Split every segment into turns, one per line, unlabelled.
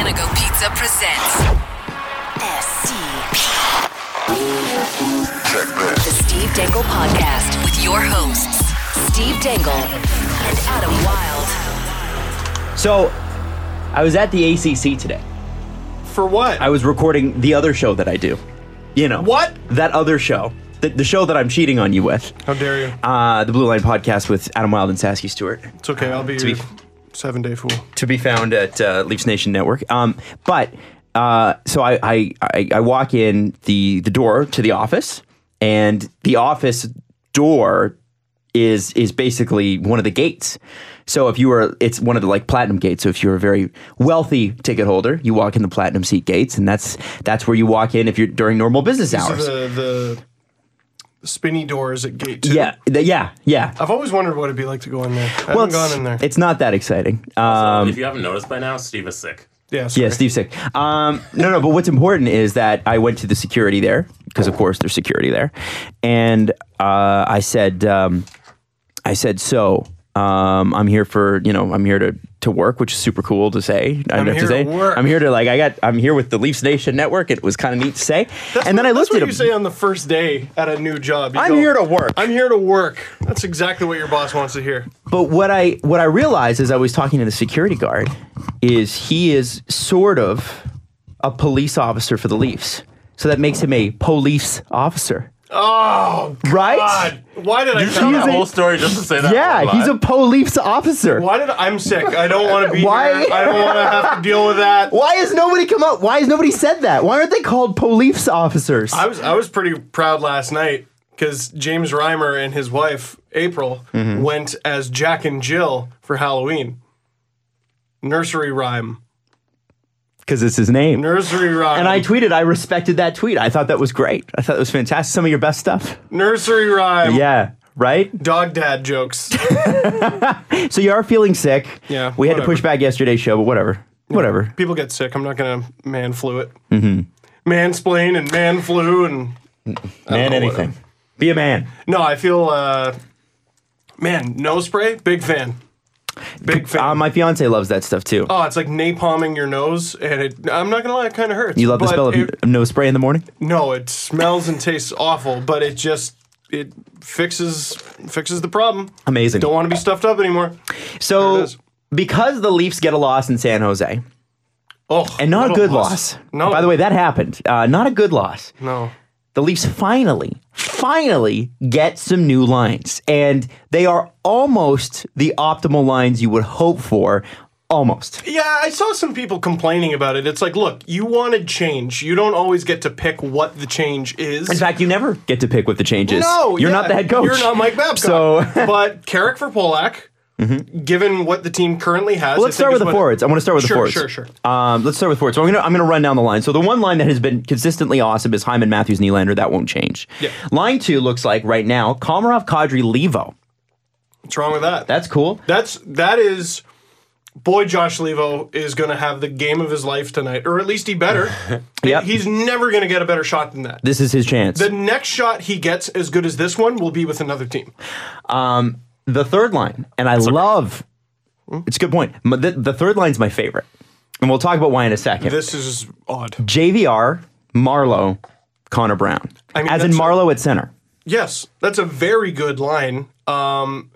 Producer presents SCP.
Check this.
The Steve Dangle Podcast with your hosts, Steve Dangle and Adam Wilde.
So, I was at the ACC today.
For what?
I was recording the other show that I do. You know
What?
That other show, the, the show that I'm cheating on you with,
How dare you?
uh, the Blue Line Podcast with Adam Wilde and Sasky Stewart.
It's okay. I'll be
to
your
be-
seven day fool.
to be found at uh, Leafs Nation Network. Um, but uh, so I, I I I walk in the the door to the office, and the office door is is basically one of the gates. So if you were, it's one of the like platinum gates. So if you're a very wealthy ticket holder, you walk in the platinum seat gates, and that's that's where you walk in if you're during normal business
So
hours.
the the spinny doors at gate two.
Yeah, th- yeah, yeah.
I've always wondered what it'd be like to go in there. I haven't
it's-
gone in there.
It's not that exciting.
Um, if you haven't noticed by now, Steve is sick.
yeah. Sorry.
Yeah, Steve's sick. Um, no, no, but what's important is that I went to the security there because, of course, there's security there, and uh, I said, um, I said, so um, I'm here for you know I'm here to to work, which is super cool to say. I
I'm
have
here
say.
to work.
I'm here to like I got I'm here with the Leafs Nation Network. It was kind of neat to say, and then I
That's
looked at
what you
him.
say on the first day at a new job. You
I'm
go,
here to work.
I'm here to work. That's exactly what your boss wants to hear.
But what I what I realized as I was talking to the security guard is he is sort of a police officer for the Leafs, so that makes him a police officer.
Oh
Right?
God! Why did I?
Tell
Tell
that
a-
whole story just to say that.
Yeah,
one
he's a
line.
police officer. Why?
why did I, I'm sick? I don't want to be
Why?
here. I don't want to have to deal with that.
has nobody come up? Why has nobody said that? Why aren't they called police officers?
I was I was pretty proud last night because James Reimer and his wife April
Mm-hmm.
went as Jack and Jill for Halloween. Nursery rhyme,
Because it's his name.
nursery rhyme,
And I tweeted, I respected that tweet. I thought that was great. I thought it was fantastic. Some of your best stuff.
nursery rhyme.
Yeah, right?
Dog dad jokes.
So you are feeling sick.
Yeah,
We had to
whatever.
push back yesterday's show, but whatever. Whatever.
People get sick. I'm not gonna man flu it. Mm-hmm. Mansplain and man flu and
Man, anything. Be a man.
no, I feel uh, man nose spray. Big fan. Big fan.
Uh, my fiance loves that stuff too.
oh, it's like napalming your nose, and it. I'm not gonna lie, it kind of hurts.
you love the
but
smell of
it-
n- no spray in the morning?
No, it smells and tastes awful, but it just it fixes fixes the problem.
Amazing. Oh.
Don't want to be stuffed up anymore. There it
So,
is.
because the Leafs get a loss in San Jose,
Oh,
and not a
what
good
loss.
loss.
No,
By the way, that happened. Uh, not a good loss.
no.
the Leafs finally, finally get some new lines. And they are almost the optimal lines you would hope for. Almost.
Yeah, I saw some people complaining about it. It's like, look, you wanted change. You don't always get to pick what the change is.
In fact, you never get to pick what the changes.
no,
you're
yeah,
not the head coach.
You're not Mike Babcock.
So- Mm-hmm.
but Carrick for Polak, given what the team currently has,
Let's
I think
start
is
with the
what-
forwards. I want to start with
Sure,
the forwards.
sure, sure.
Um, let's start with forwards. So I'm gonna I'm gonna run down the line. So the one line that has been consistently awesome is Hyman Matthews Nylander. That won't change.
Yeah.
Line two looks like right now Komarov Kadri Levo.
What's wrong with that?
That's cool.
That's that is boy Josh Levo is going to have the game of his life tonight or at least he better.
Yep.
He's never going to get a better shot than that.
This is his chance.
The next shot he gets as good as this one will be with another team.
the third line, and I love.
Hmm?
It's a good point. M- The, the third line's my favorite, and we'll talk about why in a second.
This is odd.
JVR, Marlowe, Connor Brown,
I mean,
as in
that's-
Marlowe at center.
Yes, that's a very good line. Um,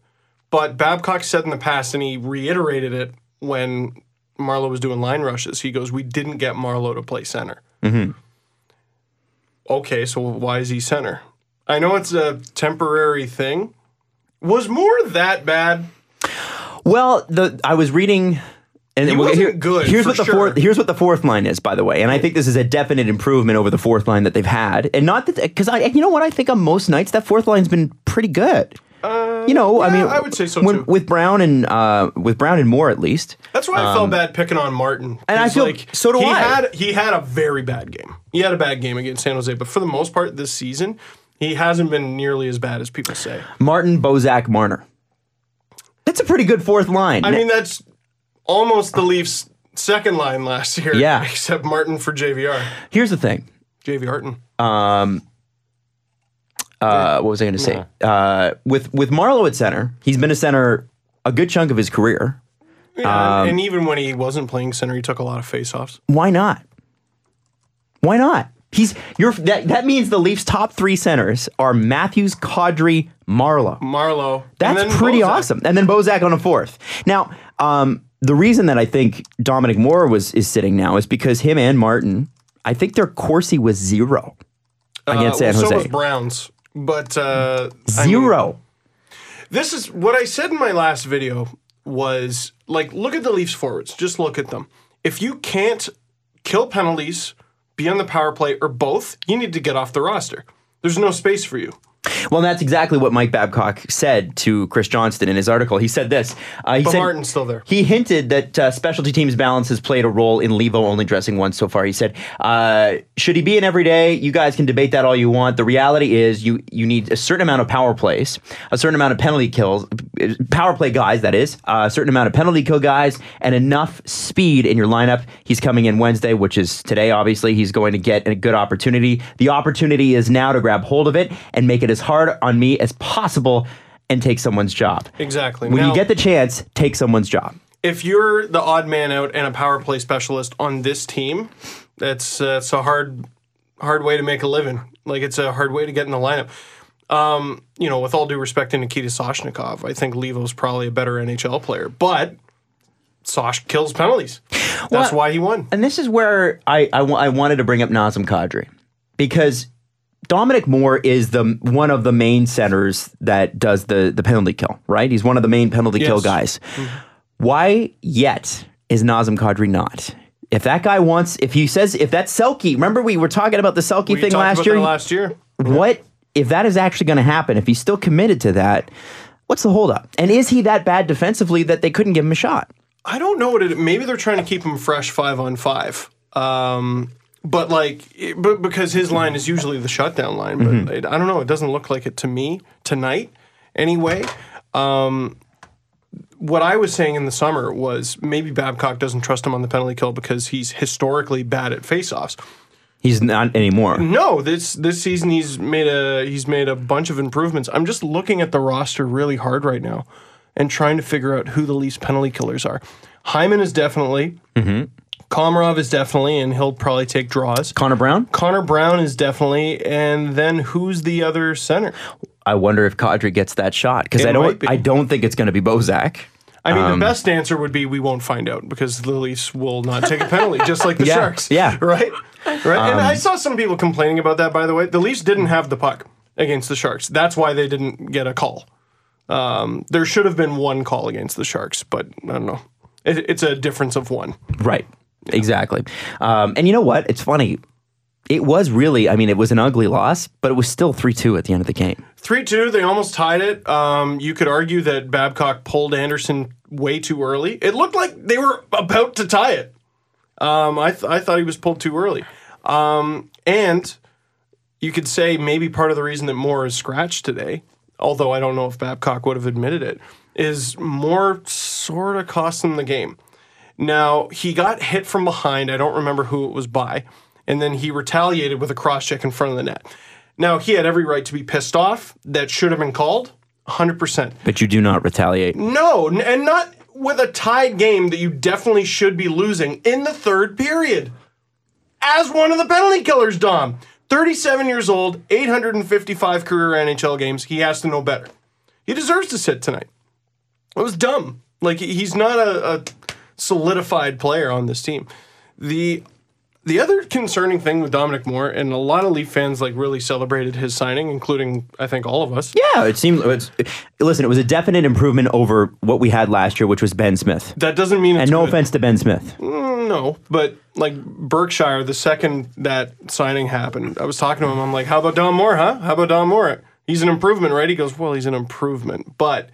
but Babcock said in the past, and he reiterated it when Marlowe was doing line rushes. He goes, "We didn't get Marlowe to play center." Mm-hmm. Okay, so why is he center? I know it's a temporary thing. Was Moore that bad?
Well, the I was reading. And we'll get-
wasn't good,
Here's
for
what the
sure.
fourth. Here's what the fourth line is, by the way, and I think this is a definite improvement over the fourth line that they've had, and not that because I, you know what, I think on most nights that fourth line's been pretty good. you know, I
Uh, yeah,
mean,
I would say so,
when-
too.
With Brown and uh, with Brown and Moore, at least.
That's why I felt bad picking on Martin.
Um, and I
'cause,
feel- so do
he
I.
Had, he had a very bad game. He had a bad game against San Jose, but for the most part this season, he hasn't been nearly as bad as people say.
Martin, Bozak, Marner. That's a pretty good fourth line.
I mean, that's almost the Leafs' second line last year.
Yeah.
Except Martin for JVR.
Here's the thing.
JV Harton.
Uh, what was I going to say? Uh, with with Marlowe at center, he's been a center a good chunk of his career.
Yeah, Um, and even when he wasn't playing center, he took a lot of faceoffs.
Why not? Why not? He's you're that that means the Leafs top three centers are Matthews, Kadri, Marlowe.
Marlowe. and
That's
then
pretty
Bozak.
awesome. And then Bozak on a fourth. Now, um, the reason that I think Dominic Moore was is sitting now is because him and Martin, I think their Corsi was zero against
Uh,
San
So
Jose.
was Browns, but uh, I mean,
zero.
this is what I said in my last video was like, look at the Leafs forwards. Just look at them. If you can't kill penalties, be on the power play, or both, you need to get off the roster. There's no space for you.
Well, that's exactly what Mike Babcock said to Chris Johnston in his article. He said this. Uh, he
But
said,
Martin's still there.
He hinted that uh, specialty teams balance has played a role in Levo only dressing once so far. He said, uh, "Should he be in every day? You guys can debate that all you want. The reality is, you you need a certain amount of power plays, a certain amount of penalty kills, power play guys. That is uh, a certain amount of penalty kill guys, and enough speed in your lineup. He's coming in Wednesday, which is today. Obviously, he's going to get a good opportunity. The opportunity is now to grab hold of it and make it as hard on me as possible." And take someone's job.
Exactly.
When
Now-
you get the chance, take someone's job.
if you're the odd man out and a power play specialist on this team, that's uh, it's a hard hard way to make a living. Like it's a hard way to get in the lineup. Um, you know, with all due respect to Nikita Soshnikov, I think Levo's probably a better NHL player, but Sosh kills penalties. That's
Well-
why he won.
And this is where I, I, wa- I wanted to bring up Nazem Kadri because Dominic Moore is the one of the main centers that does the the penalty kill, right? He's one of the main penalty kill
Yes. Mm-hmm.
guys. Why yet is Nazem Kadri not? If that guy wants, if he says, if that's Selkie, remember we were talking about the Selkie
We
thing
talked
last
about
year.
that last year.
What if that is actually going to happen? If he's still committed to that, what's the holdup? And is he that bad defensively that they couldn't give him a shot?
I don't know what it. Maybe they're trying to keep him fresh five on five. Um, but like, it- but because his line is usually the shutdown line. But it, I don't know. It doesn't look like it to me tonight. Anyway, um, what I was saying in the summer was maybe Babcock doesn't trust him on the penalty kill because he's historically bad at faceoffs.
He's not anymore.
No, this this season he's made a he's made a bunch of improvements. I'm just looking at the roster really hard right now and trying to figure out who the least penalty killers are. Hyman is definitely. Komarov is definitely, and he'll probably take draws.
Connor Brown?
Connor Brown is definitely, and then who's the other center?
I wonder if Kadri gets that shot because
It
I
might
don't.
be.
I don't think it's going to be Bozak.
I mean,
Um,
the best answer would be we won't find out because the Leafs will not take a penalty, just like the
Yeah,
Sharks.
yeah. Um,
Right? Right. and I saw some people complaining about that, by the way. The Leafs didn't have the puck against the Sharks. That's why they didn't get a call. Um, there should have been one call against the Sharks, but I don't know. It, it's a difference of one.
Right. Exactly. Um, and you know what? It's funny. It was really. I mean, it was an ugly loss, but it was still three two at the end of the game.
3 2, they almost tied it. Um, you could argue that Babcock pulled Anderson way too early. It looked like they were about to tie it. Um, I, th- I thought he was pulled too early. Um, and you could say maybe part of the reason that Moore is scratched today, although I don't know if Babcock would have admitted it, is Moore sort of cost him the game. Now, he got hit from behind. I don't remember who it was by. And then he retaliated with a cross check in front of the net. Now, he had every right to be pissed off. That should have been called 100%.
But you do not retaliate.
No, n- and not with a tied game that you definitely should be losing in the third period. As one of the penalty killers, Dom. 37 years old, 855 career NHL games. He has to know better. He deserves to sit tonight. It was dumb. Like he- he's not a, a solidified player on this team. The the other concerning thing with Dominic Moore, and a lot of Leaf fans like really celebrated his signing, including I think all of us.
Yeah, it seemed. It's, listen, it was a definite improvement over what we had last year, which was Ben Smith.
That doesn't mean it's
And no
good.
offense to Ben Smith.
No, but like Berkshire, the second that signing happened, I was talking to him. I'm like, "How about Don Moore? Huh? How about Don Moore? He's an improvement, right?" He goes, "Well, he's an improvement, but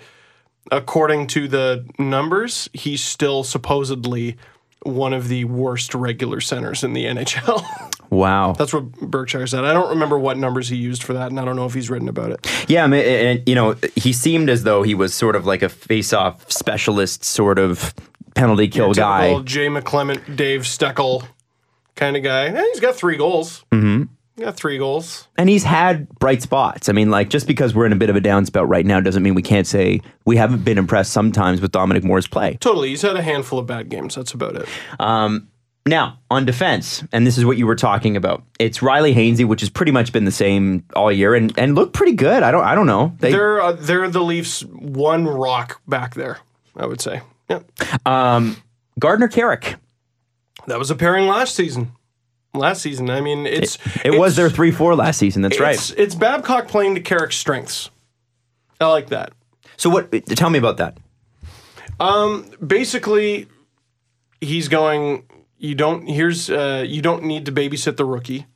according to the numbers, he's still supposedly one of the worst regular centers in the NHL."
Wow.
That's what Berkshire said. I don't remember what numbers he used for that, and I don't know if he's written about it.
Yeah, I mean, and you know, he seemed as though he was sort of like a face-off specialist, sort of penalty kill Oh, guy.
Typical Jay McClement, Dave Steckel kind of guy. Eh, he's got three goals. got three goals.
and he's had bright spots. I mean, like just because we're in a bit of a down spell right now doesn't mean we can't say we haven't been impressed sometimes with Dominic Moore's play.
Totally, he's had a handful of bad games. That's about it.
Now, on defense, and this is what you were talking about. It's Riley Hainsey, which has pretty much been the same all year and and looked pretty good. I don't I don't know. They
They're uh, they're the Leafs' one rock back there. I would say. Yep.
Gardner Carrick.
That was a pairing last season. Last season, I mean, it's
It was
it's-
their 3-4 last season. That's
It's,
right.
it's Babcock playing to Carrick's strengths. I like that.
So what tell me about that.
Basically, he's going. You don't here's uh, you don't need to babysit the rookie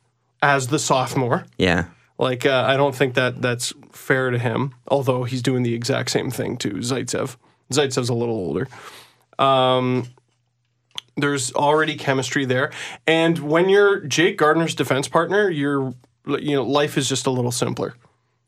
as the sophomore.
Yeah.
Like uh, I don't think that that's fair to him. Although he's doing the exact same thing to Zaitsev. Zaitsev's a little older. Um, there's already chemistry there, and when you're Jake Gardner's defense partner, you're you know life is just a little simpler.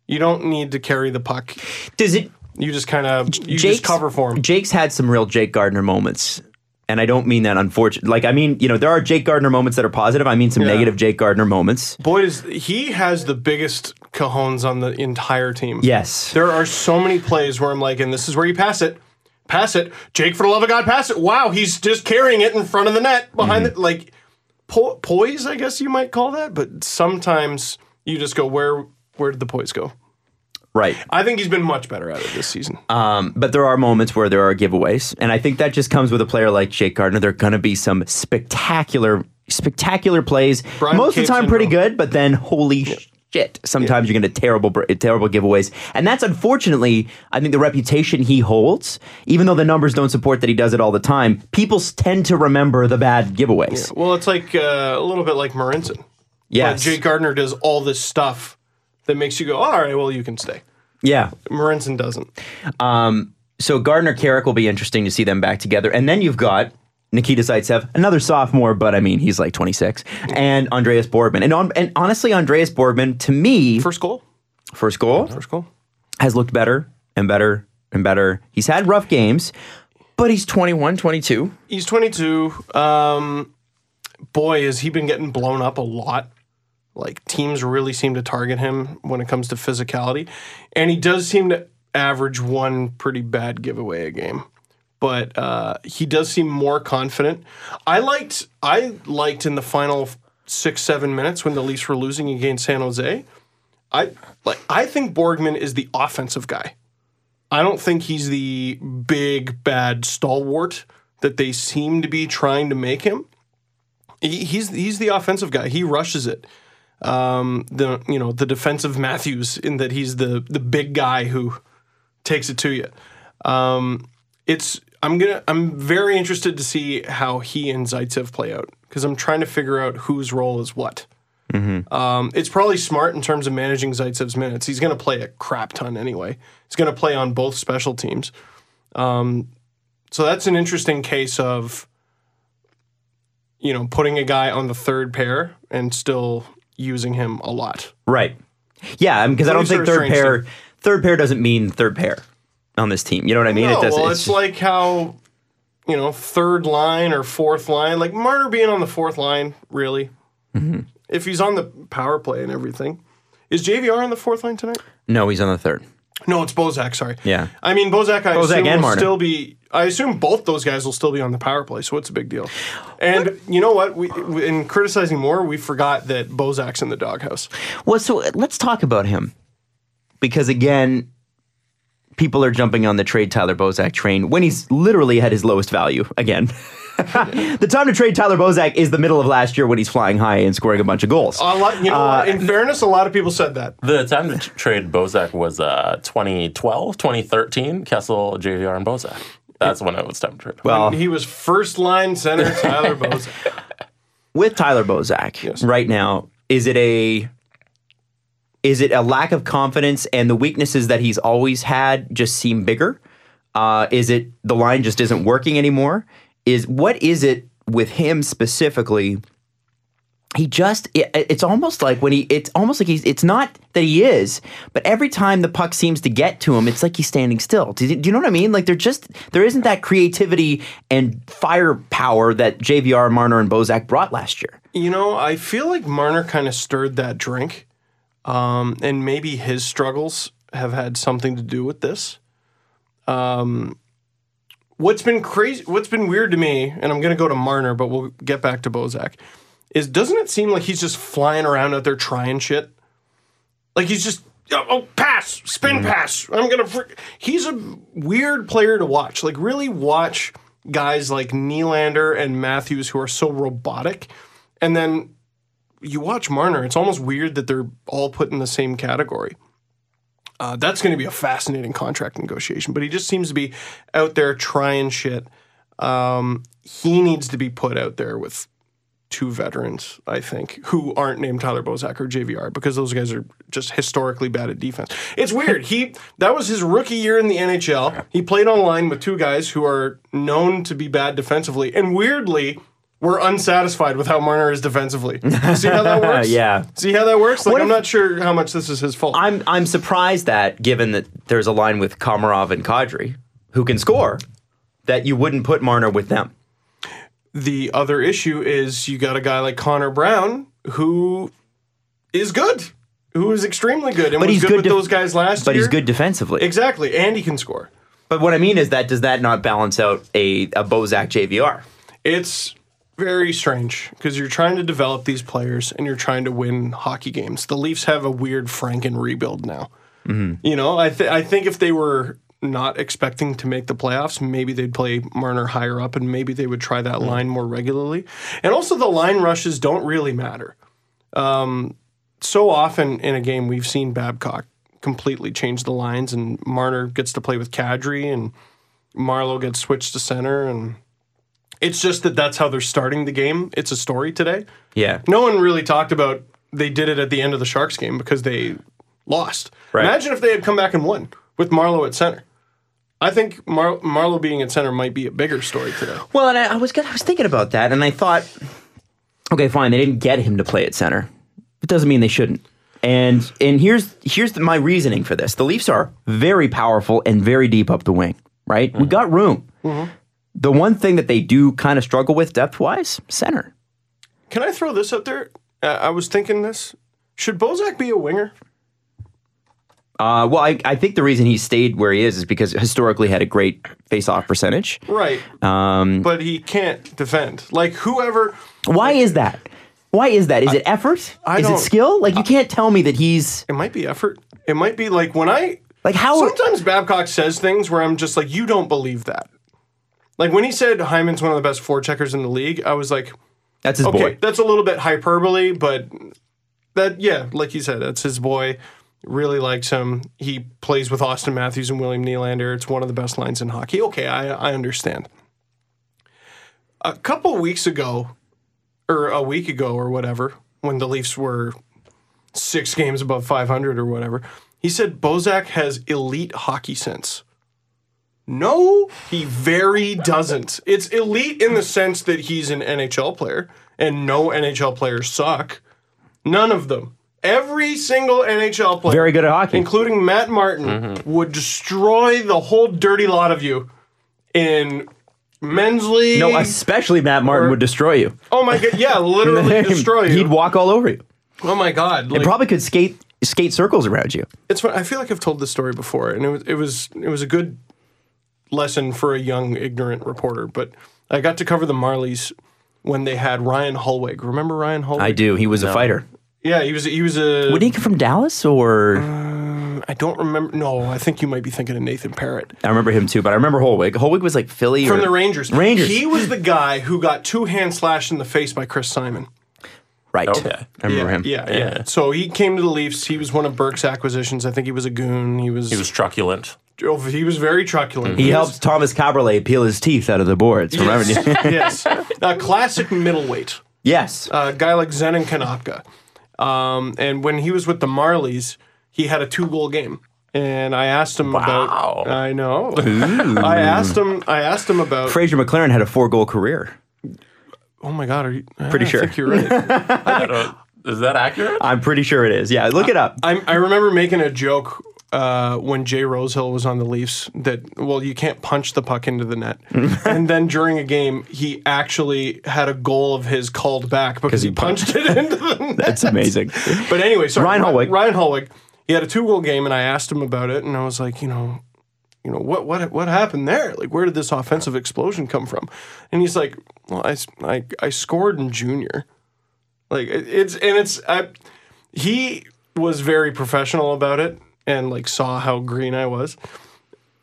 You don't need to carry the puck.
Does it
You just kind of you
Jake's
just cover for him.
Jake's had some real Jake Gardner moments. And I don't mean that unfortunate. Like I mean, you know, there are Jake Gardner moments that are positive. I mean some negative Jake Gardner moments.
Boy, is he has the biggest cajones on the entire team.
Yes.
There are so many plays where I'm like, and this is where you pass it. Pass it. Jake, for the love of God, pass it. Wow, he's just carrying it in front of the net behind the, like, po- poise, I guess you might call that. But sometimes you just go, where, where did the poise go?
Right.
I think he's been much better at it this season.
But there are moments where there are giveaways. And I think that just comes with a player like Jake Gardner. There are going to be some spectacular, spectacular plays.
Brian
Most of
Cave
the time, pretty
syndrome.
good, but then holy shit. Sometimes you're going to terrible, br- terrible giveaways. And that's unfortunately, I think, the reputation he holds. Even though the numbers don't support that he does it all the time, people s- tend to remember the bad giveaways.
well, it's like uh, a little bit like Marinson.
Yeah.
But Jake Gardner does all this stuff that makes you go, all right, well, you can stay.
yeah.
Marinson doesn't.
So Gardner Carrick will be interesting to see them back together. And then you've got Nikita Zaitsev, another sophomore, but I mean he's like 26, and Andreas Borgman. And on, and honestly, Andreas Borgman to me
First goal.
first goal
First goal.
has looked better and better and better. He's had rough games, but he's 21, 22.
He's 22. Um, boy, has he been getting blown up a lot. Like teams really seem to target him when it comes to physicality, and he does seem to average one pretty bad giveaway a game. But uh, he does seem more confident. I liked I liked in the final six seven minutes when the Leafs were losing against San Jose. I like I think Borgman is the offensive guy. I don't think he's the big bad stalwart that they seem to be trying to make him. He, he's he's the offensive guy. He rushes it. Um, the you know the defensive Matthews in that he's the the big guy who takes it to you. Um, it's I'm gonna I'm very interested to see how he and Zaitsev play out because I'm trying to figure out whose role is what. Um, it's probably smart in terms of managing Zaitsev's minutes. He's going to play a crap ton anyway. He's going to play on both special teams. Um, so that's an interesting case of, you know, putting a guy on the third pair and still using him a lot.
Right. Yeah, because I don't
These
think
are
third
strange
pair third pair doesn't mean third pair on this team. You know what I mean?
No,
doesn't-
well, it's, like how, you know, third line or fourth line, like Marner being on the fourth line, really.
Mm-hmm.
If he's on the power play and everything. Is JVR on the fourth line tonight?
no, he's on the third.
No, it's Bozak. Sorry.
Yeah.
I mean Bozak. I
Bozak
assume
and
will
Marner.
still be. I assume both those guys will still be on the power play. So what's the big deal? And you know what? We we- in criticizing more, we forgot that Bozak's in the doghouse.
Well, so uh, let's talk about him because again, people are jumping on the trade Tyler Bozak train when he's literally at his lowest value again. the time to trade Tyler Bozak is the middle of last year when he's flying high and scoring a bunch of goals.
A lot. You know, what? in fairness, a lot of people said that.
The time to tr- trade Bozak was uh, 2012, 2013. Kessel, JVR, and Bozak. That's when it was time to trade. Well,
Well,
He was first line center Tyler Bozak.
with Tyler Bozak right now, is it a is it a lack of confidence and the weaknesses that he's always had just seem bigger? Uh, is it the line just isn't working anymore? Is what is it with him specifically he just it, it's almost like when he it's almost like he's it's not that he is but every time the puck seems to get to him it's like he's standing still do you, do you know what i mean like they're just there isn't that creativity and firepower that jvr marner and bozak brought last year
You know, I feel like Marner kind of stirred that drink, um, and maybe his struggles have had something to do with this. Um, what's been crazy, what's been weird to me, and I'm going to go to Marner, but we'll get back to Bozak, is doesn't it seem like he's just flying around out there trying shit? Like he's just oh, oh, pass, spin pass. I'm gonna. Fr-. He's a weird player to watch. Like really watch guys like Nylander and Matthews who are so robotic, and then you watch Marner. It's almost weird that they're all put in the same category. Uh, that's going to be a fascinating contract negotiation, but he just seems to be out there trying shit. Um, he needs to be put out there with two veterans, I think, who aren't named Tyler Bozak or JVR because those guys are just historically bad at defense. It's weird. he that was his rookie year in the NHL. He played on line with two guys who are known to be bad defensively, and weirdly. We're unsatisfied with how Marner is defensively. See how that works?
Yeah.
See how that works? Like,
What
I'm
if-
not sure how much this is his fault.
i'm i'm surprised that given that there's a line with komarov and kadri who can score that you wouldn't put marner with them
The other issue is you got a guy like Connor Brown who is good, who is extremely good, and
But
was
he's
good,
good
with
def-
those guys last
but
year.
he's good defensively
exactly, and he can score.
but what i mean is that does that not balance out a, a bozak jvr
It's very strange because you're trying to develop these players and you're trying to win hockey games. The Leafs have a weird Franken rebuild now. You know, I th- I think if they were not expecting to make the playoffs, maybe they'd play Marner higher up and maybe they would try that line more regularly. And also, the line rushes don't really matter. Um, so often in a game, we've seen Babcock completely change the lines, and Marner gets to play with Kadri, and Marlowe gets switched to center, and it's just that that's how they're starting the game. It's a story today.
yeah
No one really talked about they did it at the end of the Sharks game because they lost.
Right.
Imagine if they had come back and won with Marlowe at center. I think Mar- Marlowe being at center might be a bigger story today.
Well, and I, I was gonna- I was thinking about that, and I thought, okay, fine, they didn't get him to play at center. It doesn't mean they shouldn't. And and here's here's my reasoning for this: the Leafs are very powerful and very deep up the wing. Right,
Mm-hmm.
we got room. The one thing that they do kind of struggle with depth wise, center.
Can I throw this out there? Uh, I was thinking this. Should Bozak be a winger?
Uh, well, I, I think the reason he stayed where he is is because historically had a great face-off percentage.
Right. but he can't defend. Like whoever.
Why is that? Why is that? Is it effort?
I
is it
don't-
skill? Like you can't tell me that he's
It might be effort. It might be like when I
like how.
Sometimes Babcock says things where I'm just like, you don't believe that. Like when he said Hyman's one of the best four checkers in the league, I was like,
that's his
okay,
boy.
that's a little bit hyperbole, but that, yeah, like you said, that's his boy. Really likes him. He plays with Austin Matthews and William Nylander. It's one of the best lines in hockey. Okay, I, I understand. A couple weeks ago, or a week ago, or whatever, when the Leafs were six games above 500 or whatever. He said Bozak has elite hockey sense. No, he very doesn't. It's elite in the sense that he's an NHL player, and no NHL players suck. None of them. Every single NHL player,
Very good at hockey.
including Matt Martin, would destroy the whole dirty lot of you in men's league.
No, especially Matt Martin would destroy you.
oh my god, yeah, literally destroy you.
He'd walk all over you.
oh my god, like-
Probably could skate skate circles around you.
it's fun. I feel like I've told this story before, and it was it was it was a good lesson for a young ignorant reporter. But I got to cover the Marlies when they had Ryan Holweg. Remember Ryan Holweg?
I do. He was a fighter.
Yeah, he was he was a.
Would he come from Dallas or?
I don't remember. No, I think you might be thinking of Nathan Parrott
I remember him too, but I remember Holwig. Holwig was like Philly
from
or-
the Rangers.
Rangers.
He was the guy who got two hand slashed in the face by Chris Simon.
right.
Okay.
I remember
yeah,
him.
Yeah, yeah, So he came to the Leafs. He was one of Burke's acquisitions. I think he was a goon. He was
He was truculent.
oh, he was very truculent.
He helped Thomas Caberlet peel his teeth out of the boards. Remember?
Yes, yes. a classic middleweight.
yes.
a guy like Zenon Kanapka. Um, and when he was with the Marlies, he had a two goal game. And I asked him
Wow.
about. I know. I asked him. I asked him about.
Fraser McLaren had a four goal career.
Oh my God, are you?
Pretty
I
sure.
think you're right.
Uh, Is that accurate?
I'm pretty sure it is. Yeah, look it up.
I, I remember making a joke uh, when Jay Rosehill was on the Leafs that well, you can't punch the puck into the net. and then during a game, he actually had a goal of his called back because
he
he punched it into the net.
That's amazing.
But anyway, sorry,
Ryan
Ry-
Holweg.
Ryan Holweg. He had a two goal game, and I asked him about it, and I was like, you know, you know what what what happened there? Like, where did this offensive explosion come from? And he's like, well, I s- I, I scored in junior. Like it- it's and it's I, he was very professional about it and like saw how green I was.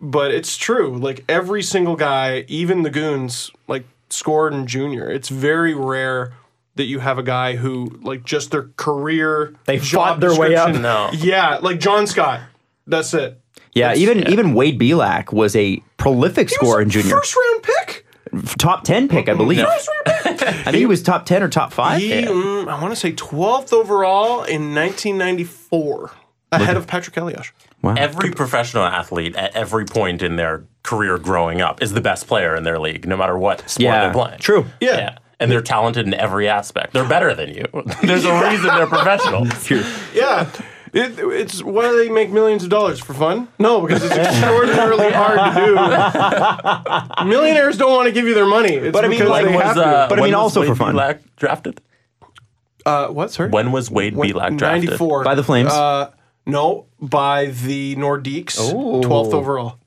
But it's true. Like every single guy, even the goons, like scored in junior. It's very rare that you have a guy who like just their career
They
job
fought their way up.
description-
No.
Yeah, like John Scott. That's it.
Yeah, even even Wade Belak was a prolific scorer in junior,
First round pick.
top ten pick, I believe. I think he was top ten or top five.
He, mm, I want to say 12th overall in 1994, ahead of Patrick Elias.
Every professional athlete at every point in their career growing up is the best player in their league, no matter what sport
yeah,
they're playing.
true.
Yeah.
And they're talented in every aspect. They're better than you. There's a reason they're professionals.
Yeah. It, it's why do they make millions of dollars for fun? No, because it's extraordinarily hard to do. Millionaires don't want to give you their money. It's
But I mean,
because
like,
they
was,
have to.
But I mean,
when was
also for
Wade
fun.
Belak drafted?
uh, what, sorry?
When was Wade
When-
Belak drafted?
94.
By the Flames.
Uh, no, by the Nordiques, 12th overall.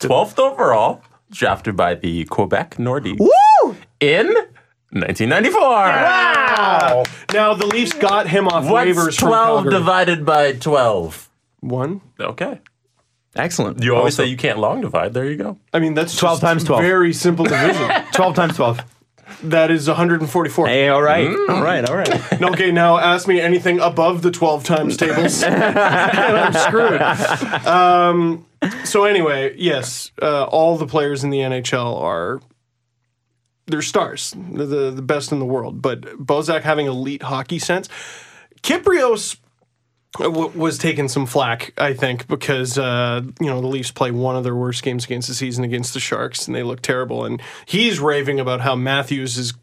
12th overall, drafted by the Quebec Nordiques
Woo!
in 1994.
Now, the Leafs got him off waivers
What's
from
12
Calgary.
divided by 12?
One?
Okay.
Excellent.
You always
Also-
say you can't long divide. There you go.
I mean, that's
12
just
times 12.
very simple division.
twelve times twelve.
that is 144.
Hey, all right, Mm. all right, all right.
No, Okay, now ask me anything above the 12 times tables, and I'm screwed. Um, so, anyway, yes, uh, all the players in the NHL are. They're stars, They're the, the best in the world. But Bozak having elite hockey sense. Kiprios uh, w- was taking some flack, I think, because uh, you know the Leafs play one of their worst games against the season against the Sharks, and they look terrible. And he's raving about how Matthews is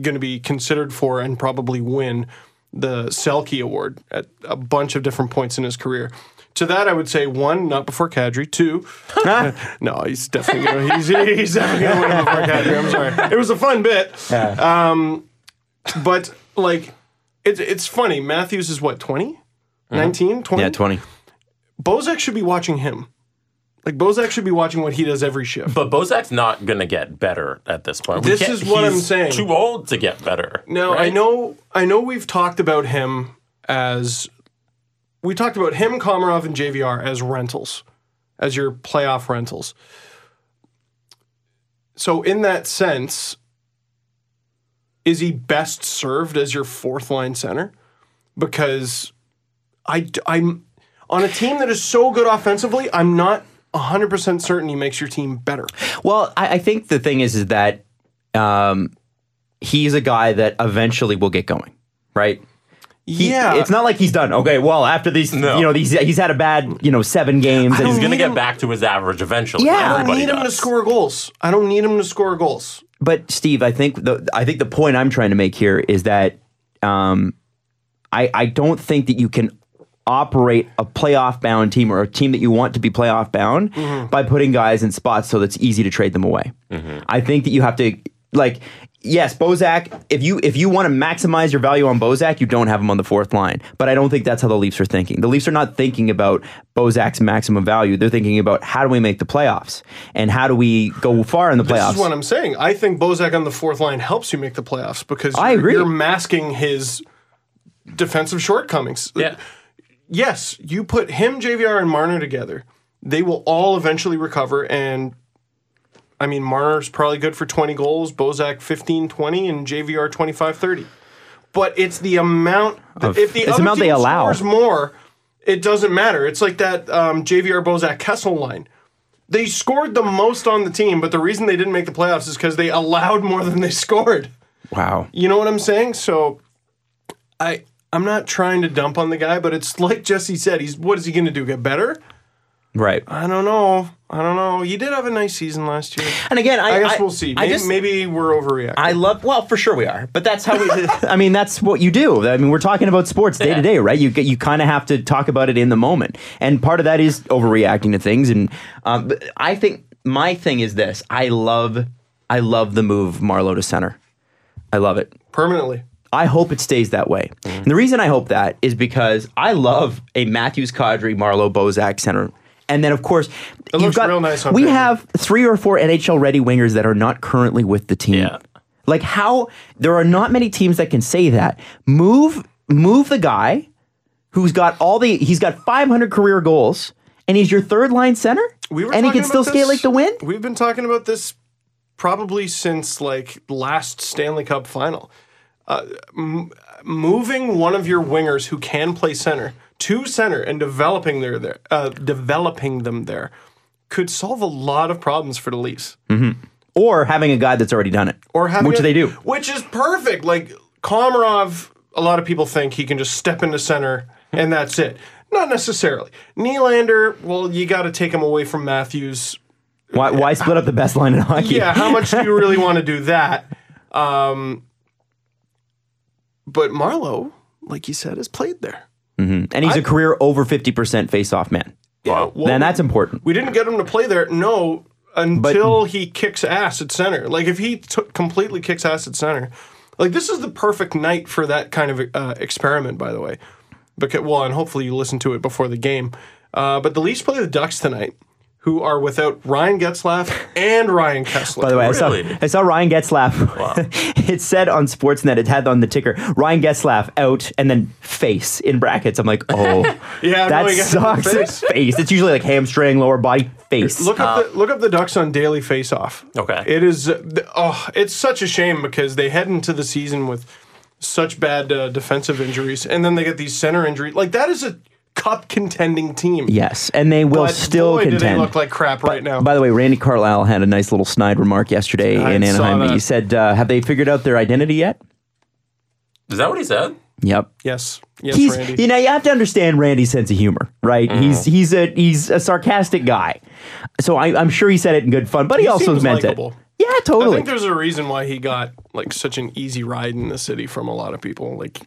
going to be considered for and probably win the Selkie Award at a bunch of different points in his career. To that, I would say one, not before Kadri. Two, no, he's definitely gonna, he's, he's definitely going to win before Kadri. I'm sorry, it was a fun bit, um, but like it's it's funny. Matthews is what 20? 19, 20?
Yeah, twenty.
Bozak should be watching him. Like Bozak should be watching what he does every shift.
But Bozak's not going to get better at this point.
This
can't-
is what I'm
he's
saying.
Too old to get better.
Now I
right?
know I know we've talked about him as we talked about him, Komarov, and JVR as rentals, as your playoff rentals. So in that sense, is he best served as your fourth line center? Because I am on a team that is so good offensively, I'm not 100% certain he makes your team better.
Well, I, I think the thing is, is that um, he's a guy that eventually will get going, right? He- it's not like he's done. Okay, well, after these,
No.
you know, these he's had a bad, you know, seven games, and
He's going
need
to get
him-
back to his average eventually.
Yeah. I don't
I don't
Everybody
need him to
does.
score goals. I don't need him to score goals.
but Steve, I think the I think the point I'm trying to make here is that um, I I don't think that you can operate a playoff bound team or a team that you want to be playoff bound
Mm-hmm.
by putting guys in spots so that's easy to trade them away. I think that you have to like yes, Bozak. If you if you want to maximize your value on Bozak, you don't have him on the fourth line. But I don't think that's how the Leafs are thinking. The Leafs are not thinking about Bozak's maximum value. They're thinking about how do we make the playoffs and how do we go far in the playoffs.
This is what I'm saying. I think Bozak on the fourth line helps you make the playoffs because
I
you're,
agree.
you're masking his defensive shortcomings.
Yeah.
Yes, you put him, JVR, and Marner together. They will all eventually recover. And I mean, Marner's probably good for 20 goals, Bozak 15, 20, and JVR 25, 30. But it's the amount,
Of-
if the
it's the
other
amount they
team
allow.
scores more, it doesn't matter. It's like that um, JVR Bozak Kessel line they scored the most on the team, but the reason they didn't make the playoffs is because they allowed more than they scored.
wow.
You know what I'm saying? So I I'm not trying to dump on the guy, but it's like Jesse said, he's what is he gonna do? Get better?
Right.
I don't know. I don't know. He did have a nice season last year.
And again, I,
I guess we'll see.
I
Maybe,
just-
maybe we're overreacting.
I love. Well, for sure we are, but that's how we. I mean, that's what you do. I mean, we're talking about sports day to day, right? You get- you kind of have to talk about it in the moment, and part of that is overreacting to things. And um, but I think my thing is this: I love, I love the move Marlowe to center. I love it.
Permanently.
I hope it stays that way.
Mm-hmm.
And the reason I hope that is because I love a Matthews Kadri, Marlowe, Bozak center. And then, of course, you've
looks real nice on
we
paper.
have three or four NHL ready wingers that are not currently with the team.
Yeah.
Like how there are not many teams that can say that. Move move the guy who's got all the he's got 500 career goals and he's your third line center
We were
and he
talking
can still
about
skate
this-
like the wind.
We've been talking about this probably since like last Stanley Cup final. Uh, m- moving one of your wingers who can play center to center and developing their there, uh, developing them there could solve a lot of problems for the Leafs.
Or having a guy that's already done it.
Or having
which
a-
they do.
which is perfect. Like Komarov, a lot of people think he can just step into center and that's it. Not necessarily. Nylander, well, you got to take him away from Matthews
Why, why split up the best line in hockey?
yeah, how much do you really want to do that? Um, but Marlowe, like you said, has played there.
And he's a career over 50% face-off man.
Wow.
Uh, Well,
and that's important.
we didn't get him to play there. No, until he kicks ass at center. Like if he took completely kicks ass at center, like this is the perfect night for that kind of uh, experiment. By the way, because well, and hopefully you listen to it before the game. Uh, but the Leafs play the Ducks tonight, who are without Ryan Getzlaff and Ryan Kessler.
By the way, I,
Really?
saw, I saw Ryan Getzlaff. it said on Sportsnet, it had on the ticker, Ryan Getzlaff out and then face in brackets. I'm like, oh,
Yeah,
that
really, I guess the
sucks.
face.
Face. It's usually like hamstring, lower body, face.
Look up the look up the Ducks on Daily Faceoff.
Okay.
It is uh, th- oh, it's such a shame because they head into the season with such bad uh, defensive injuries, and then they get these center injuries. Like that is a cup contending team.
yes, and they will
But
still
boy, do they
contend.
look like crap right now.
By the way, Randy Carlisle had a nice little snide remark yesterday
I
in
saw
Anaheim.
that.
He said, uh, "Have they figured out their identity yet?"
Is that what he said?
Yep.
yes, yes,
he's
Randy. Mm-hmm.
you know you have to understand Randy's sense of humor, right? He's he's a he's a sarcastic guy, so I, I'm sure he said it in good fun, but he, also
seems
meant
likable.
it. Yeah,
I
totally.
think there's a reason why he got like such an easy ride in the city from a lot of people. Like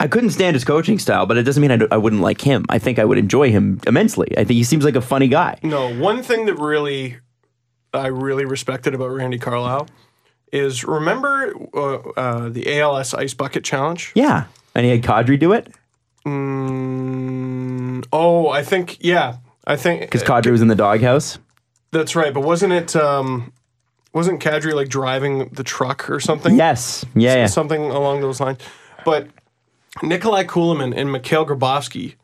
I couldn't stand his coaching style, but it doesn't mean I, do- I wouldn't like him. I think I would enjoy him immensely. I think he seems like a funny guy.
No, one thing that really I really respected about Randy Carlisle is remember uh, uh, the ALS Ice Bucket Challenge?
Yeah, and he had Kadri do it
Mm, oh, I think yeah, I think
because Kadri was in the doghouse.
that's right. But wasn't it um, wasn't Kadri like driving the truck or something?
Yes, yeah, yeah.
something along those lines. But Nikolai Kuhlman and Mikhail Grabowski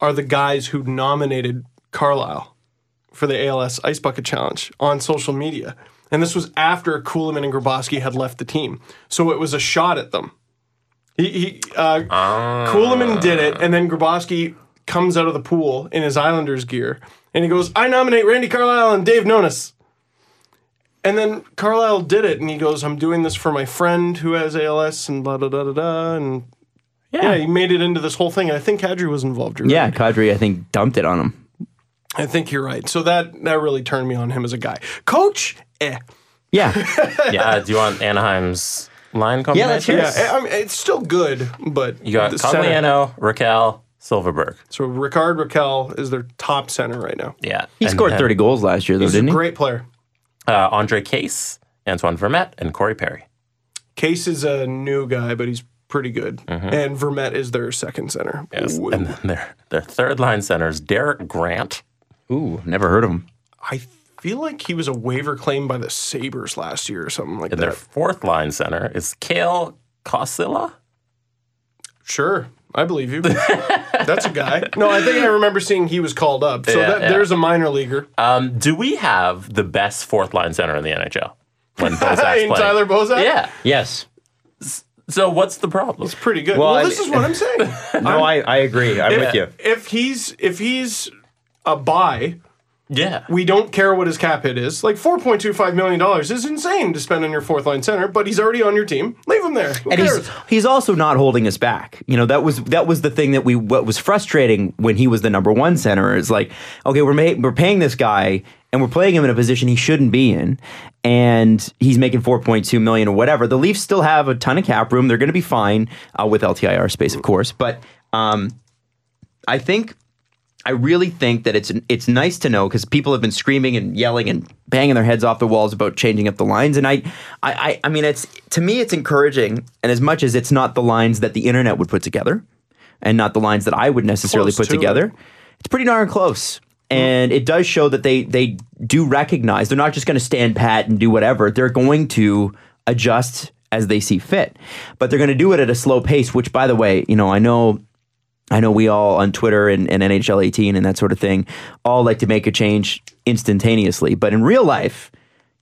are the guys who nominated Carlisle for the ALS Ice Bucket Challenge on social media. And this was after Kuhlman and Grabowski had left the team. So it was a shot at them. He, he uh,
Ah.
Kuhlman did it, and then Grabowski comes out of the pool in his Islanders gear, and he goes, "I nominate Randy Carlisle and Dave Nonis." And then Carlisle did it, and he goes, "I'm doing this for my friend who has ALS," and blah blah blah blah, blah and yeah. he made it into this whole thing. And I think Kadri was involved. You're
yeah.
right.
Kadri, I think dumped it on him.
I think you're right. So that that really turned me on him as a guy, coach. Eh.
Yeah,
Yeah. Uh, do you want Anaheim's line combination?
let's hear it.
Yeah, Eh, I- I mean, it's still good, but
You got
the center-
Cogliano, Raquel, Silverberg.
So Ricard Raquel is their top center right now.
Yeah.
he scored 30 goals last year, though,
uh, He's a
didn't he?
great player.
Uh, Andre Case, Antoine Vermette, and Corey Perry.
Case is a new guy, but he's pretty good. And Vermette is their second center. Ooh.
Mm-hmm. And then their, their third line center is Derek Grant.
Ooh, never heard of him.
I feel like he was a waiver claim by the Sabres last year or something like
And their
that.
fourth line center is Kale Kosilla.
Sure. I believe you. That's a guy. No, I think I remember seeing he was called up. So
Yeah,
that,
yeah.
there's a minor leaguer
Um, do we have the best fourth line center in the NHL when Bozak's
in
playing?
Tyler Bozak.
Yeah.
Yes.
So what's the problem?
It's pretty good.
Well, I-
Well, this is what I'm saying.
No, I, I agree. I'm with you.
if he's if he's a buy,
Yeah.
We don't care what his cap hit is. Like four point two five million dollars is insane to spend on your fourth line center, but he's already on your team. Leave him there. Who
and
cares?
he's he's also not holding us back. You know that was that was the thing that we what was frustrating when he was the number one center is like okay we're ma- we're paying this guy and we're playing him in a position he shouldn't be in, and he's making four point two million or whatever. The Leafs still have a ton of cap room. They're going to be fine uh, with LTIR space, of course, but um, I think I really think that it's it's nice to know because people have been screaming and yelling and banging their heads off the walls about changing up the lines, and I, I, I, I mean, it's to me it's encouraging, and as much as it's not the lines that the internet would put together, and not the lines that I would necessarily
Close
put
to it.
together, it's pretty darn close. And it does show that they they do recognize they're not just going to stand pat and do whatever. They're going to adjust as they see fit, but they're going to do it at a slow pace. Which, by the way, you know, I know I know we all on Twitter and, and NHL 18 and that sort of thing all like to make a change instantaneously. But in real life,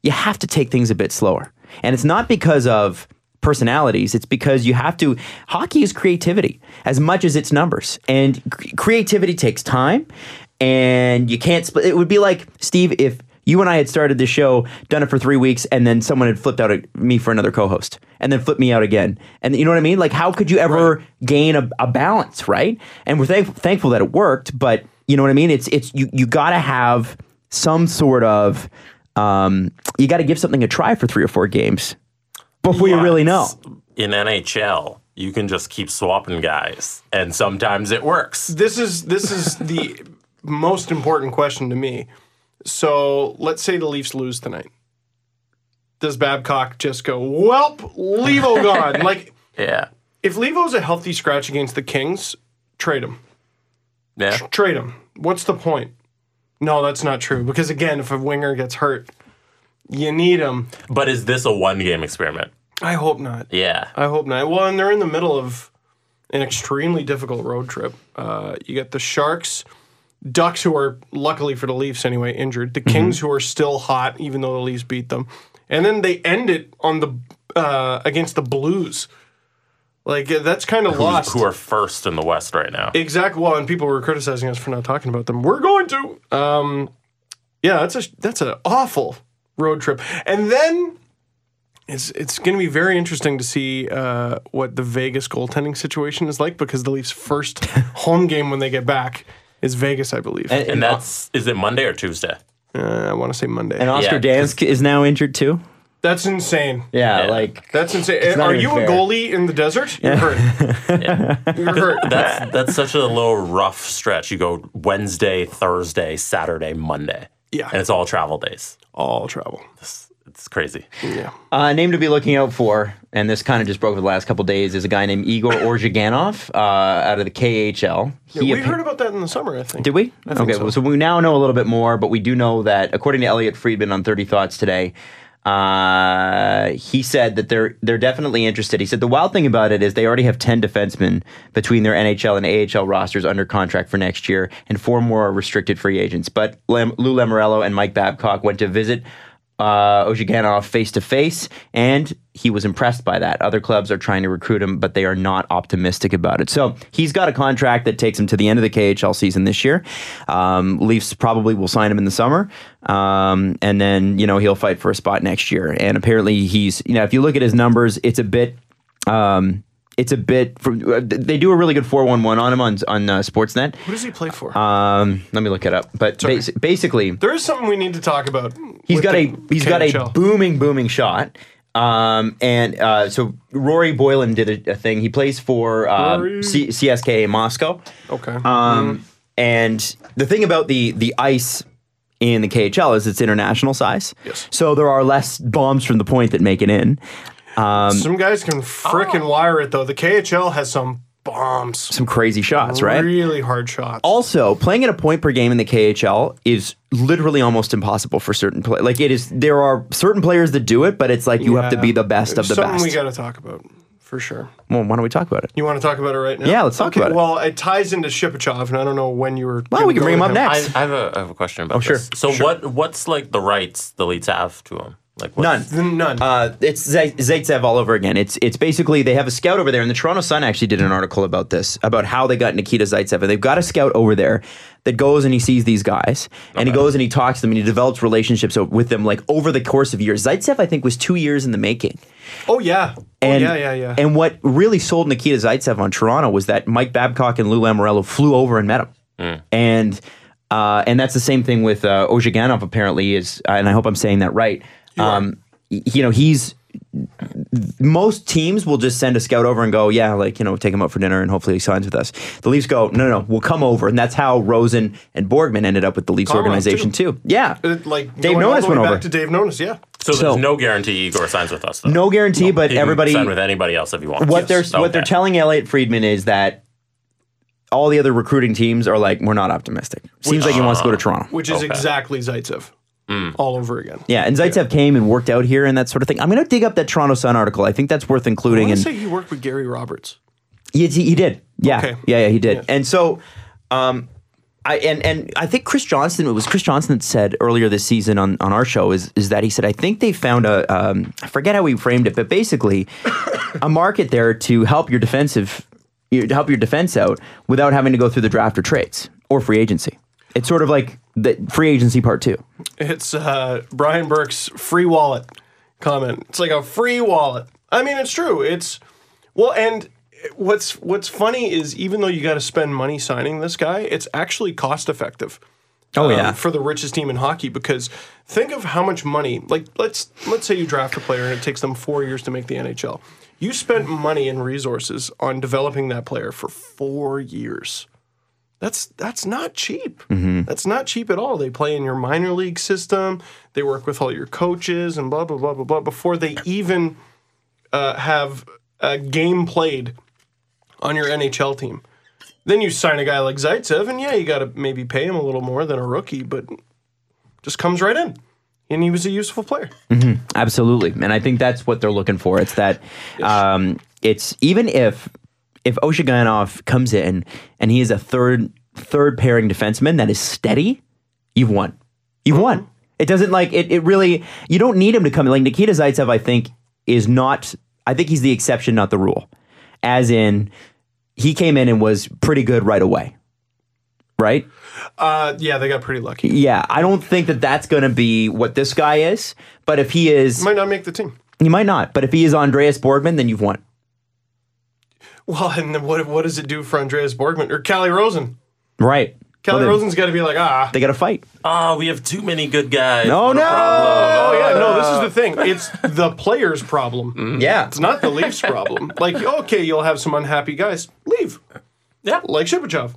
you have to take things a bit slower. And it's not because of personalities, it's because you have to. Hockey is creativity as much as it's numbers. And cre- creativity takes time. And you can't split. It would be like, Steve, if you and I had started the show, done it for three weeks, and then someone had flipped out at me for another co host and then flipped me out again. And you know what I mean? Like, how could you ever gain a, a balance, right? And we're thank- thankful that it worked, but you know what I mean? It's, it's, you, you gotta have some sort of, um, you gotta give something a try for three or four games before you really know.
In NHL, you can just keep swapping guys, and sometimes it works.
this is this is the most important question to me. So let's say the Leafs lose tonight. Does Babcock just go, Welp, Levo gone? like
Yeah.
if Levo's a healthy scratch against the Kings, trade him.
Yeah.
Trade him. What's the point? No, that's not true. Because again, if a winger gets hurt, you need him.
But is this a one game experiment?
I hope not.
Yeah.
I hope not. Well, and they're in the middle of an extremely difficult road trip. Uh, you get the Sharks, Ducks, who are luckily for the Leafs anyway injured, the Kings, who are still hot even though the Leafs beat them, and then they end it on the uh, against the Blues. Like uh, that's kind of lost.
Who are first in the West right now?
Exactly. Well, and people were criticizing us for not talking about them. We're going to. Um, yeah, that's a that's an awful road trip. And then it's it's going to be very interesting to see uh, what the Vegas goaltending situation is like because the Leafs' first home game when they get back is Vegas, I believe.
And that's is it Monday or Tuesday?
uh, I want to say Monday.
and Oscar
Yeah,
Dansk is now injured too.
that's insane.
Yeah,
Yeah.
like
That's insane.
not
Are
even
you
fair.
a goalie in the desert? You're hurt. You're hurt.
That's that's such a little rough stretch. You go Wednesday, Thursday, Saturday, Monday.
Yeah.
And it's all travel days.
All travel.
It's, it's crazy.
Yeah.
Uh, name to be looking out for, and this kind of just broke over the last couple days, is a guy named Igor Orzhiganov uh, out of the KHL. He
we
appa-
heard about that in the summer, I think.
Did we? okay,
so.
well, so we now know a little bit more, but we do know that, according to Elliot Friedman on 30 Thoughts today, uh, he said that they're they're definitely interested. He said the wild thing about it is they already have 10 defensemen between their NHL and AHL rosters under contract for next year, and four more are restricted free agents. But Lem- Lou Lamorello and Mike Babcock went to visit uh, Ojiganov face to face, and he was impressed by that. Other clubs are trying to recruit him, but they are not optimistic about it. So he's got a contract that takes him to the end of the KHL season this year. Um, Leafs probably will sign him in the summer, um, and then you know he'll fight for a spot next year. And apparently he's you know if you look at his numbers, it's a bit um, it's a bit. From, uh, they do a really good four one one on him on on uh, Sportsnet.
What does he play for?
Um, let me look it up. But basi- basically,
There is something we need to talk about.
He's
with
got
the
a he's got a
KHL.
booming booming shot. Um, and uh, so Rory Boylan did a, a thing. He plays for uh,
Rory. Mm-hmm.
C- CSKA Moscow.
okay.
Um, And the thing about the the ice in the KHL is it's international size.
Yes.
So there are less bombs from the point that make it in.
some guys can frickin' wire it though. The KHL has some bombs,
Some crazy shots, right?
really hard shots.
also playing at a point per game in the KHL is literally almost impossible for certain play. Like it is, there are certain players that do it, but it's like you have to
Yeah.
be the best of the
something
best.
we got to talk about for sure.
well, why don't we talk about it?
You want to talk about it right now?
Yeah, let's talk
Okay,
about it.
Well, it ties into Shipachov, and I don't know when you were.
Well, we can bring him up next.
I, I, have a, I have a question about
Oh, sure.
this. So what what's like the rights the Leafs have to him? Like
None.
what's-
None.
Uh, it's Zay- Zaitsev all over again. It's it's basically they have a scout over there, and the Toronto Sun actually did an article about this about how they got Nikita Zaitsev, and they've got a scout over there that goes and he sees these guys, and he goes and he talks to them, and he develops relationships o- with them like over the course of years. Zaitsev, I think, was two years in the making.
oh yeah. Oh,
And,
yeah, yeah, yeah.
And what really sold Nikita Zaitsev on Toronto was that Mike Babcock and Lou Lamorello flew over and met him.
Hmm.
And uh, and that's the same thing with uh, Ozhiganov, apparently, is, uh, and I hope I'm saying that right. Um, y- you know, he's, most teams will just send a scout over and go, yeah, like, you know, take him out for dinner and hopefully he signs with us. The Leafs go, no, no, no, we'll come over. And that's how Rosen and Borgman ended up with the Leafs
Conrad,
organization, too. Yeah.
Uh, like
Dave
going all
Nonis
the way
went
back
over.
to Dave Nonis. Yeah.
so,
so-
there's no guarantee Igor signs with us. Though.
no guarantee, but
He can
everybody.
sign with anybody else if he wants.
what they're
Yes.
what
Okay.
they're telling Elliot Friedman is that all the other recruiting teams are like, we're not optimistic. Seems like he wants to go to Toronto.
Which is
Okay.
exactly Zaitsev. All over again.
yeah, and Zaitsev came and worked out here and that sort of thing. I'm going to dig up that Toronto Sun article. I think that's worth including.
I
And
say he worked with Gary Roberts.
he, he did, yeah,
Okay.
yeah, yeah, he did. And so, um, I and and I think Chris Johnson. It was Chris Johnson that said earlier this season on on our show is is that he said I think they found a um, I forget how he framed it, but basically a market there to help your defensive you- to help your defense out without having to go through the draft or trades or free agency. It's sort of like the free agency part two.
It's uh, Brian Burke's free wallet comment. It's like a free wallet. I mean, it's true. It's well, and what's what's funny is even though you got to spend money signing this guy, it's actually cost effective.
Oh
um,
yeah.
for the richest team in hockey because think of how much money. Like let's let's say you draft a player and it takes them four years to make the NHL. You spent money and resources on developing that player for four years. That's that's not cheap.
Mm-hmm.
That's not cheap at all. They play in your minor league system. They work with all your coaches and blah blah blah blah blah before they even uh, have a game played on your NHL team. Then you sign a guy like Zaitsev, and yeah, you got to maybe pay him a little more than a rookie, but just comes right in. And he was a useful player.
Absolutely, and I think that's what they're looking for. It's that um, it's even if if Oshiganov comes in and he is a third third pairing defenseman that is steady, you've won. You've won. It doesn't like it. It really you don't need him to come. in. Like Nikita Zaitsev, I think is not. I think he's the exception, not the rule. As in, he came in and was pretty good right away. Right?
Uh, yeah, they got pretty lucky.
Yeah. I don't think that that's going to be what this guy is. But if he is,
Might not make the team.
he might not, but if he is Andreas Borgman, then you've won.
Well, and then what, what does it do for Andreas Borgman or Callie Rosen?
Right. Well,
Callie
they-
Rosen's got to be like, ah.
They got to fight.
Oh, we have too many good guys.
No,
What a
no!
problem.
Oh, yeah, Mm-hmm. no, this is the thing. It's the player's problem.
Yeah.
It's not the Leafs' problem. Like, okay, you'll have some unhappy guys. Leave.
Yeah.
Like Shipachov.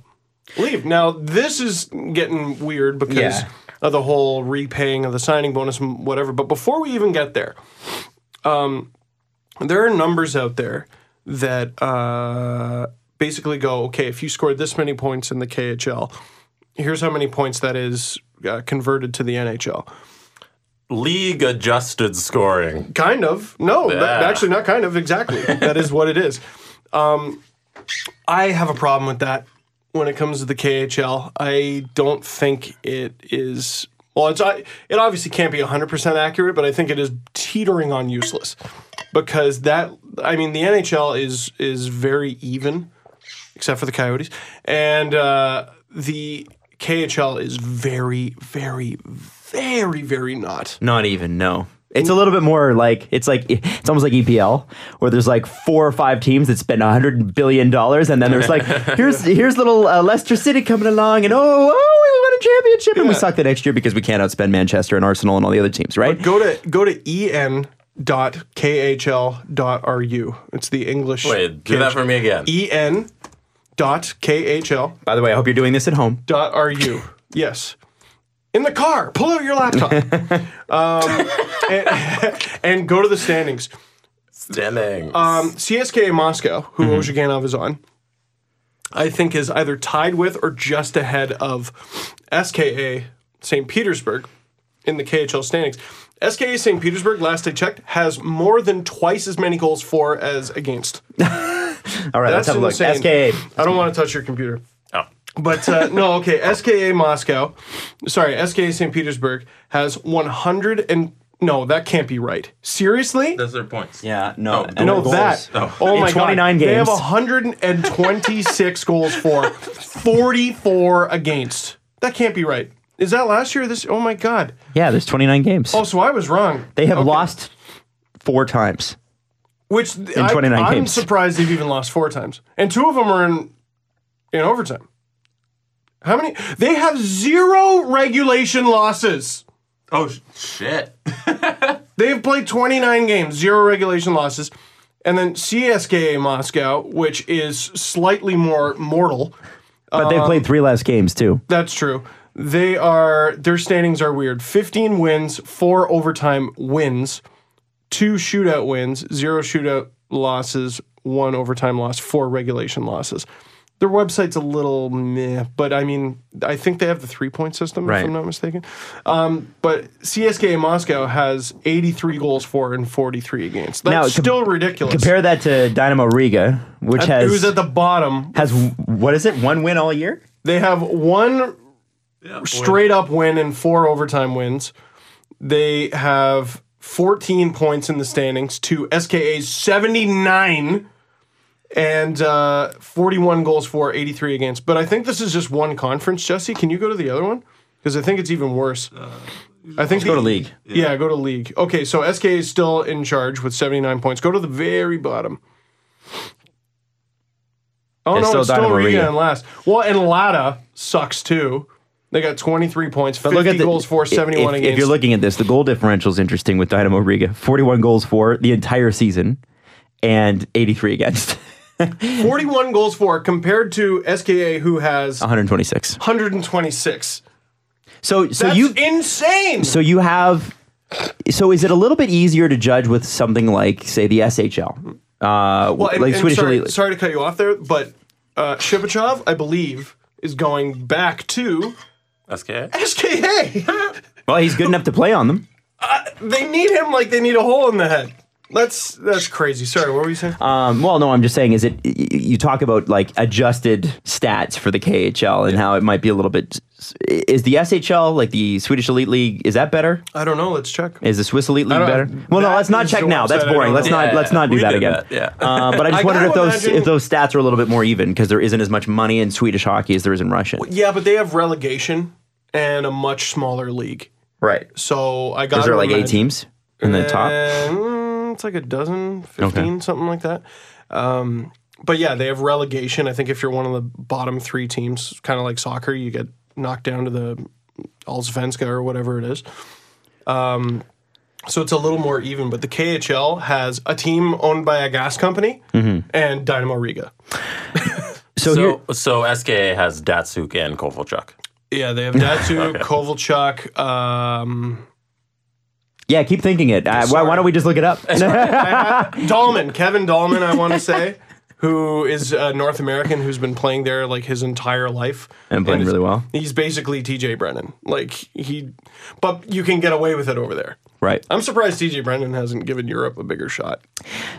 Leave. Now, this is getting weird because
Yeah.
of the whole repaying of the signing bonus and whatever. But before we even get there, um, there are numbers out there that uh, basically go, okay, if you scored this many points in the KHL, here's how many points that is uh, converted to the NHL.
League adjusted scoring.
Kind of. No, that-
Yeah.
actually, not kind of. Exactly. that is what it is. Um, I have a problem with that when it comes to the KHL. I don't think it is. Well, it's I, it obviously can't be 100% accurate, but I think it is teetering on useless because that I mean the NHL is is very even except for the Coyotes and uh, the KHL is very very very very not.
Not even, no. It's a little bit more like it's like it's almost like EPL where there's like four or five teams that spend 100 billion dollars and then there's like here's here's little uh, Leicester City coming along and oh, oh we won a championship and we suck the next year because we can't outspend Manchester and Arsenal and all the other teams, right?
Go to go to E en.khl.ru. It's the English.
Wait, do that for me again.
E-
En E dot khl
By the way, I hope you're doing this at home.
dot ru. Yes. In the car, pull out your laptop, um, and, and go to the standings.
Standing.
Uh,
Um, CSKA Moscow, who Ozhiganov is on, I think is either tied with or just ahead of SKA St. Petersburg in the KHL standings. SKA St. Petersburg, last I checked, has more than twice as many goals for as against.
All right, let's
That's
have a look.
insane.
SKA.
I don't want to touch your computer.
oh.
But uh, no, okay. SKA Moscow, sorry, SKA St. Petersburg has 100 and No, that can't be right. Seriously?
Those are points.
Yeah, no,
Oh,
and
No,
goals.
that.
Oh.
Oh,
In
my
29
god. They have
games.
126 goals for, 44 against. That can't be right. Is that last year? or This? Oh my god.
Yeah, there's 29 games.
Oh, so I was wrong.
they have
Okay.
lost four times.
which in
29
I, am
games.
surprised they've even lost four times, and two of them are in in overtime. How many? They have zero regulation losses.
Oh sh- shit.
They have played 29 games, zero regulation losses. And then CSKA Moscow, which is slightly more mortal.
But
Um,
they've played three less games too.
That's true. They are their standings are weird. 15 wins, 4 overtime wins, 2 shootout wins, 0 shootout losses, 1 overtime loss, 4 regulation losses. Their website's a little meh, but I mean, I think they have the three point system,
Right.
if I'm not mistaken. Um, but CSKA Moscow has 83 goals for and 43 against. That's
Now, com-
still ridiculous.
Compare that to Dynamo Riga, which
it was
has
Uh, at the bottom.
has what is it? One win all year.
They have one straight up win and four overtime wins. They have 14 points in the standings to SKA's 79 and uh, 41 goals for, 83 against. But I think this is just one conference, Jesse. Can you go to the other one? Because I think it's even worse. I think
Go
the-
to league.
Yeah. go to league. Okay, so SK is still in charge with 79 points. Go to the very bottom. Oh
It's
no,
still
it's still
Dynamo
Riga,
Riga.
and last. Well, and Lada sucks too. They got 23 points, 50 goals for,
if-
71
if,
against.
If you're looking at this, the goal differential is interesting with Dynamo Riga. 41 goals for the entire season, and 83 against
41 goals for compared to SKA who has
Uh-huh. 126.
126.
So so
That's
you
insane.
so you have so is it a little bit easier to judge with something like say the SHL, uh,
Well, and,
like
and
Swedish
sorry,
Elite?
sorry to cut you off there, but uh, Shipachev, I believe, is going back to
SK.
SKA.
Well, he's good enough to play on them.
They need him like they need a hole in the head. That's that's crazy. Sorry, what were you saying?
Um, well, no, I'm just saying is it y- y- you talk about like adjusted stats for the KHL and how it might be a little bit is the SHL like the Swedish Elite League is that better?
I don't know. Let's check.
Is the Swiss Elite League
don't-
better? Well, no,
that
let's not
is
check
the
now.
one
That's
side I
boring.
don't
Let's
know.
not let's not do
we
that
did
again.
that, yeah.
Uh, but I just
I
wondered if
gotta
those if
imagine-
those stats are a little bit more even because there isn't as much money in Swedish hockey as there is in Russian.
Yeah, but they have relegation and a much smaller league.
Right.
So I Uh, got
Is there like eight teams in the top?
it's like a dozen, 15, something like that. Um, but yeah, they have relegation. I think if you're one of the bottom three teams, kind of like soccer, you get knocked down to the Allsvenska or whatever it is. Um, so it's a little more even. But the KHL has a team owned by a gas company
Mm-hmm.
and Dynamo Riga.
So, here,
So so SKA has Datsuk and Kovalchuk.
Yeah, they have Datu, Kovalchuk. Um,
yeah, keep thinking it. Uh, why, why don't we just look it up?
Dahlman, Kevin Dahlman, I want to say, who is a North American who's been playing there like his entire life
and playing
is-
really well.
He's basically TJ Brennan. Like he, but you can get away with it over there.
Right.
I'm surprised TJ Brennan hasn't given Europe a bigger shot.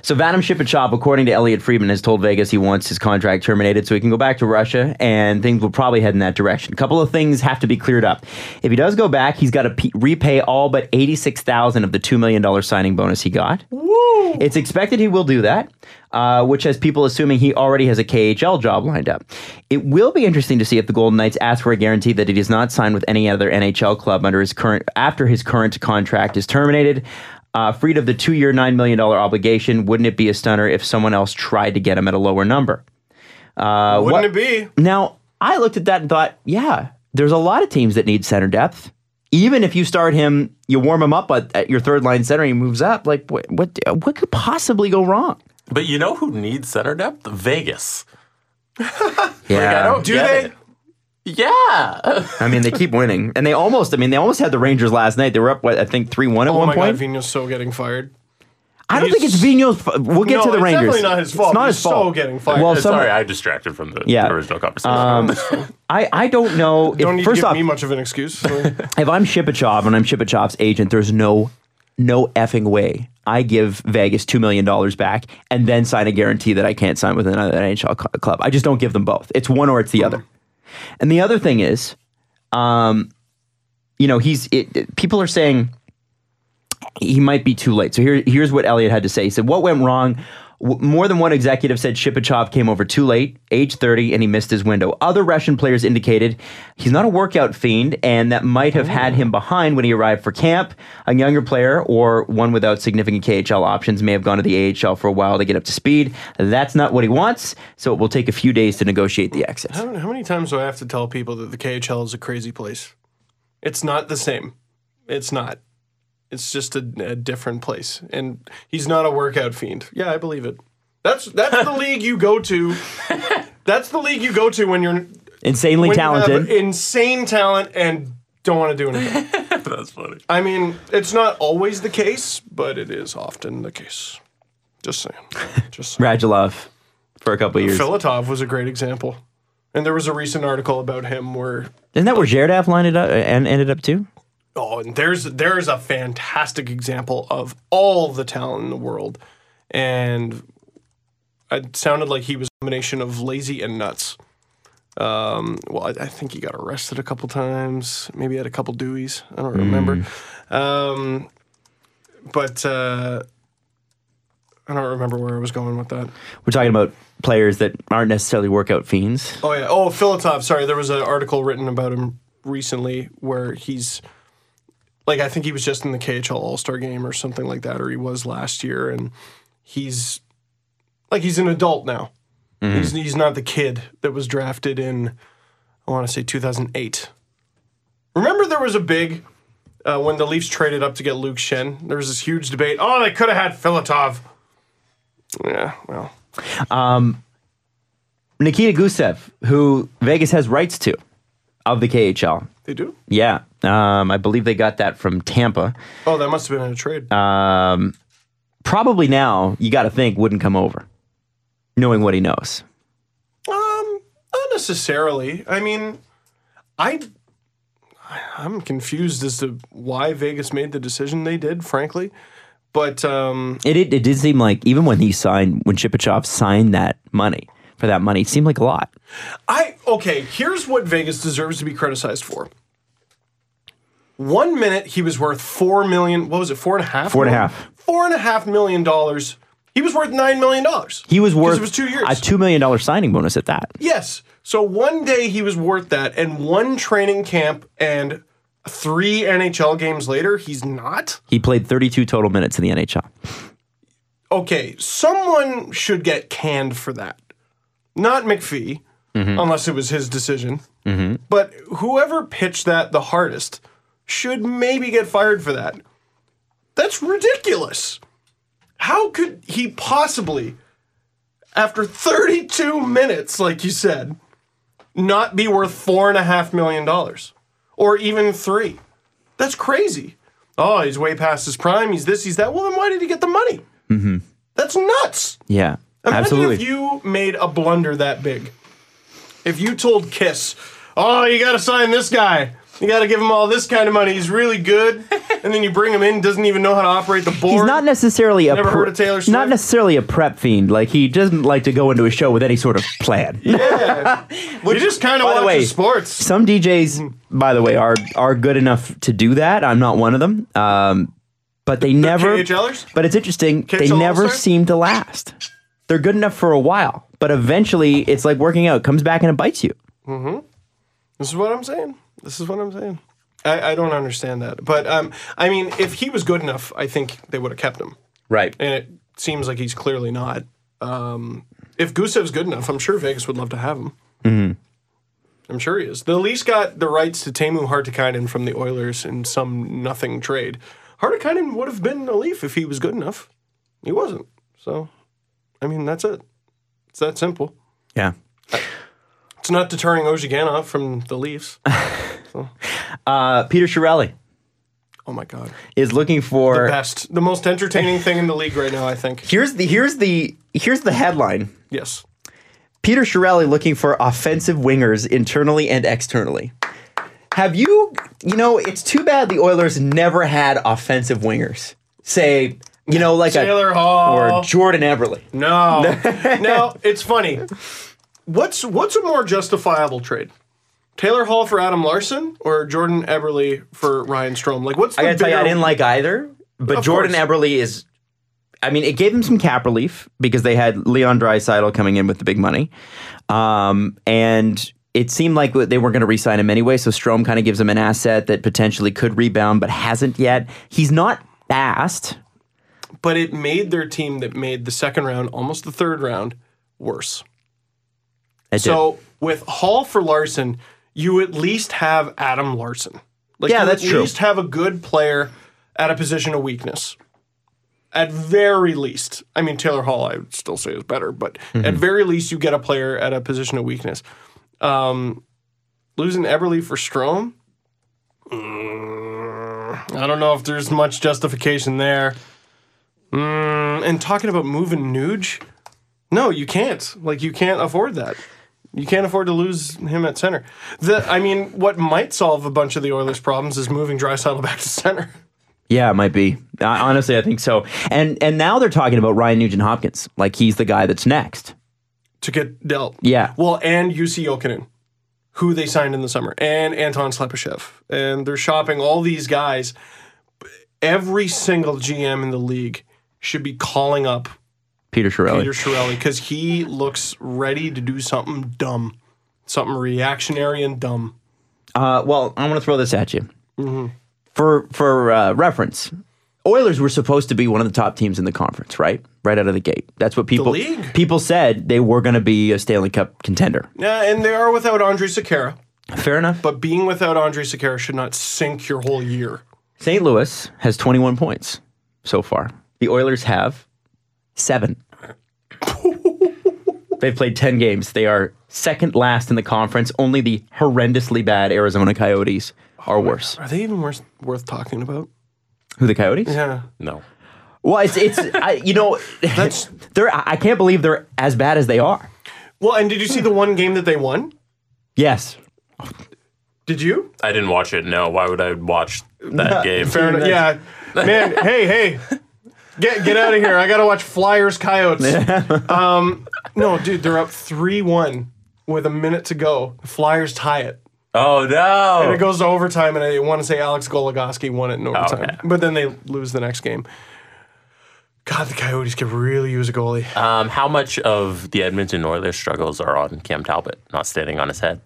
So Vadim Shipichov, according to Elliot Friedman, has told Vegas he wants his contract terminated so he can go back to Russia, and things will probably head in that direction. A couple of things have to be cleared up. If he does go back, he's got to p- repay all but eighty-six thousand of the two million dollar signing bonus he got. Woo! It's expected he will do that, uh, which has people assuming he already has a KHL job lined up. It will be interesting to see if the Golden Knights ask for a guarantee that he does not sign with any other NHL club under his current after his current contract is terminated. Uh, freed of the two year, $9 million obligation, wouldn't it be a stunner if someone else tried to get him at a lower number?
Wouldn't
Uh, what-
it be?
Now, I looked at that and thought, yeah, there's a lot of teams that need center depth. Even if you start him, you warm him up at, at your third line center, he moves up. Like, what, what, what could possibly go wrong?
But you know who needs center depth? Vegas.
Yeah.
don't
Do
get
they?
it. Yeah.
I mean, they keep winning, and they almost. I mean, they almost had the Rangers last night. They were up, what, I think, three one at
Oh
one
my
point.
God, Vigneault's so getting fired.
I don't think it's Vigneault's. fa- We'll get
No,
to the
it's
Rangers.
definitely not his fault.
It's not
He's
his fault.
so getting fired.
Well,
It's
some,
Sorry, I distracted from the
Yeah. Um,
original conversation.
I, I don't know. If,
Don't need to
first
give
off,
me much of an excuse. I
if I'm Shipichov and I'm Shipichov's agent, there's no no effing way I give Vegas two million dollars back and then sign a guarantee that I can't sign with another NHL cl- club. I just don't give them both. It's one or it's
Hmm.
the other. And the other thing is, um, you know, he's it, it- people are saying he might be too late. So here, here's what Elliot had to say. He said, What went wrong? W- More than one executive said Shipachov came over too late, age 30, and he missed his window. Other Russian players indicated he's not a workout fiend, and that might have had him behind when he arrived for camp. A younger player or one without significant KHL options may have gone to the AHL for a while to get up to speed. That's not what he wants, so it will take a few days to negotiate the exit.
I don't know how many times do I have to tell people that the KHL is a crazy place? It's not the same. It's not. It's just a, a different place. And he's not a workout fiend. Yeah, I believe it. That's that's the league you go to. That's the league you go to when you're when
Insanely
you have
talented.
insane talent, and don't want to do anything.
That's funny.
I mean, it's not always the case, but it is often the case. Just saying. Just saying.
Radulov for a couple of years.
Filatov was a great example. And there was a recent article about him where
Isn't that where Zherdav landed up uh, and ended up too?
Oh, and there's there's a fantastic example of all the talent in the world, and it sounded like he was a combination of lazy and nuts. Um, well, I, I think he got arrested a couple times, maybe had a couple dewies. I don't remember. Um, but uh, I don't remember where I was going with that.
We're talking about players that aren't necessarily workout fiends.
Oh yeah. Oh, Filatov. Sorry, there was an article written about him recently where he's like I think he was just in the KHL All Star game or something like that, or he was last year, and he's like he's an adult now. He's he's not the kid that was drafted in I want to say 2008. Remember there was a big. Uh, when the Leafs traded up to get Luke Shen, there was this huge debate. Oh, they could have had Filatov. Yeah, well,
Nikita Gusev, who Vegas has rights to of the KHL.
they do.
Yeah. Um, I believe they got that from Tampa.
Oh, that must have been in a trade.
Probably now, you got to think, wouldn't come over, knowing what he knows.
Um, not necessarily. I mean, I I'm confused as to why Vegas made the decision they did, frankly. But um,
It, it, it did seem like, even when he signed, when Shipachov signed that money, for that money, it seemed like a lot.
I okay, here's what Vegas deserves to be criticized for. One minute he was worth four million. What was it? Four and a half.
Four and a
million?
half.
Four and a half million dollars. He was worth nine million dollars.
He was worth
it was two years.
a $2 million signing bonus at that.
Yes. So one day he was worth that, and one training camp and three NHL games later, he's not.
He played 32 total minutes in the NHL.
Okay, someone should get canned for that. Not McPhee, unless it was his decision. But whoever pitched that the hardest should maybe get fired for that. That's ridiculous. How could he possibly, after 32 minutes, like you said, not be worth four and a half million dollars or even three? That's crazy. Oh, he's way past his prime. He's this, he's that. Well, then why did he get the money? Mm-hmm. That's nuts.
Yeah.
Imagine
absolutely.
if you made a blunder that big. If you told Kiss, "Oh, you got to sign this guy. You got to give him all this kind of money. He's really good." and then you bring him in, doesn't even know how to operate the board.
He's not necessarily a
Never
pre-
heard of Taylor Swift?
not necessarily a prep fiend. Like he doesn't like to go into a show with any sort of plan.
you just kind of
by the
watch
way-
sports.
Some DJs, by the way, are are good enough to do that. I'm not one of them. Um, but they never.
KHLers?
But it's interesting. They
KHL
never
All-Star?
seem to last. They're good enough for a while, but eventually it's like working out. It comes back and it bites you.
This is what I'm saying. This is what I'm saying. I, I don't understand that, but um, I mean, if he was good enough, I think they would have kept him.
Right.
and it seems like he's clearly not. Um, if Gusev's good enough, I'm sure Vegas would love to have him. I'm sure he is. The Leafs got the rights to Tamu Hartikainen from the Oilers in some nothing trade. Hartikainen would have been a Leaf if he was good enough. He wasn't. So, I mean, that's it. It's that simple.
Yeah.
It's not deterring Ozhiganov from the Leafs.
Uh, Peter Shirelli
Oh my God.
is looking for
Best. The most entertaining thing in the league right now, I think.
here's the here's the here's the headline.
Yes.
Peter Shirelli looking for offensive wingers internally and externally. Have you, you know, it's too bad the Oilers never had offensive wingers. Say, you know, like
Taylor
a
Hall.
or Jordan Everly.
No. now it's funny. What's what's a more justifiable trade? Taylor Hall for Adam Larson or Jordan Eberle for Ryan Strom? Like what's the
I gotta tell you, I
bigger-
didn't like either, but
Of
Jordan
course.
Eberle is. I mean, it gave him some cap relief because they had Leon Dreisidel coming in with the big money, um, and it seemed like they weren't going to re-sign him anyway. So Strom kind of gives him an asset that potentially could rebound, but hasn't yet. He's not fast.
But it made their team that made the second round, almost the third round, worse.
It did.
So with Hall for Larson, you at least have Adam Larson. Like
Yeah,
you
that's
at
true.
least have a good player at a position of weakness. At very least, I mean Taylor Hall, I would still say is better, but
Mm-hmm.
at very least you get a player at a position of weakness. Um, losing Eberle for Strom, Mm, I don't know if there's much justification there. Mm, and talking about moving Nuge, no, you can't. Like you can't afford that. You can't afford to lose him at center. The I mean, what might solve a bunch of the Oilers' problems is moving Drysdale back to center.
Yeah, it might be. I, honestly, I think so. And and now they're talking about Ryan Nugent Hopkins, like he's the guy that's next.
to get dealt.
Yeah.
Well, and UC Jokinen, who they signed in the summer, and Anton Slepyshev. And they're shopping all these guys. Every single GM in the league should be calling up
Peter Shirelli.
Peter Shirelli because he looks ready to do something dumb, something reactionary and dumb.
Uh, well, I want to throw this at you
Mm-hmm.
for for uh, reference. Oilers were supposed to be one of the top teams in the conference, right? Right out of the gate. That's what people
league?
people said they were going to be a Stanley Cup contender.
Yeah, and they are without Andre Sakara,
Fair enough.
but being without Andre Sakara should not sink your whole year.
St. Louis has 21 points so far. The Oilers have seven. They've played 10 games. They are second last in the conference. Only the horrendously bad Arizona Coyotes are
Oh
worse.
Are they even worth, worth talking about?
Who the Coyotes?
Yeah.
No.
Well, it's it's I, you know
That's-
they're I I can't believe they're as bad as they are.
Well, and did you see the one game that they won?
Yes,
Did you?
I didn't watch it. No. Why would I watch that game?
Fair enough. Yeah, man. hey, hey, get get out of here. I gotta watch Flyers Coyotes. Um, no, dude, they're up three one with a minute to go. The Flyers tie it.
Oh
And it
no.
goes to overtime, and I want to say Alex Goligoski won it in overtime,
Okay.
but then they lose the next game. God, the Coyotes could really use a goalie.
Um, how much of the Edmonton Oilers struggles are on Cam Talbot not standing on his head?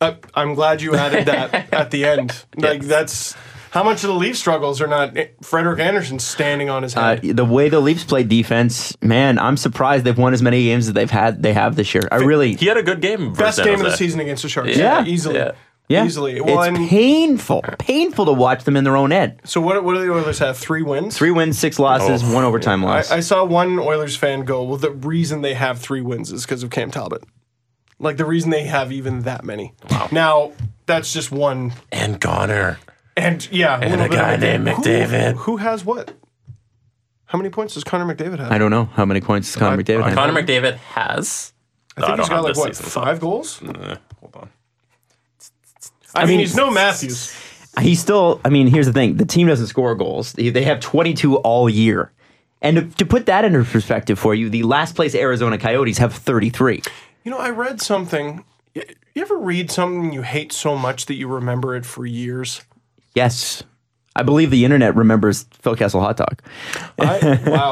Uh, I'm glad you added that at the end. Like that's how much of the Leaf struggles are not eh, Frederick Anderson standing on his
uh,
head.
the way the Leafs play defense, man, I'm surprised they've won as many games as they've had they have this year. I really,
He had a good game. versus
Best
San
game of the
Jose.
season against the Sharks.
Yeah.
easily.
Yeah.
yeah,
easily. Well,
it's
and-
painful, painful to watch them in their own end.
So what? What do the Oilers have? Three wins.
Three wins, six losses,
Oh.
one overtime
I,
loss.
I saw one Oilers fan go, "Well, the reason they have three wins is because of Cam Talbot. Like the reason they have even that many. Wow. Now that's just one.
And Goner.
And yeah,
And
little
a
bit
guy
of a-
named
who-
McDavid.
Who, has what? How many points does Connor McDavid have?
I, don't know how many points Connor
I-
McDavid
I-
had.
Connor McDavid has.
I think
don't
he's got
have
like
this
what
season's
five goals.
Uh, hold on.
I, mean,
mean-
he's no Matthews.
He's still. I mean, here's the thing: the team doesn't score goals. They they have 22 all year. And to, to put that into perspective for you, the last place Arizona Coyotes have 33.
You know, I read something. You you ever read something you hate so much that you remember it for years?
Yes. I believe the internet remembers Phil Castle Hot Dog.
I, wow.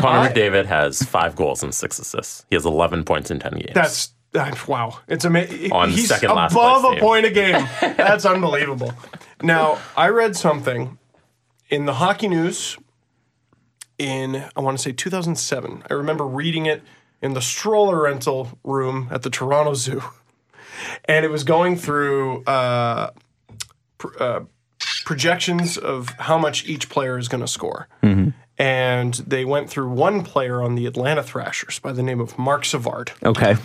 Connor McDavid has five goals and six assists. He has 11 points in 10 games.
That's uh, wow. It's amazing.
On
He's
second last
above
place
a
team.
point a game. That's unbelievable. Now I read something in the hockey news in I want to say 2007. I remember reading it in the stroller rental room at the Toronto Zoo, and it was going through. Uh, pr- uh, projections of how much each player is going to score.
Mm-hmm.
And they went through one player on the Atlanta Thrashers by the name of Mark Savard
Okay.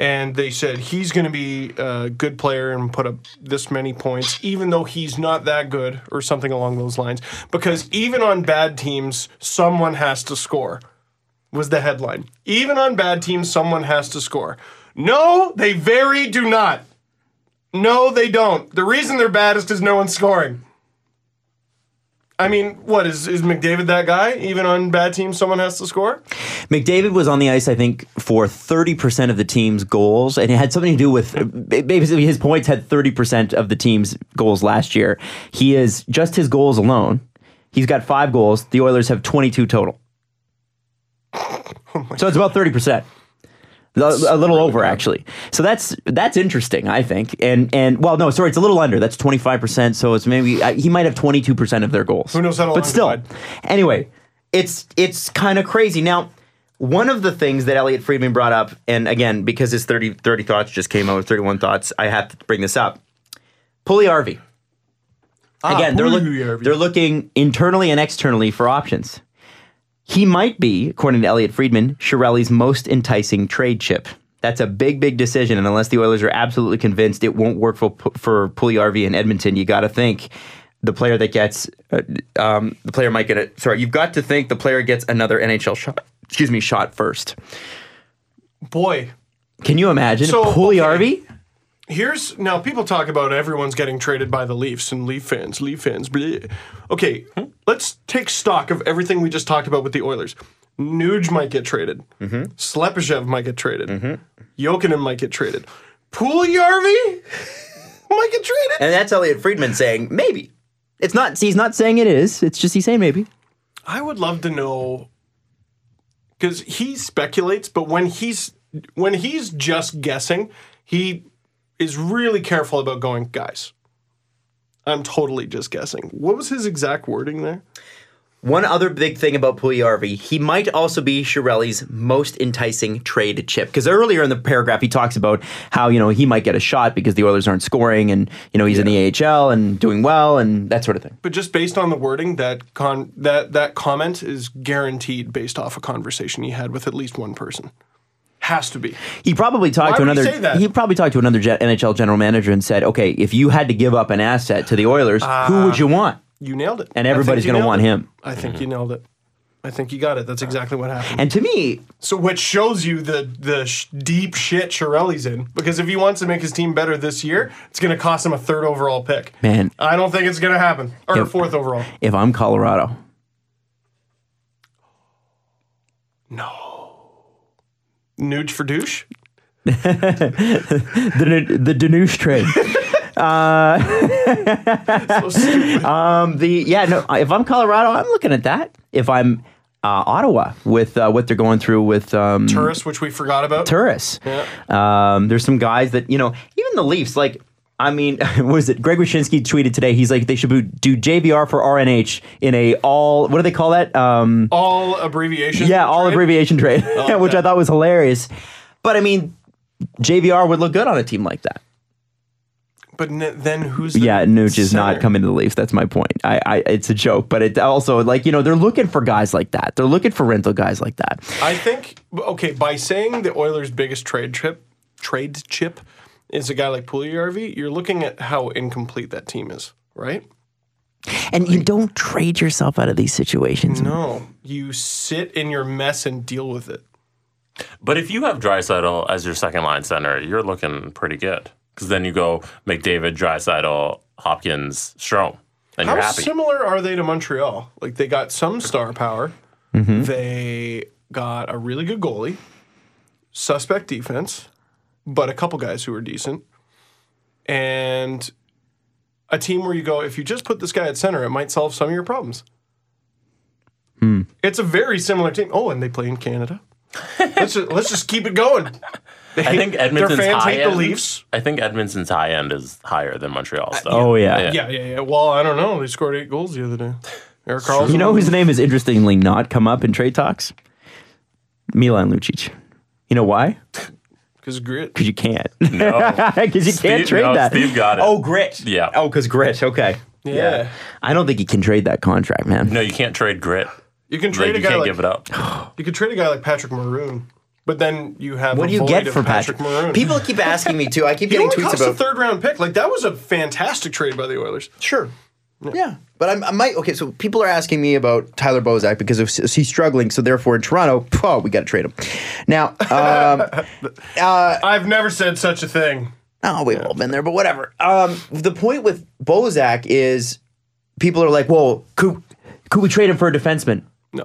and they said he's going to be a good player and put up this many points, even though he's not that good, or something along those lines. Because even on bad teams, someone has to score, was the headline. Even on bad teams, someone has to score. No, they very do not. No, they don't. The reason they're bad is because no one's scoring. I mean, what is is McDavid that guy? Even on bad teams, someone has to score.
McDavid was on the ice, I think, for 30% of the team's goals, and it had something to do with basically his points had 30% of the team's goals last year. He is just his goals alone He's got five goals. The Oilers have 22 total.
Oh
so it's about 30%. A, a little over actually, so that's that's interesting, I think, and and well, no, sorry, it's a little under. That's twenty five percent, so it's maybe I, he might have twenty two percent of their goals. Who
knows how to
But still,
divide.
anyway, it's it's kind of crazy. Now, one of the things that Elliot Friedman brought up, and again, because his 30, 30 thoughts just came out with thirty one thoughts, I have to bring this up. Pulley Arvey. Again, they're, look-
Puljujarvi.
they're looking internally and externally for options. He might be, according to Elliot Friedman, Shirelli's most enticing trade chip. That's a big, big decision, and unless the Oilers are absolutely convinced it won't work for for Puljujarvi in Edmonton, you got to think the player that gets uh, um, the player might get it. Sorry, you've got to think the player gets another NHL shot. Excuse me, shot first.
Boy,
Can you imagine
So,
Puljujarvi?
here's now people talk about everyone's getting traded by the Leafs and Leaf fans, Leaf fans. bleh. Okay, let's take stock of everything we just talked about with the Oilers. Nuge might get traded. Mm-hmm. Slepyshev might get traded. Jokinen might get traded. Puljujarvi might get traded.
And that's Elliot Friedman saying maybe. It's not. He's not saying it is. It's just he's saying maybe.
I would love to know because he speculates, but when he's when he's just guessing, he is really careful about going, guys. I'm totally just guessing. What was his exact wording there?
One other big thing about Puljujarvi, he might also be Shirelli's most enticing trade chip. Because earlier in the paragraph, he talks about how you know he might get a shot because the Oilers aren't scoring, and you know he's in the AHL and doing well, and that sort of thing.
But just based on the wording, that con that that comment is guaranteed based off a conversation he had with at least one person. Has to be.
He probably talked
Why
to
would he
another.
say that?
probably talked to another gen- NHL general manager and said, "Okay, if you had to give up an asset to the Oilers, who
Ah.
would you want?"
You nailed it.
And
I think
everybody's
you
going to
nailed
want
it.
him. Mm-hmm.
I think you nailed it. I think you got it. That's exactly what happened.
And to me,
So, which shows you the the sh- deep shit Shirelli's in, because if he wants to make his team better this year, it's going to cost him a third overall pick.
Man.
I don't think it's going to happen, or
Yeah.
fourth overall.
if I'm Colorado,
Nuge for douche.
the the Danush trade.
So
Um,
stupid.
the yeah no if i'm colorado i'm looking at that if i'm uh, ottawa with uh, what they're going through with um,
Turris, which we forgot about.
Turris. Um, there's some guys that you know, even the Leafs. Like, I mean, what was it? Greg Wyshynski tweeted today. He's like, they should do JVR for RNH in a all. What do they call that? Um,
all abbreviations.
yeah, all
trade.
abbreviation trade,
like
which I
that.
thought was hilarious. But I mean, JVR would look good on a team like that.
But n- then who's? The
yeah, Nuge is
center?
not coming to the Leafs. That's my point. I, I it's a joke, but it also like you know they're looking for guys like that. They're looking for rental guys like that.
I think okay. By saying the Oilers' biggest trade chip, trade chip, is a guy like Puljujarvi, you're looking at how incomplete that team is, right?
And you don't trade yourself out of these situations.
No, you sit in your mess and deal with it.
But if you have Drysidle as your second line center, you're looking pretty good because then you go McDavid, Drysidle, Hopkins, Strom, and
How
you're happy.
similar are they to Montreal? Like they got some star power.
Mm-hmm.
They got a really good goalie, suspect defense, but a couple guys who are decent, and a team where you go if you just put this guy at center, it might solve some of your problems.
Hmm.
It's a very similar team. Oh, and they play in Canada. let's just, let's just keep it going. They
I
hate-
think Edmonton's
their fans
high
hate
end.
the Leafs. Uh,
I think Edmonton's high end is higher than Montreal's. Though.
Oh yeah.
Yeah, yeah, yeah. Well, I don't know. They scored eight goals the other day. Eric Carlson.
You know whose name has interestingly not come up in trade talks? Milan Lucic. You know why?
because grit.
Because you can't.
No.
Because you can't
Steve-
trade
no,
that.
Steve got it.
Oh, grit.
Yeah.
Oh, because grit. Okay.
Yeah.
I don't think he can trade that contract, man.
No, you can't trade grit.
You can
Like,
trade
you
a guy
can't
like
give it up.
you could trade a guy like Patrick Maroon, but then you have
What
a
do you
void
get
of
for Patrick?
Maroon?
People keep asking me too. I keep
It
getting
only
tweets
cost
about
a third round pick. Like that was a fantastic trade by the Oilers.
Sure. Yeah. But I'm, I might. Okay, so people are asking me about Tyler Bozak because if s- he's struggling. So therefore, in Toronto, oh, we got to trade him. Now, um,
I've never said such a thing.
oh, we've all been there, but whatever. Um, the point with Bozak is people are like, well, could, could we trade him for a defenseman?
No,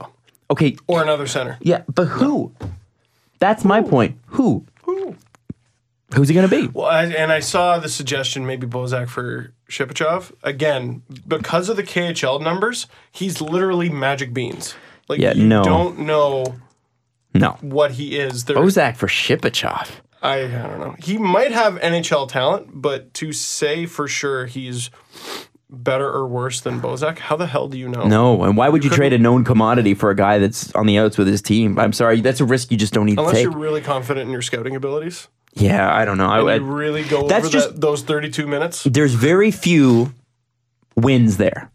Okay,
or another center.
yeah, but who? That's my point. Who? Who's he going to be?
Well, I, and I saw the suggestion maybe Bozak for Shipachov. Again, because of the KHL numbers, he's literally magic beans. Like
Yeah,
you
no.
don't know
No.
what he is. There,
Bozak for Shipachoff.
I, I don't know. He might have NHL talent, but to say for sure he's better or worse than Bozak, how the hell do you know?
No, and why would you, trade a known commodity for a guy that's on the outs with his team? I'm sorry, that's a risk you just don't need
Unless
to take.
you're really confident in your scouting abilities,
Yeah, I don't know. I, I-
you really go
That's
over
just-
that, those 32 minutes.
there's very few wins there.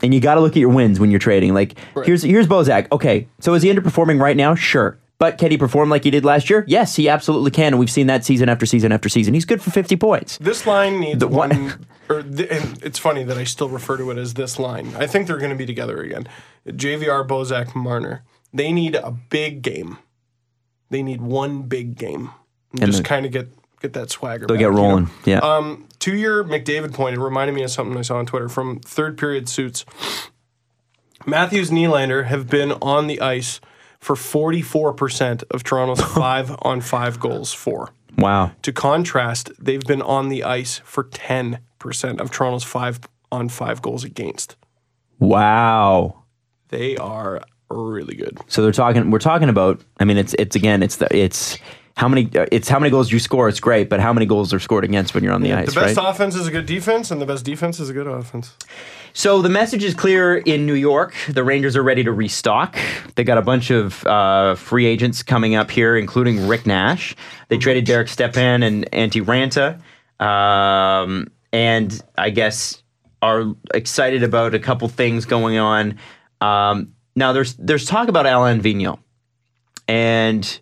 And you got to look at your wins when you're trading. Like here's here's Bozak. Okay, so is he underperforming right now? Sure, but can he perform like he did last year? Yes, he absolutely can, and we've seen that season after season after season. He's good for 50 points.
This line needs
The one-
one. or th- and it's funny that I still refer to it as this line. I think they're going to be together again. JVR, Bozak, Marner. They need a big game. They need one big game. And just kind of get get that swagger.
They'll
back, you
get
know? um,
rolling. Yeah,
To your McDavid point, it reminded me of something I saw on Twitter from third period suits. Matthews Nylander have been on the ice for 44% of Toronto's five on five goals for.
wow.
To contrast, they've been on the ice for 10% of Toronto's five on five goals against.
Wow.
They are really good.
So they're talking. We're talking about. I mean, it's it's again. It's the it's how many uh, it's how many goals you score. It's great, but how many goals are scored against when you're on the ice,
The best
right?
offense is a good defense, and the best defense is a good offense.
So the message is clear in New York. The Rangers are ready to restock. They got a bunch of uh, free agents coming up here, including Rick Nash. They traded Derek Stepan and Antti Ranta, um, and I guess are excited about a couple things going on. Um, now there's there's talk about Alan Vigneault, and.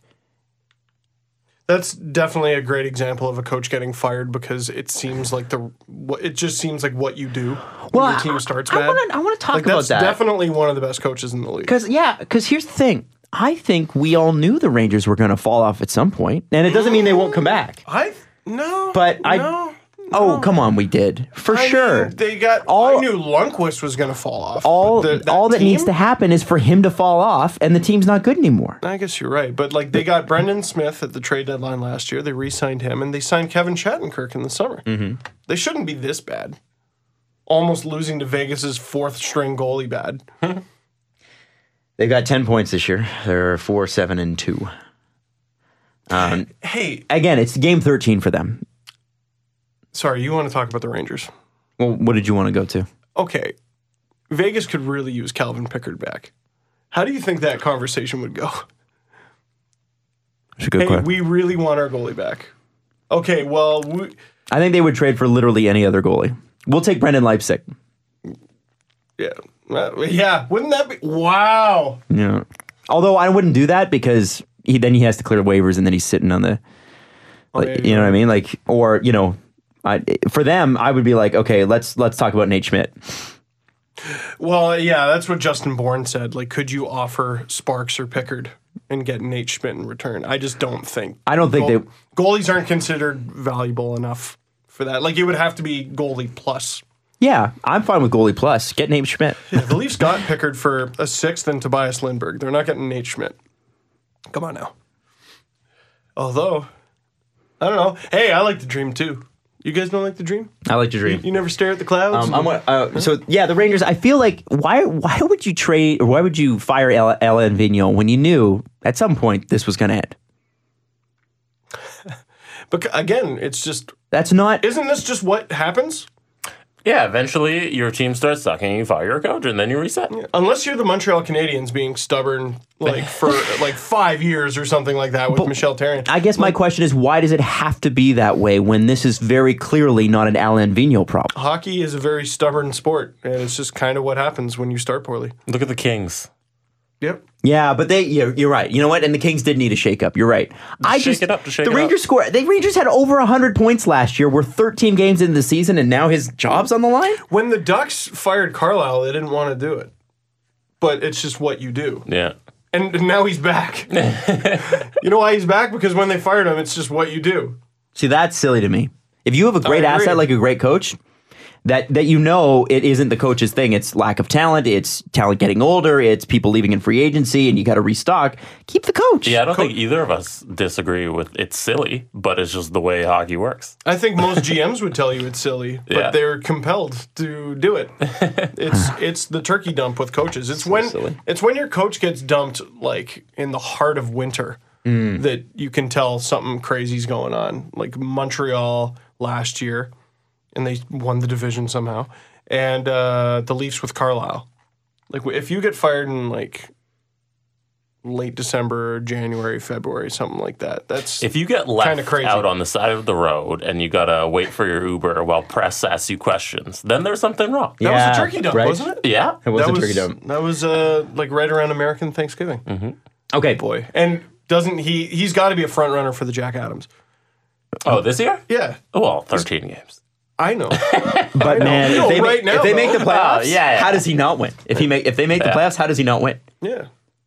That's definitely a great example of a coach getting fired because it seems like the what it just seems like what you do when your team starts
I,
bad.
Wanna, I want to talk
like
about
that's
that.
definitely one of the best coaches in the league.
Because yeah, because here's the thing. I think we all knew the Rangers were going to fall off at some point, and it doesn't mean they won't come back.
I no,
But I-
no,
Oh, come on, we did for
I mean,
sure.
they got.
All-
I knew Lundqvist was going to fall off.
all
but the-
all that needs
team?
to happen is for him to fall off, and the team's not good anymore.
I guess you're right, but like they got Brendan Smith at the trade deadline last year. They re-signed him, and they signed Kevin Shattenkirk in the summer.
Mm-hmm.
They shouldn't be this bad. Almost losing to Vegas's fourth string goalie bad.
They got ten points this year. They're four, seven, and two. Um,
Hey,
Again, it's game thirteen for them.
sorry, you want to talk about the Rangers?
Well, what did you want to go to?
Okay, Vegas could really use Calvin Pickard back. How do you think that conversation would go?
It's a good
Hey, we really want our goalie back. Okay, well, we,
I think they would trade for literally any other goalie. We'll take Brendan Leipzig.
yeah, Uh, yeah. Wouldn't that be wow?
Yeah. Although I wouldn't do that because he then he has to clear waivers and then he's sitting on the, like,
yeah,
you know what I mean? Like, or you know, I, for them, I would be like, okay, let's let's talk about Nate Schmidt.
Well, yeah, that's what Justin Bourne said. Like, could you offer Sparks or Pickard and get Nate Schmidt in return? I just don't think.
I don't think they.
goalies aren't considered valuable enough for that. Like, it would have to be goalie plus.
Yeah, I'm fine with goalie plus. Get Nate Schmidt.
Yeah, the Leafs got Pickard for a sixth and Tobias Lindberg. They're not getting Nate Schmidt. Come on now. Although, I don't know. Hey, I like to dream too. You guys don't like to dream?
I like to dream.
You never stare at the clouds?
Um, I'm, wa- uh, so yeah, the Rangers. I feel like why why would you trade or why would you fire Ella and Vigneault when you knew at some point this was going to end?
but again, it's just,
That's not.
isn't this just what happens?
Yeah, eventually your team starts sucking, you fire your coach, and then you reset.
Unless you're the Montreal Canadiens being stubborn like for like five years or something like that with Michelle Tarrant.
I guess my question is why does it have to be that way when this is very clearly not an Alan Vigneault problem?
Hockey is a very stubborn sport, and it's just kind of what happens when you start poorly.
Look at the Kings.
Yep.
Yeah, but they you're, you're right. You know what? And the Kings did need a shake up. You're right. I
shake
just
it up, just shake
the
it up.
Rangers score. The Rangers had over 100 points last year. We're 13 games into the season and now his job's on the line?
When the Ducks fired Carlisle, they didn't want to do it, but it's just what you do.
Yeah.
And now he's back. you know why he's back? Because when they fired him, it's just what you do.
See, that's silly to me. If you have a great
I agree.
asset like a great coach, that that you know it isn't the coach's thing. It's lack of talent. It's talent getting older. It's people leaving in free agency, and you got to restock. Keep the coach.
Yeah, I don't think either of us disagree with it's silly, but it's just the way hockey works.
I think most GMs would tell you it's silly, but
Yeah.
they're compelled to do it. It's it's the turkey dump with coaches. It's when
silly.
it's when your coach gets dumped like in the heart of winter
Mm.
that you can tell something crazy's going on. Like Montreal last year, and they won the division somehow, and uh, the Leafs with Carlisle. Like if you get fired in like late December, January, February, something like that. That's
If you get left
Kinda crazy.
out on the side of the road and you gotta wait for your Uber while press asks you questions, then there's something wrong.
that
Yeah,
was a turkey dump,
right.
wasn't it?
Yeah.
it was
that
a
was
turkey Mm-hmm. dome.
that was uh like right around American Thanksgiving.
Okay,
Boy, and doesn't he? He's got to be a front runner for the Jack Adams.
Oh, this year?
Yeah,
Well, 13 games.
I know.
but man,
No,
if they,
right
make,
now,
if they
though.
make the playoffs,
Oh, yeah, yeah.
how does he not win? If he make if they make
Yeah.
the playoffs, how does he not win?
yeah,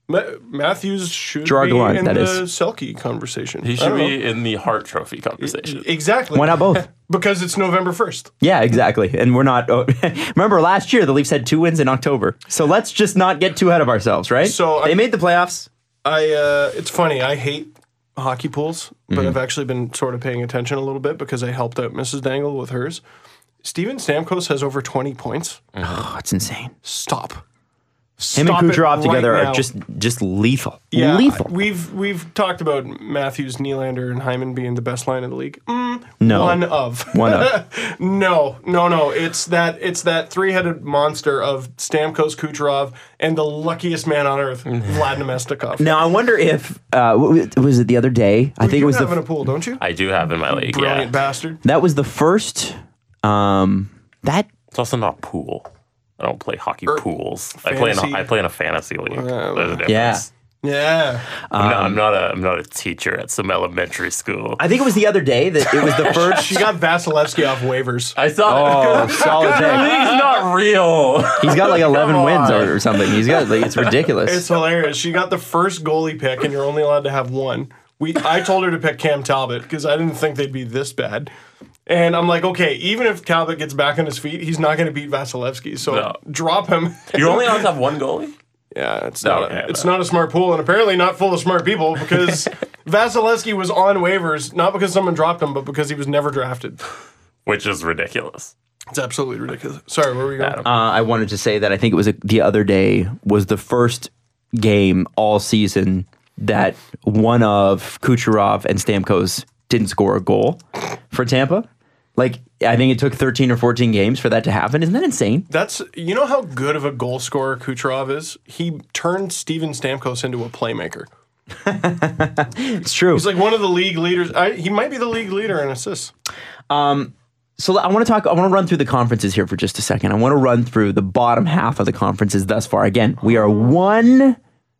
Ma- Matthews should
Gerard
be
Gallant,
in
that
the Selkie conversation.
He
I
Oh.
should
don't
be in the Hart Trophy conversation.
know. exactly.
Why not both?
Because it's November first.
Yeah, exactly. And we're not. Oh, remember last year, the Leafs had two wins in October. So let's just not get too ahead of ourselves, right?
So,
they
I-
made the playoffs.
I uh, it's funny. I hate hockey pools,
Mm-hmm.
but I've actually been sort of paying attention a little bit because I helped out Mrs. Dangle with hers. Steven Stamkos has over twenty points.
Oh, it's insane.
Stop.
Him
Stop
and
it
Kucherov
right
together
now.
are just just lethal.
Yeah,
lethal.
I- We've we've talked about Matthews, Nylander, and Hyman being the best line of the league. Mm,
No.
one of
Oh. One of.
no, no, no. It's that it's that three headed monster of Stamkos, Kucherov, and the luckiest man on earth,
Mm-hmm.
Vladimir Mestikov.
now I wonder if uh, w- w- was it the other day? I think it
you
was the
having a pool, don't you?
I do have in my league.
Brilliant
yeah.
bastard.
that was the first um, that
It's also not pool. I don't play hockey pools. I play in
fantasy-
a, I play in a fantasy league. There's a difference.
Er, yeah.
Yeah,
I'm, not, I'm not a I'm not a teacher at some elementary school.
I think it was the other day that it was the first.
she got Vasilevsky off waivers.
I saw
oh, solid pick.
He's not real.
He's got like eleven
Come
wins
on.
or, or something. He's got like it's ridiculous.
It's hilarious. She got the first goalie pick, and you're only allowed to have one. We, I told her to pick Cam Talbot because I didn't think they'd be this bad. And I'm like, okay, even if Talbot gets back on his feet, he's not going to beat Vasilevsky. So
No.
drop him.
You're only allowed to have one goalie.
yeah, it's not.
Okay,
a, it's not a smart pool, and apparently not full of smart people because Vasilevsky was on waivers not because someone dropped him, but because he was never drafted.
which is ridiculous.
It's absolutely ridiculous. Sorry, where were we going?
Adam.
Uh, I wanted to say that I think it was a, the other day was the first game all season that one of Kucherov and Stamkos didn't score a goal for Tampa. Like I think it took 13 or 14 games for that to happen. Isn't that insane?
That's you know how good of a goal scorer Kucherov is. He turned Steven Stamkos into a playmaker.
It's true.
He's like one of the league leaders. I, he might be the league leader in assists.
So I want to talk. I want to run through the conferences here for just a second. I want to run through the bottom half of the conferences thus far. Again, we are one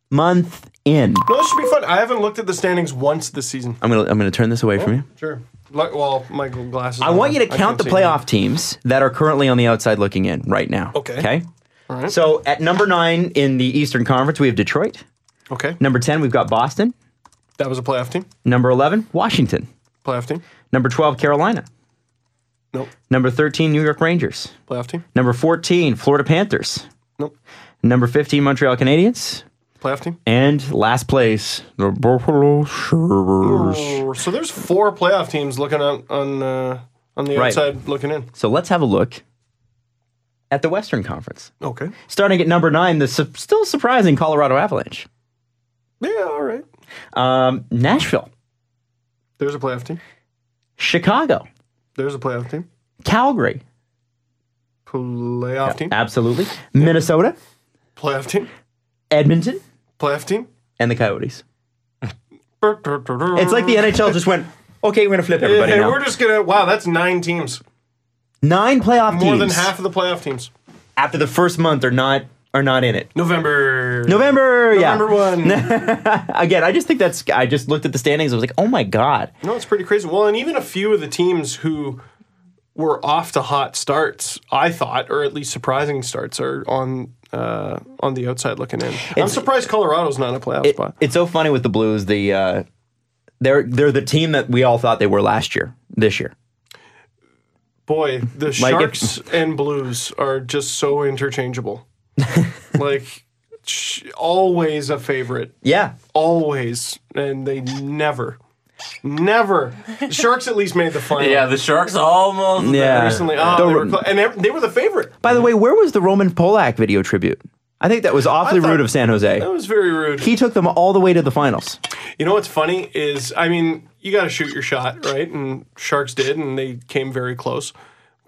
month in.
No, this should be fun. I haven't looked at the standings once this season.
I'm gonna I'm gonna turn this away from you.
Sure. Like, well, my glasses.
I want you to count the playoff teams that are currently on the outside looking in right now.
Okay.
Okay. So at number nine in the Eastern Conference, we have Detroit.
Okay,
Number 10, we've got Boston.
that was a playoff team.
Number 11, Washington.
Playoff team.
Number 12, Carolina.
Nope.
Number 13, New York Rangers.
Playoff team.
Number 14, Florida Panthers.
Nope.
Number 15, Montreal Canadiens.
Playoff team.
And last place, the Buffalo Sabres.
Oh, So there's four playoff teams looking on on uh, on the
Right.
outside looking in.
So let's have a look at the Western Conference.
Okay.
Starting at number nine, the su- still surprising Colorado Avalanche.
Yeah. All right.
Um, Nashville,
There's a playoff team.
Chicago,
There's a playoff team.
Calgary,
Playoff team.
absolutely, Minnesota,
Playoff team.
Edmonton,
Playoff team.
and the Coyotes. It's like the NHL just went, okay, we're gonna flip everybody
Hey,
now.
Uh, we're just gonna. Wow, that's nine teams.
Nine playoff
More
teams
than half of the playoff teams.
after the first month are not are not in it.
November.
November, yeah.
November one.
Again, I just think that's. I just looked at the standings. I was like, oh my god.
No, it's pretty crazy. Well, and even a few of the teams who were off to hot starts, I thought, or at least surprising starts, are on uh, on the outside looking in. I'm surprised Colorado's not in a playoff spot.
It's so funny with the Blues. The uh, they're they're the team that we all thought they were last year. This year,
Boy, the
if-
Sharks and Blues are just so interchangeable. like, sh- always a favorite.
Yeah.
Always. And they never, never. Sharks at least made the final.
Yeah, the Sharks almost.
Yeah.
Recently, oh,
The-
they were clo- and they, they were the favorite.
By the way, where was the Roman Polak video tribute? I think that was awfully
I thought-
rude of San Jose.
That was very rude.
he took them all the way to the finals.
You know what's funny is, I mean, you got to shoot your shot, right? And Sharks did, and they came very close.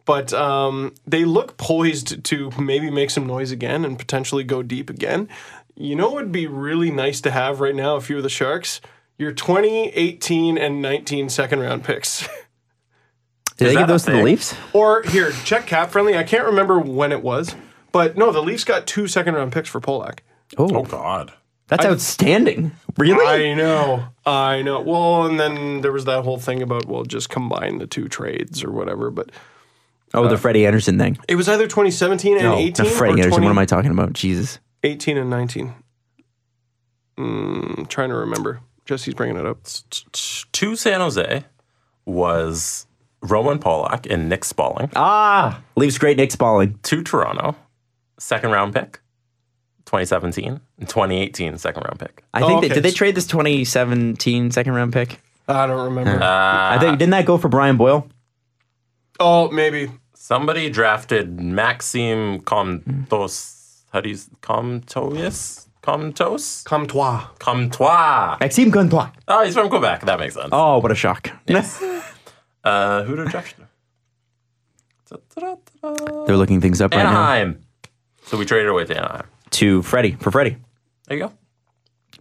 But um, they look poised to maybe make some noise again and potentially go deep again. You know what would be really nice to have right now if you were the Sharks? Your 2018 and 19 second round picks.
Did they
that
give those
a
to the
thing?
Leafs?
or here, check cap friendly. I can't remember when it was, but no, the Leafs got two second round picks for Polak.
Oh God.
That's outstanding. Really?
I know. I know. Well, and then there was that whole thing about, well, just combine the two trades or whatever. But
oh, the Freddie Anderson thing. Oh,
it was either 2017 and 18
The Freddie
or
Anderson. What am I
2018
talking about? Jesus.
and 19. Mm, I'm trying to remember. Jesse's bringing it up.
To San Jose was Roman Polak and Nick Spaulding.
Ah, Leafs great Nick Spalling.
to Toronto, second round pick, 2017, and 2018 second round pick.
I
Oh,
think
okay.
that, did they trade this 2017 second round pick?
I don't remember.
Uh,
I think didn't that go for Brian Boyle?
oh, maybe.
somebody drafted Maxim Comtos. How do you s- Comtois? Comtos?
Comtois.
Comtois.
Maxime Gunpla.
Oh, he's from Quebec. That makes sense.
Oh, what a shock.
Uh, who did draft him? Da-da-da-da.
They're looking things up right now.
Anaheim. So we traded away to Anaheim.
To Freddie for Freddie.
There you go.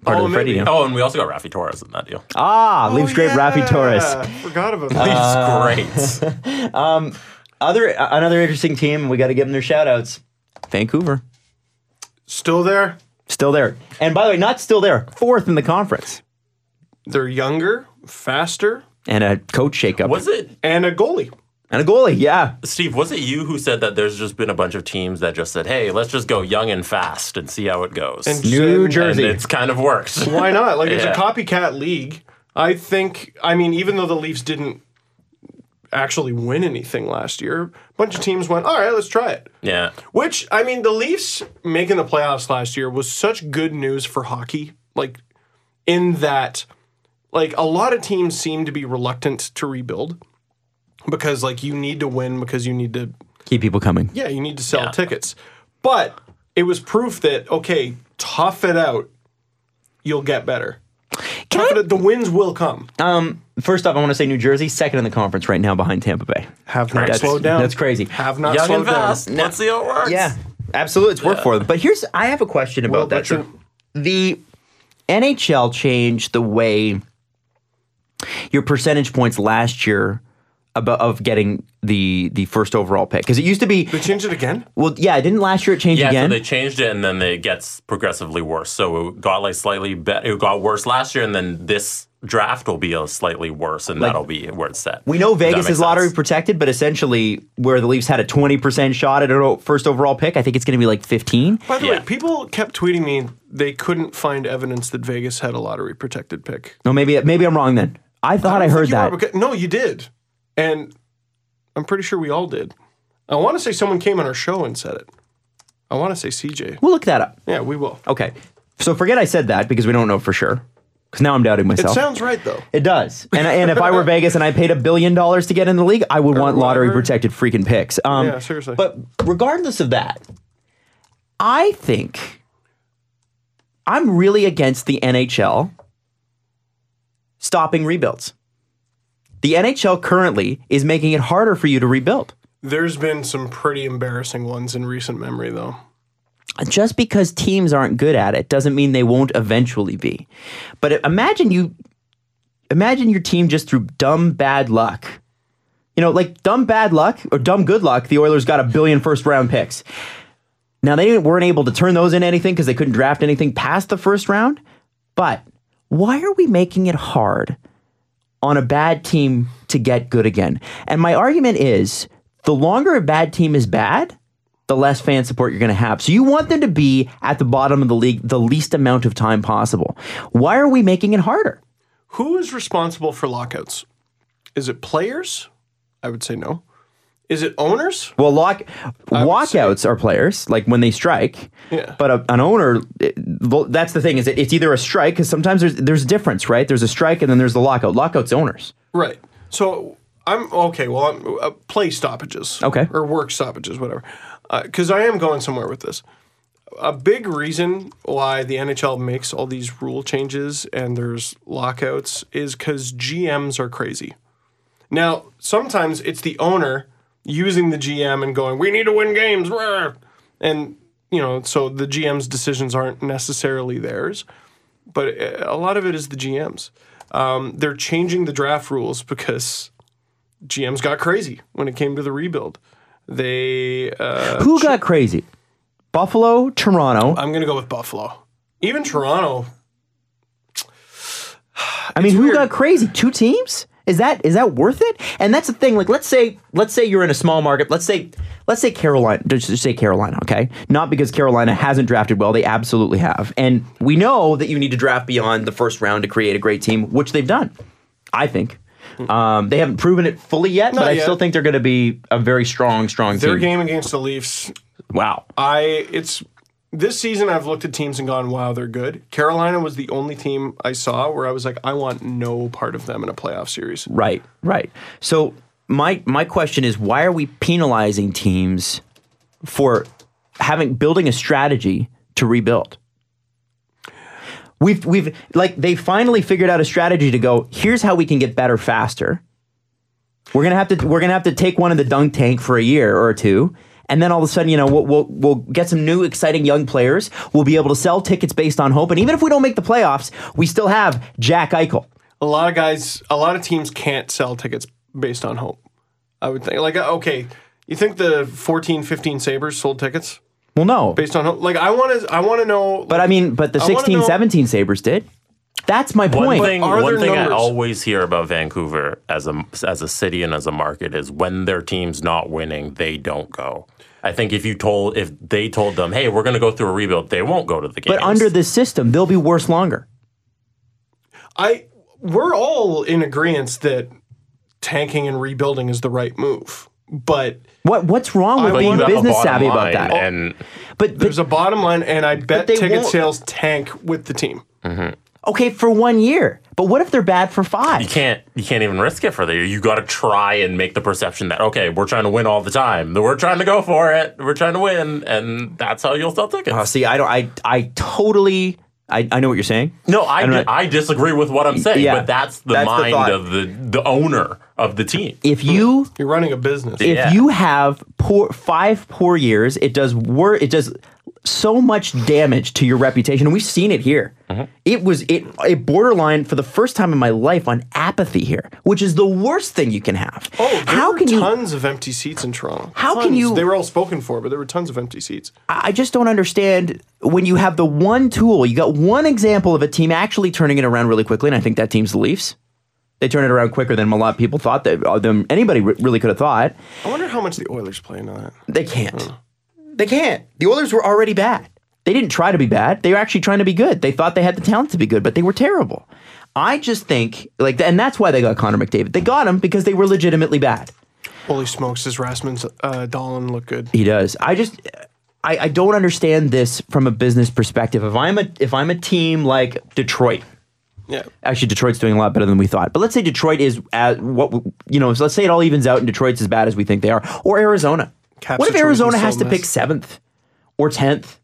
Part
Oh,
of the Freddie
maybe.
deal.
Oh, and we also got Rafi Torres in that deal.
Ah, Leafs
Oh,
great Rafi
yeah.
Torres.
Ah, Forgot about
He's
that.
great.
Other uh, another interesting team. We got to give them their shout outs. Vancouver
Still there.
still there, and by the way, not still there. Fourth in the conference,
They're younger, faster,
and a coach shakeup
Was it
and a goalie.
and a goalie. Yeah,
Steve, was it you who said that there's just been a bunch of teams that just said, hey, let's just go young and fast and see how it goes?
And
New
and-
And
Jersey.
it's kind of worked.
Why not? Like it's a
Yeah.
copycat league. I think. I mean, even though the Leafs didn't actually win anything last year, a bunch of teams went, "All right, let's try it."
yeah.
Which I mean, the Leafs making the playoffs last year was such good news for hockey. Like in that, like a lot of teams seem to be reluctant to rebuild because like you need to win because you need to
keep people coming.
yeah, you need to sell tickets. But it was proof that okay, tough it out, you'll get better.
Can
Tough it out, the wins will come.
Um, first off, I want to say New Jersey second in the conference right now behind Tampa Bay.
Have not
That's-
slowed down.
That's crazy.
Have not
Young
slowed
and
down.
fast. Let's see how it works.
Yeah, absolutely, it's work for them. But here's I have a question about
Well,
that.
Richard-
Drew. The NHL changed the way your percentage points last year about of getting the the first overall pick because it used to be
They changed it again.
well yeah didn't last year it change
Yeah,
again
so they changed it and then it gets progressively worse. So it got like slightly better. It got worse last year, and then this draft will be a slightly worse, and that'll be where it's set.
We know
If that
Vegas
makes
is lottery
sense.
protected, but essentially, where the Leafs had a twenty percent shot at a first overall pick, I think it's going to be like fifteen.
By the
Yeah.
way, people kept tweeting me they couldn't find evidence that Vegas had a lottery protected pick.
No, maybe maybe I'm wrong then. I thought I,
don't
heard
think you
that.
were, because- no, you did, and I'm pretty sure we all did. I want to say someone came on our show and said it. I want to say CJ.
We'll look that up.
Yeah, we will.
Okay, so forget I said that because we don't know for sure. Because now I'm doubting
It
myself.
sounds right though.
It does. And, and if I were Vegas and I paid a billion dollars to get in the league, I would want
whatever.
lottery protected freaking picks. Um,
Yeah, seriously.
But regardless of that, I think I'm really against the NHL stopping rebuilds. The NHL currently is making it harder for you to rebuild.
There's been some pretty embarrassing ones in recent memory, though.
just because teams aren't good at it doesn't mean they won't eventually be. But imagine you imagine your team just through dumb bad luck. You know, like dumb bad luck or dumb good luck, the Oilers got a billion first round picks. Now they didn't, weren't able to turn those into anything because they couldn't draft anything past the first round. But why are we making it hard on a bad team to get good again? And my argument is the longer a bad team is bad, the less fan support you're going to have. So you want them to be at the bottom of the league the least amount of time possible. Why are we making it harder?
Who is responsible for lockouts? Is it players? I would say no. Is it owners?
Well, lock walkouts are players like when they strike.
Yeah.
But a, an owner, it- lo- that's the thing is it, it's either a strike because sometimes there's there's a difference, right? There's a strike and then there's the lockout. Lockout's owners.
Right. So I'm okay. Well, I'm uh, play stoppages.
Okay.
Or work stoppages, whatever. Because I am going somewhere with this. A big reason why the NHL makes all these rule changes and there's lockouts is because GMs are crazy. Now, sometimes it's the owner using the GM and going, "We need to win games," rah." and you know, so the GM's decisions aren't necessarily theirs but uh, a lot of it is the GMs. Um, they're changing the draft rules because GMs got crazy when it came to the rebuild. They, uh,
Who got crazy? Buffalo, Toronto.
I'm going to go with Buffalo. Even Toronto,
I mean, who
weird.
got crazy? Two teams? Is that is that worth it? And that's the thing. Like, let's say let's say you're in a small market. Let's say let's say Carolina. Just just say Carolina, okay? Not because Carolina hasn't drafted well. They absolutely have, and we know that you need to draft beyond the first round to create a great team, which they've done. I think um, they haven't proven it fully yet, but I
Hmm. yet.
still think they're going to be a very strong, strong
their
team.
game against the Leafs,
wow.
I it's this season I've looked at teams and gone, wow, they're good. Carolina was the only team I saw where I was like, I want no part of them in a playoff series.
Right, right. So my my question is why are we penalizing teams for having building a strategy to rebuild? We've we've like they finally figured out a strategy to go, here's how we can get better faster. We're gonna have to we're gonna have to take one in the dunk tank for a year or two. And then all of a sudden, you know, we'll, we'll we'll get some new exciting young players. We'll be able to sell tickets based on hope. And even if we don't make the playoffs, we still have Jack Eichel.
a lot of guys, a lot of teams can't sell tickets based on hope. I would think, like, uh, okay, you think the 14, 15 Sabres sold tickets
Well, no,
based on hope? Like, I want to, I want to know.
But I mean, but the
wanna
16
know-
17 Sabres did. That's my
One
point.
thing,
But are
one
there
thing I
numbers?
always hear about Vancouver as a as a city and as a market is when their team's not winning, they don't go. I think if you told if they told them, hey, we're going to go through a rebuild, they won't go to the games.
but under this system, they'll be worse longer.
I, we're all in agreement that tanking and rebuilding is the right move, but
What What's wrong with
But
you
being
have a
business
bottom
savvy about
line,
that?
And
but, but
there's a bottom line, and I bet
they
ticket
won't-
sales tank with the team.
okay, for one year. But what if they're bad for five?
you can't you can't even risk it for the year. You got to try and make the perception that okay, we're trying to win all the time. We're trying to go for it. We're trying to win, and that's how you'll sell tickets.
Oh, see, I don't. I I totally. I, I know what you're saying.
no, I,
I'm
di-
not-
I disagree with what I'm saying,
yeah,
but that's the
that's the
mind
thought.
of the the owner of the team.
If you
You're running a business.
if
Yeah.
you have poor five poor years, it does wor- it does so much damage to your reputation. And we've seen it here.
Mm-hmm.
It was it it borderline for the first time in my life on apathy here, which is the worst thing you can have.
Oh, there
how
were
can you
tons of empty seats in Toronto.
How can
Tons.
you-
They were all spoken for, but there were tons of empty seats.
I just don't understand when you have the one tool, you got one example of a team actually turning it around really quickly, and I think that team's the Leafs. They turn it around quicker than a lot of people thought that uh, than anybody re- really could have thought.
I wonder how much the Oilers play into that.
They can't. They can't. The Oilers were already bad. They didn't try to be bad. They were actually trying to be good. They thought they had the talent to be good, but they were terrible. I just think like, and that's why they got Connor McDavid. They got him because they were legitimately bad.
Holy smokes, does Rasmus uh, Dahlin look good?
He does. I just, I, I don't understand this from a business perspective. If I'm a, if I'm a team like Detroit,
Yeah.
actually Detroit's doing a lot better than we thought. But let's say Detroit is at what w- you know. So let's say it all evens out, and Detroit's as bad as we think they are, or Arizona.
Cap
what if
situation's
Arizona
still
has
a
to
mess.
pick seventh or tenth?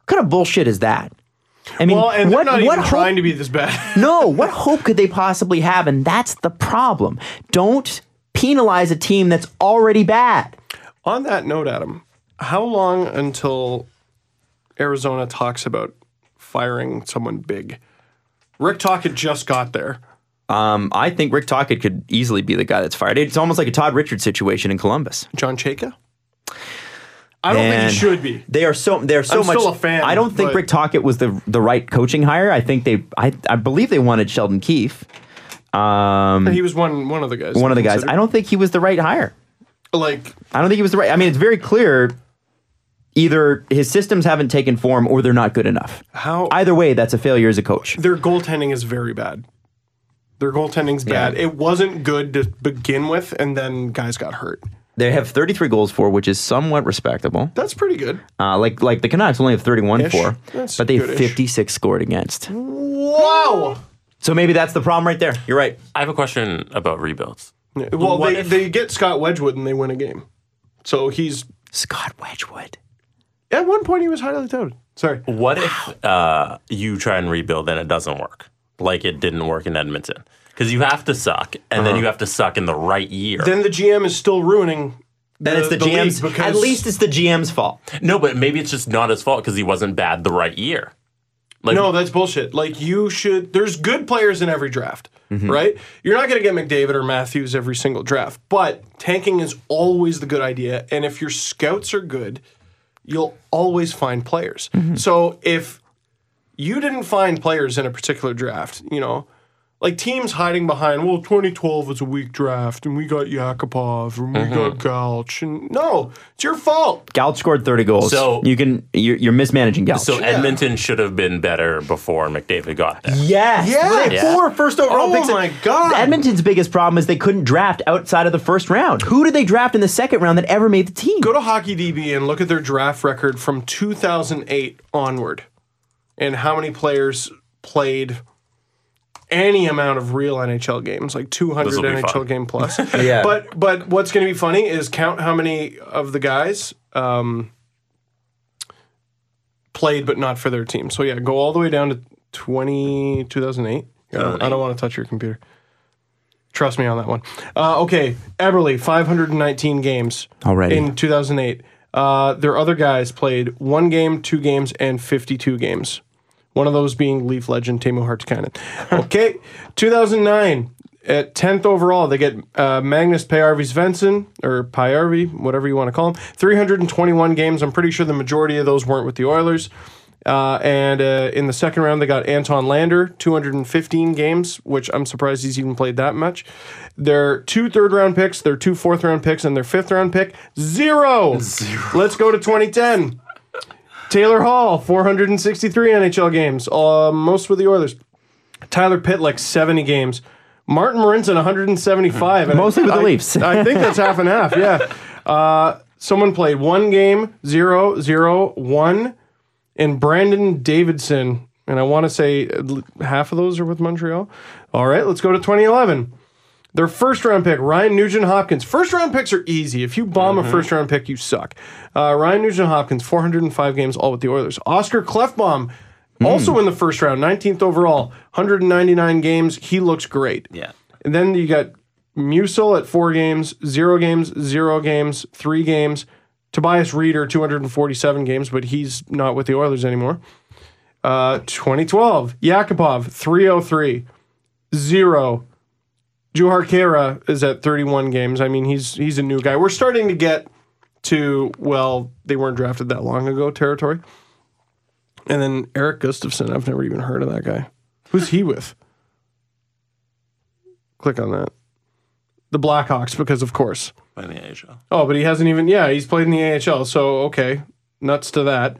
What kind of bullshit is that? I mean,
Well, and
what
they're not
what
even
hope-
trying to be this bad.
no, what hope could they possibly have? And that's the problem. Don't penalize a team that's already bad.
On that note, Adam, how long until Arizona talks about firing someone big? Rick Tockett just got there.
Um, I think Rick Tockett could easily be the guy that's fired. It's almost like a Todd Richards situation in Columbus.
John Chaka? I don't think
And
he should be.
They are so. They're so
I'm
much.
still a fan,
I don't think
but-
Rick Tockett was the the right coaching hire. I think they. I I believe they wanted Sheldon Keefe,
He was one one of the guys.
Um, one of the guys. I don't think he was the right hire.
don't like
I don't think he was the right. I mean, it's very clear. Either his systems haven't taken form, or they're not good enough.
how
Either way, that's a failure as a coach.
their goaltending is very bad. Their goaltending's bad. It wasn't good to begin with, and then guys got hurt.
they have 33 goals for, which is somewhat respectable.
That's pretty good.
Uh, like like the Canucks only have 31 for,
That's
but they have
good-ish.
56 scored against.
Wow.
So maybe that's the problem right there. You're right.
I have a question about rebuilds.
Well,
What
they,
if-
they get Scott Wedgwood and they win a game. So he's
Scott Wedgwood.
at one point he was highly touted. Sorry.
What if uh, you try and rebuild and it doesn't work, like it didn't work in Edmonton? Because you have to suck, and
Uh-huh.
then you have to suck in the right year.
Then the GM is still ruining.
Then it's the,
league
GM's. At
because-
least it's the GM's fault.
no, but maybe it's just not his fault because he wasn't bad the right year. Like,
No, that's bullshit. Like you should. There's good players in every draft, right? You're not going to get McDavid or Matthews every single draft, but tanking is always the good idea. And if your scouts are good, you'll always find players. So if you didn't find players in a particular draft, you know, like teams hiding behind, well, 2012 was a weak draft, and we got Yakupov, and we got Galch, and no, it's your fault.
Galt scored 30 goals.
So-
you can you're, you're mismanaging Galt.
so Edmonton should have been better before McDavid got there.
Yes.
Yeah.
Well, they had
Yeah.
Four first overall
Oh
picks.
my God.
Edmonton's biggest problem is they couldn't draft outside of the first round. Who did they draft in the second round that ever made the team?
Go to HockeyDB and look at their draft record from 2008 onward and how many players played any amount of real NHL games, like 200
This'll be
NHL
fun.
game plus.
Yeah.
But but what's going to be funny is count how many of the guys um, played but not for their team. So yeah, go all the way down to 20 2008. Yeah, I don't- I don't want to touch your computer. Trust me on that one. Uh, okay, Eberly, 519 games
Already.
in 2008. Uh, their other guys played one game, two games, and 52 games. One of those being Leaf legend Tamu Hartikainen. Okay, 2009 at 10th overall, they get uh, Magnus Payarvi Svensson or Payarvi, whatever you want to call him. 321 games. I'm pretty sure the majority of those weren't with the Oilers. Uh, and uh, in the second round, they got Anton Lander, 215 games, which I'm surprised he's even played that much. Their two third round picks, their two fourth round picks, and their fifth round pick, 0 Zero. Let's go to 2010. Taylor Hall, 463 NHL games, uh, most with the Oilers. Tyler Pitlick, 70 games. Martin Morinson, 175. and
Mostly with the
I-
Leafs.
I think that's half and half, yeah. Uh, someone played one game, zero, zero, one, and Brandon Davidson. And I want to say uh, l- half of those are with Montreal. All right, let's go to 2011. Their first round pick, Ryan Nugent Hopkins. First round picks are easy. If you bomb a first round pick, you suck. Uh, Ryan Nugent Hopkins, 405 games, all with the Oilers. Oscar Clefbaum, also in the first round, 19th overall, 199 games. He looks great.
Yeah.
And then you got Musil at four games, zero games, zero games, three games. Tobias Reeder, 247 games, but he's not with the Oilers anymore. Uh, 2012, Yakupov, 303, zero. Juhar Kera is at 31 games. I mean, he's he's a new guy. We're starting to get to, well, they weren't drafted that long ago territory. And then Eric Gustafson, I've never even heard of that guy. Who's he with? Click on that. The Blackhawks, because of course.
In the NHL.
Oh, but he hasn't even. Yeah, he's played in the AHL. So okay, nuts to that.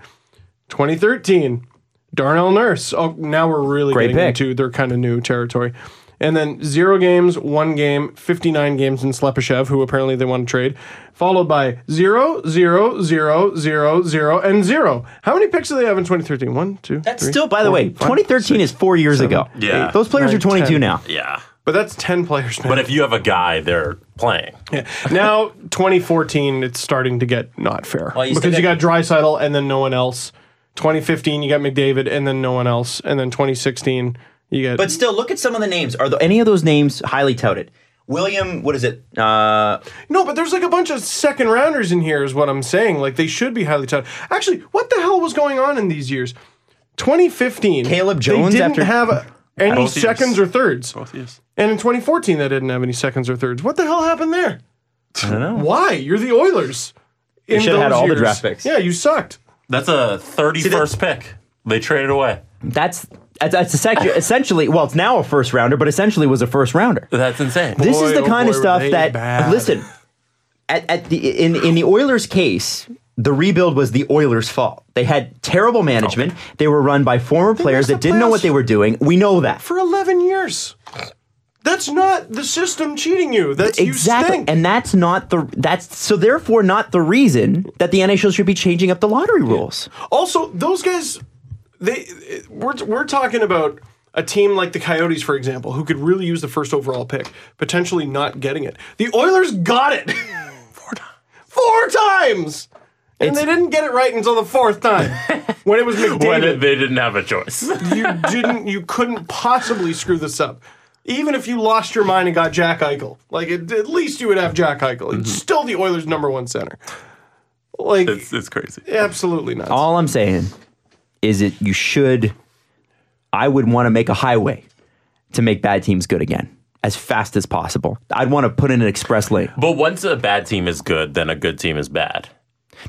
2013, Darnell Nurse. Oh, now we're really
Great
getting
pick.
into their kind of new territory. And then zero games, one game, 59 games in Slepyshev, who apparently they want to trade, followed by zero, zero, zero, zero, zero, and zero. How many picks do they have in 2013? One, two,
That's
three,
still, by the
four,
way,
five,
2013 is four years ago.
Yeah.
Those players
nine,
are 22
10.
now.
Yeah.
But that's 10 players, man.
But if you have a guy, they're playing.
now 2014 it's starting to get not fair
you still
because you
got-
got Drysidle and then no one else 2015 you got mcdavid and then no one else and then 2016 you got
But still, look at some of the names. Are the, any of those names highly touted? William, what is it? Uh,
no but there's like a bunch of second rounders in here is what i'm saying like they should be highly touted actually what the hell was going on in these years 2015
Caleb Jones
they didn't
after-
have uh, any
Both years.
seconds or thirds and in 2014 they didn't have any seconds or thirds what the hell happened there
I don't know.
why you're the oilers in
should've had
those
all the
years.
draft picks.
yeah you sucked
That's a 31st pick. They traded away.
That's that's, that's essentially, essentially well, it's now a first rounder, but essentially was a first rounder.
That's insane.
This is
Boy,
the
oh
kind of
boy, were
stuff
they
that
bad.
listen at, at the in in the Oilers case. The rebuild was the Oilers' fault. They had terrible management. They were run by former players
Oh. missed
that
the
didn't know
playoffs
what they were doing. We know that.
for 11 years. That's not the system cheating you. That's you
exactly,
stink.
and that's not the that's so therefore not the reason that the NHL should be changing up the lottery rules.
Also, those guys, they we're we're talking about a team like the Coyotes, for example, who could really use the first overall pick, potentially not getting it. The Oilers got it four times. Four times. And they didn't get it right until the fourth time when it was
When
McDavid.
they didn't have a choice.
you didn't. You couldn't possibly screw this up. Even if you lost your mind and got Jack Eichel, like at, at least you would have Jack Eichel. It's
Mm-hmm.
still the Oilers' number one center. Like
it's, it's crazy.
absolutely not.
All I'm saying is that you should. I would want to make a highway to make bad teams good again as fast as possible. I'd want to put in an express lane.
But once a bad team is good, then a good team is bad.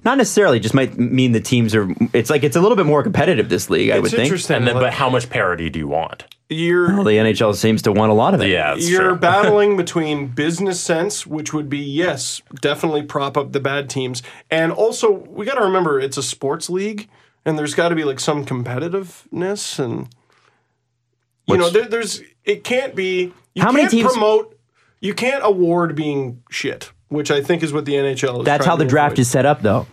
Not necessarily just might mean the teams are. It's like it's a little bit more competitive this league. I would
it's
think.
interesting.
And then,
like,
but how much parity do you want?
you're
Well, the NHL seems to want a lot of it.
Yeah, it's
you're
true.
battling between business sense, which would be yes, definitely prop up the bad teams, and also we got to remember it's a sports league, and there's got to be like some competitiveness, and you know, there, there's it can't be you
How
can't
many teams-
promote, you can't award being shit, which I think is what the NHL. is
That's how
trying
the
to
draft
avoid.
is set up, though.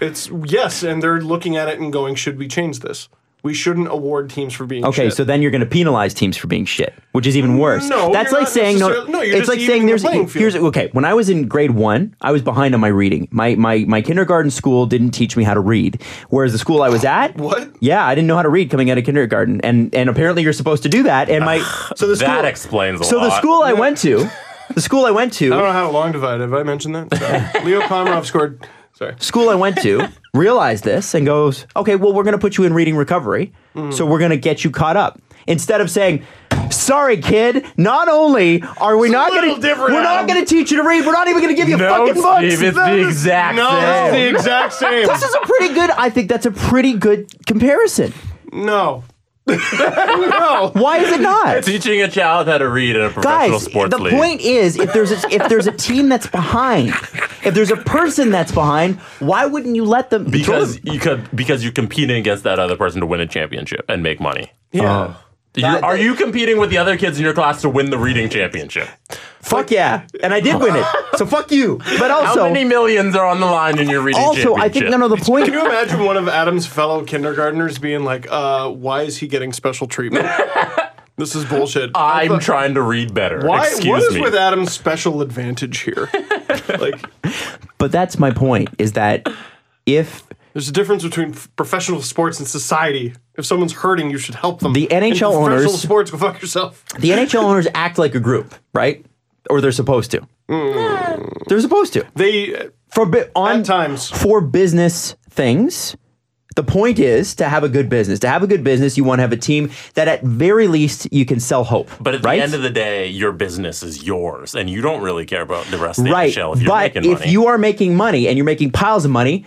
It's yes, and they're looking at it and going, should we change this? We shouldn't award teams for being
Okay,
shit.
so then you're going to penalize teams for being shit, which is even worse.
No,
that's
you're
like
not
saying no.
necessarily- no, you're
it's
just
like saying
evening the
there's
playing field.
here's okay. When I was in grade one, I was behind on my reading. My my my kindergarten school didn't teach me how to read, whereas the school I was at,
What?
Yeah, I didn't know how to read coming out of kindergarten, and and apparently you're supposed to do that. And my so the
that
school,
explains a
so
lot.
the school I went to, the school I went to,
I don't know how long divided. Have I mentioned that? Sorry. Leo Komarov scored. Sorry.
school I went to realized this and goes, okay, well, we're going to put you in reading recovery.
Mm.
So we're going to get you caught up. Instead of saying, sorry, kid, not only are we not
little
going to,
different,
we're not
Adam.
going to teach you to read. We're not even going to give you
No,
fucking books.
Steve, it's the
This-
exact
No, it's the
same.
exact same.
This is a pretty good, I think that's a pretty good comparison.
No. no.
Why is it not?
Teaching a child how to read in a professional
Guys,
sports
the
league.
point is, if there's a, if there's a team that's behind, if there's a person that's behind, why wouldn't you let them?
because you could because you're competing against that other person to win a championship and make money.
Yeah.
Uh.
You're- are you competing with the other kids in your class to win the reading championship?
Fuck yeah. And I did win it. So fuck you. But
How
also,
many millions are on the line in your reading
also
championship?
I think, no, no, the point.
Can you imagine one of Adam's fellow kindergartners being like, uh, why is he getting special treatment? this is bullshit.
I'm trying to read better.
why,
Excuse
what is
me.
with Adam's special advantage here? like,
But that's my point is that if
there's a difference between f- professional sports and society. If someone's hurting, you should help them.
The
In
NHL
professional
owners-
sports, go fuck yourself.
the NHL owners act like a group, right? Or they're supposed to. They're supposed to.
They, uh,
For bi- on
At times.
for business things. The point is to have a good business. To have a good business, you want to have a team that at very least you can sell hope.
But at
right?
the end of the day, your business is yours, and you don't really care about the rest of the
right.
NHL if you're
but
making
if
money.
you are making money and you're making piles of money,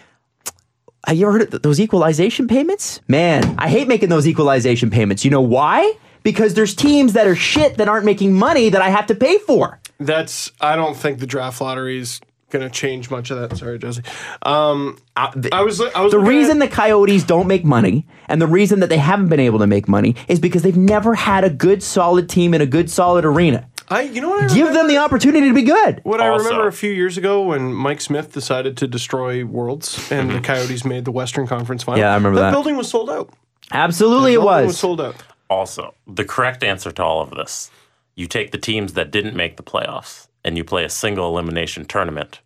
have you ever heard of th- those equalization payments? Man, I hate making those equalization payments. You know why? Because there's teams that are shit that aren't making money that I have to pay for.
that's, I don't think the draft lottery is going to change much of that. Sorry, Jesse. Um, I, was, I was
Uh, The
looking at-
reason the Coyotes don't make money and the reason that they haven't been able to make money is because they've never had a good, solid team in a good, solid arena.
I, you know what I
Give them the opportunity to be good.
What
Also-
I remember a few years ago when Mike Smith decided to destroy Worlds and the Coyotes made the Western Conference final.
Yeah, I remember that.
building was sold out.
Absolutely, it
Building was
was.
sold out.
also, the correct answer to all of this: you take the teams that didn't make the playoffs, and you play a single elimination tournament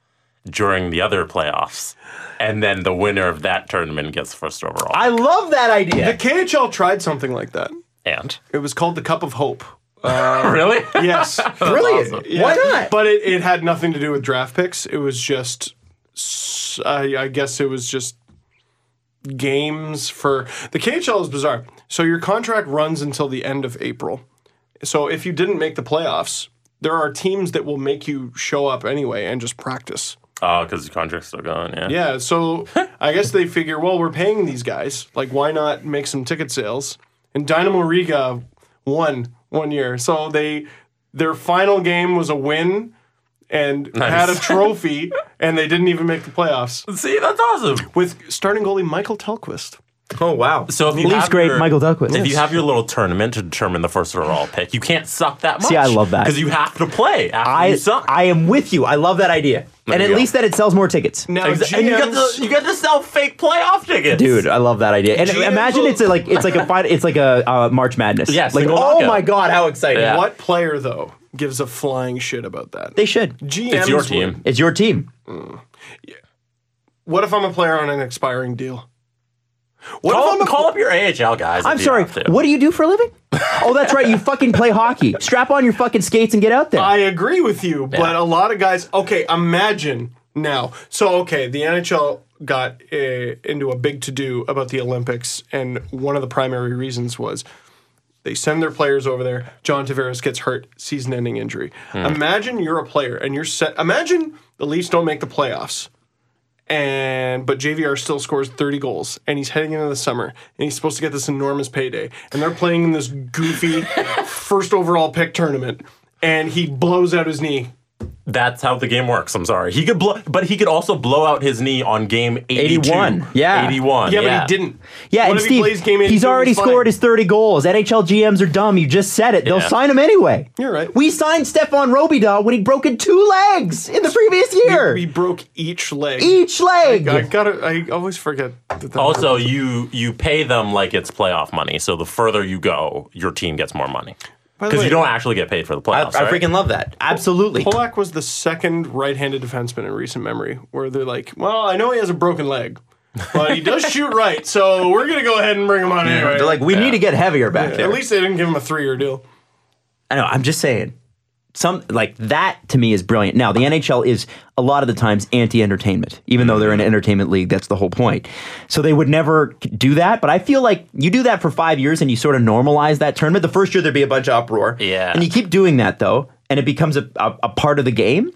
during the other playoffs, and then the winner of that tournament gets first overall.
I love that
The
idea.
KHL tried something like that.
and
It was called the Cup of Hope.
really,
Yes.
Brilliant. Why
Yeah.
not?
But it, it had nothing to do with draft picks. It was just, s- I, I guess it was just games for the KHL is bizarre. So your contract runs until the end of April. So if you didn't make the playoffs, there are teams that will make you show up anyway and just practice.
oh, because the contract's still going. Yeah.
Yeah, so I guess they figure, well, we're paying these guys. Like, why not make some ticket sales? And Dynamo Riga won one year, so they their final game was a win and had a trophy, and they didn't even make the playoffs
See, that's awesome.
with starting goalie Michael Telquist.
Oh wow.
So if you
Least
have
great
your-
Michael Duckwitz.
If
Yes.
you have your little tournament to determine the first overall pick, you can't suck that much.
See, I love that.
because you have to play after you
I
suck.
I am with you. I love that idea, and
you
at
go.
least that it sells more tickets.
Now,
Exa- and you get to you get to sell fake playoff tickets,
Dude, I love that idea. And
GMs
imagine
will-
it's a, like it's like a fi- it's like a uh, March Madness.
Yes,
like
they will
oh
knock it.
my god, how exciting!
Yeah.
what player though gives a flying shit about that?
They should.
GMs
It's your
would.
team.
It's your team.
What if I'm a player on an expiring deal? What if
Call,
I'm a
call up your AHL guys.
I'm
if you
sorry.
have to.
What do you do for a living? oh, that's right. You fucking play hockey. Strap on your fucking skates and get out there.
I agree with you, but a lot of guys. Okay, imagine now. So okay, the NHL got uh, into a big to do about the Olympics, and one of the primary reasons was they send their players over there. John Tavares gets hurt, season-ending injury. Imagine you're a player and you're set. Imagine the Leafs don't make the playoffs. And but JVR still scores 30 goals and he's heading into the summer and he's supposed to get this enormous payday and they're playing in this goofy first overall pick tournament and he blows out his knee.
That's how the game works. I'm sorry. He could blow, but he could also blow out his knee on game 82.
81, yeah.
81.
Yeah, but he didn't.
yeah,
What
and
if he
Steve,
plays game
he's
82 and
already
fine?
scored his 30 goals. NHL GMs are dumb. You just said it. They'll
Yeah.
sign him anyway.
You're right.
We signed Stefan Robidaw when he'd broken two legs in the previous year.
He broke each leg.
Each leg.
I gotta. I always forget. That that
Also, you you pay them like it's playoff money. So the further you go, your team gets more money
By the
because
way-
you don't actually get paid for the
I,
playoffs.
I
right?
freaking love that.
Absolutely.
Polak was the second right-handed defenseman in recent memory where they're like, well, I know he has a broken leg, but he does shoot right, so we're gonna go ahead and bring him on anyway.
They're like, we need to get heavier back there.
At least they didn't give him a three-year deal.
I know. I'm just saying. Some like that to me is brilliant. Now the NHL is a lot of the times anti-entertainment, even though they're an entertainment league. That's the whole point. So they would never do that. But I feel like you do that for five years and you sort of normalize that tournament. The first year there'd be a bunch of uproar.
Yeah.
And you keep doing that though, and it becomes a, a, a part of the game.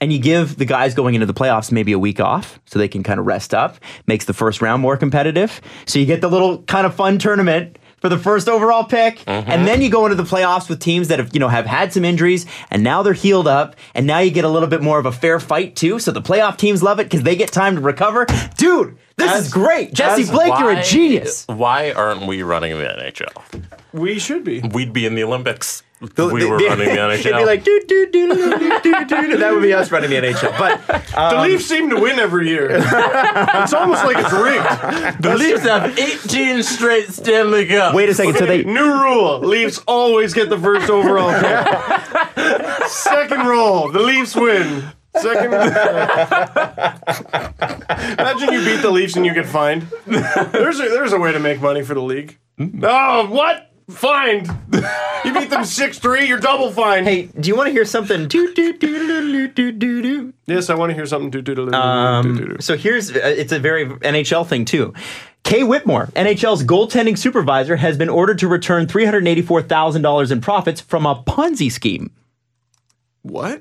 And you give the guys going into the playoffs maybe a week off so they can kind of rest up. Makes the first round more competitive. So you get the little kind of fun tournament for the first overall pick,
Mm-hmm.
and then you go into the playoffs with teams that have you know have had some injuries, and now they're healed up, and now you get a little bit more of a fair fight too. So the playoff teams love it because they get time to recover. Dude, this is great, Jesse
As
Blake. you're
why-
a genius.
Why aren't we running the NHL?
We should be.
We'd be in the Olympics. if we were running the NHL.
It'd be like doo doo doo doo doo doo doo. doo. That would be us running the NHL, but. um,
The Leafs seem to win every year. it's almost like it's rigged.
the Leafs have 18 straight Stanley Cups.
Wait a second. So they
New rule: Leafs always get the first overall pick. Second roll: the Leafs win. Second. Imagine you beat the Leafs and you get fined. There's a, there's a way to make money for the league.
Hmm?
Oh, what? Fined. You beat them six three. You're double fined.
Hey, do you want to hear something? Doo, doo, doo, doo, doo, doo, doo, doo.
Yes, I want to hear something. Do do do do do do
Um, so here's uh, it's a very NHL thing too. Kay Whitmore, NHL's goaltending supervisor, has been ordered to return three hundred eighty-four thousand dollars in profits from a Ponzi scheme.
What?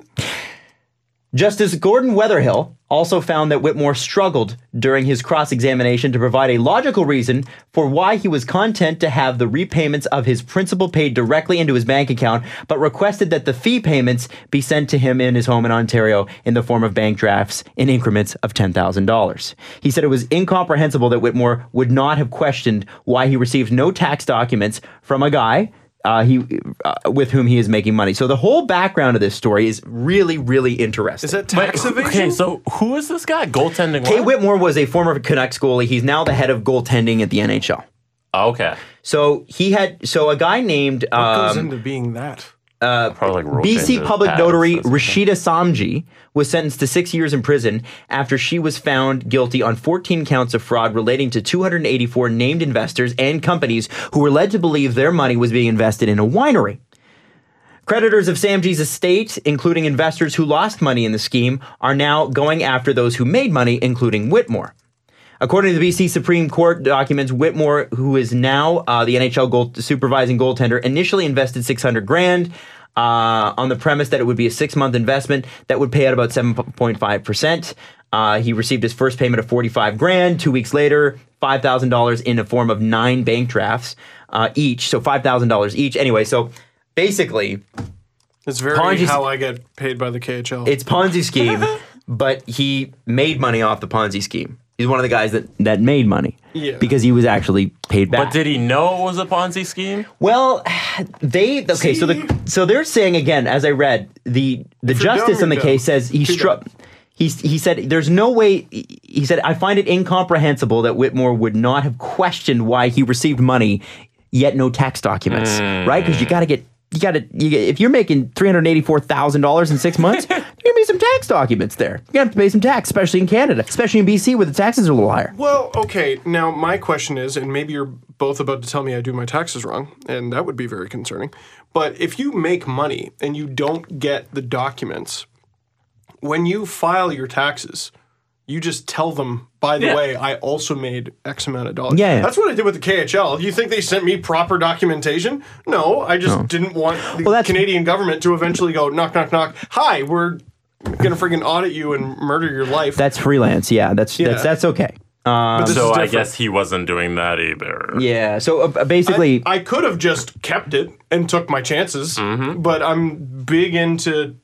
Justice Gordon Weatherhill also found that Whitmore struggled during his cross examination to provide a logical reason for why he was content to have the repayments of his principal paid directly into his bank account, but requested that the fee payments be sent to him in his home in Ontario in the form of bank drafts in increments of $10,000. He said it was incomprehensible that Whitmore would not have questioned why he received no tax documents from a guy uh, he uh, with whom he is making money. So the whole background of this story is really, really interesting.
Is that tax evasion?
Okay, so who is this guy? Goaltending.
Kay
what?
Whitmore was a former Canucks goalie. He's now the head of goaltending at the NHL.
Oh, Okay.
So he had so a guy named
What goes
um,
into being that?
Probably like rule
BC
changes,
public
patents,
notary
this-
Rashida Samji was sentenced to six years in prison after she was found guilty on 14 counts of fraud relating to 284 named investors and companies who were led to believe their money was being invested in a winery. Creditors of Samji's estate, including investors who lost money in the scheme, are now going after those who made money, including Whitmore. According to the BC Supreme Court documents, Whitmore, who is now uh, the NHL goal- supervising goaltender, initially invested 600 grand uh, on the premise that it would be a six month investment that would pay out about 7.5 percent. Uh, he received his first payment of 45 grand. Two weeks later, $5,000 in the form of nine bank drafts uh, each. So $5,000 each. Anyway, so basically,
It's very
Ponzi-
how I get paid by the KHL.
it's Ponzi scheme, but he made money off the Ponzi scheme. He's one of the guys that, that made money
Yeah.
because he was actually paid back.
But did he know it was a Ponzi scheme?
Well, they okay. So the so they're saying again, as I read the the
you're dumb,
justice in the
you're dumb.
case says he
Too
struck. He, he said, "There's no way." He said, "I find it incomprehensible that Whitmore would not have questioned why he received money, yet no tax documents, right? Because you got to get you got to you, get- if you're making three hundred eighty four thousand dollars in six months, there's gonna be some tax documents there. You have to pay some tax, especially in Canada, especially in BC where the taxes are a little higher.
Well, okay. Now my question is, and maybe you're both about to tell me I do my taxes wrong, and that would be very concerning. But if you make money and you don't get the documents, when you file your taxes, you just tell them, by the
Yeah.
way, I also made X amount of dollars.
Yeah, yeah.
That's what I did with the KHL. You think they sent me proper documentation? No, I just didn't want the
Well, that's-
Canadian government to eventually go knock, knock, knock. Hi, we're gonna friggin' audit you and murder your life.
That's freelance. Yeah, that's that's that's okay.
But this
so
is
I
different.
guess he wasn't doing that either.
Yeah. So uh, basically,
I could have just kept it and took my chances,
Mm-hmm.
but I'm big into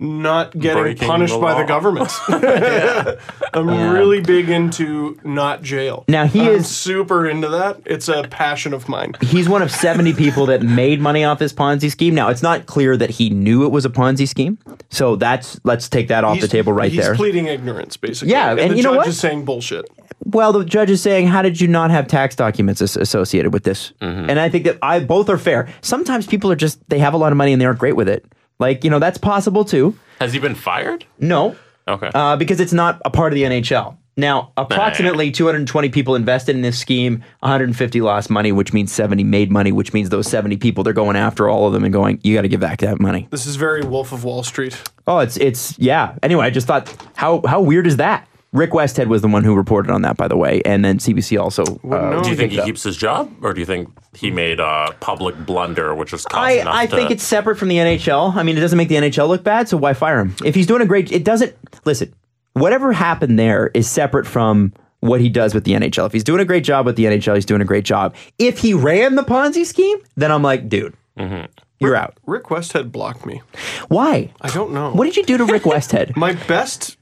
not getting
Breaking
punished
the
by the
law.
government. I'm really big into not jail.
Now, he
I'm
is-
super into that. It's a passion of mine.
he's one of 70 people that made money off this Ponzi scheme. Now, it's not clear that he knew it was a Ponzi scheme. So that's let's take that off the
He's-
table right
he's
there.
pleading ignorance, basically.
Yeah,
and,
and
the
you know
judge
what?
is saying bullshit.
well, the judge is saying, "How did you not have tax documents as- associated with this?"
Mm-hmm.
And I think that I both are fair. Sometimes people are just they have a lot of money and they aren't great with it. Like, you know, that's possible too.
Has he been fired?
No,
Okay.
uh, because it's not a part of the NHL. Now, approximately 220 people invested in this scheme. 150 lost money, which means 70 made money, which means those 70 people they're going after all of them and going, "You got to give back that money."
This is very Wolf of Wall Street.
Oh, it's it's yeah. Anyway, I just thought how how weird is that? Rick Westhead was the one who reported on that, by the way, and then CBC also. uh,
no.
do you think he
that-
keeps his job, or do you think he made a public blunder, which is causing
I,
enough
I
to,
think it's separate from the NHL. I mean, it doesn't make the NHL look bad, so why fire him? If he's doing a great, it doesn't. Listen, whatever happened there is separate from what he does with the NHL. If he's doing a great job with the NHL, he's doing a great job. If he ran the Ponzi scheme, then I'm like, dude,
Mm-hmm.
you're out.
Rick Westhead blocked me.
Why?
I don't know.
What did you do to Rick Westhead?
My best,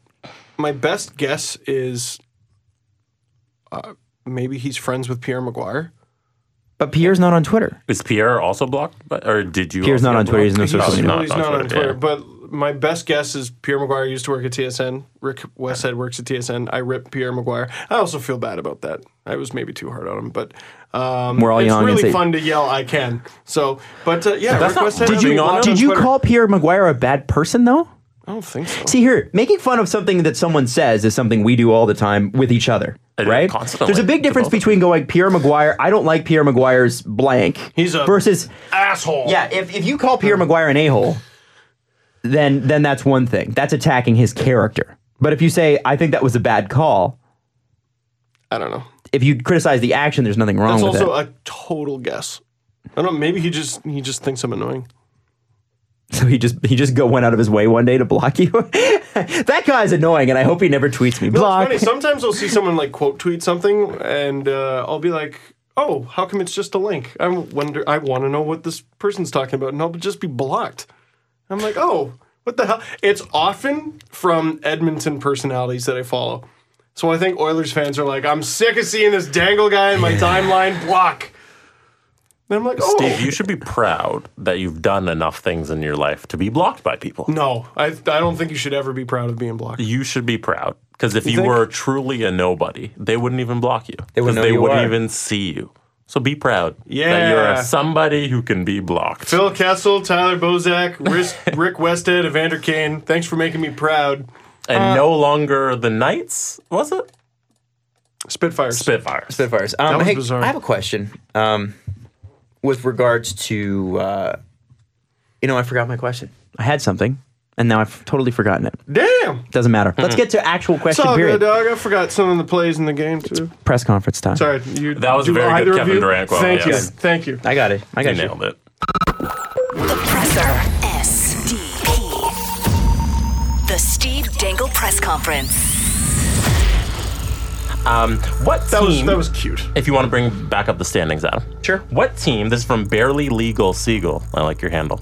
my best guess is, uh, maybe he's friends with Pierre Maguire.
but Pierre's not on Twitter.
Is Pierre also blocked? By, or did you?
Pierre's
also
not
get
on Twitter, he's
blocked?
no social
Oh,
media.
Well,
not
he's not on Twitter,
yeah.
but my best guess is Pierre Maguire used to work at TSN. Rick Westhead works at TSN. I rip Pierre Maguire. I also feel bad about that. I was maybe too hard on him, but um,
We're all
it's
young and
really
say-
fun to yell. I can. So, but uh, yeah, Rick
not
Westhead.
did
has
you-
been blocked
Did
on
you
Twitter.
call Pierre Maguire a bad person though?
I don't think so.
See here, making fun of something that someone says is something we do all the time with each other,
It-
right?
constantly.
There's a big
To
difference
both of
between going Pierre Maguire. I don't like Pierre Maguire's blank.
He's a-
versus
Asshole.
yeah. If, if you call Pierre Maguire an a hole, then then that's one thing. That's attacking his character. But if you say I think that was a bad call,
I don't know.
if you criticize the action, there's nothing wrong
That's
with
also
it.
a total guess. I don't. know, Maybe he just he just thinks I'm annoying.
so he just he just go went out of his way one day to block you. that guy's annoying, and I hope he never tweets me.
No,
block.
it's funny. Sometimes I'll see someone like quote tweet something, and uh, I'll be like, "Oh, how come it's just a link?" I wonder. I want to know what this person's talking about, and I'll just be blocked. I'm like, "Oh, what the hell?" It's often from Edmonton personalities that I follow. So I think Oilers fans are like, "I'm sick of seeing this dangle guy in my timeline block." And I'm like, "Oh,
Steve, you should be proud that you've done enough things in your life to be blocked by people.
no, I I don't think you should ever be proud of being blocked."
You should be proud because if you,
think?
were truly a nobody, they wouldn't even block you. They
wouldn't know
They
who you
wouldn't
are.
even see you. So be proud that you're
Yeah.
a somebody who can be blocked.
Phil Kessel, Tyler Bozak, Rick, Rick Westhead, Evander Kane. Thanks for making me proud.
and no longer the Knights, was it?
Spitfires.
Spitfires.
Spitfires. Um,
was
hey,
bizarre.
I have a question um, with regards to, uh, you know, I forgot my question. I had something, and now I've totally forgotten it.
Damn.
Doesn't matter. Let's get to actual question
It's all
period.
good, dog. I forgot some of the plays in the game too.
Press conference time.
Sorry, you.
That was a
do
very good
either of
Kevin
you?
Durant quote,
Thank
yes.
you. Thank you.
I got it. I
You
got you.
nailed it.
The presser. SDP. The Steve Dangle Press Conference.
What
That was
team?
that was cute.
if you want to bring back up the standings, Adam.
Sure.
What team? This is from Barely Legal Seagull. I like your handle.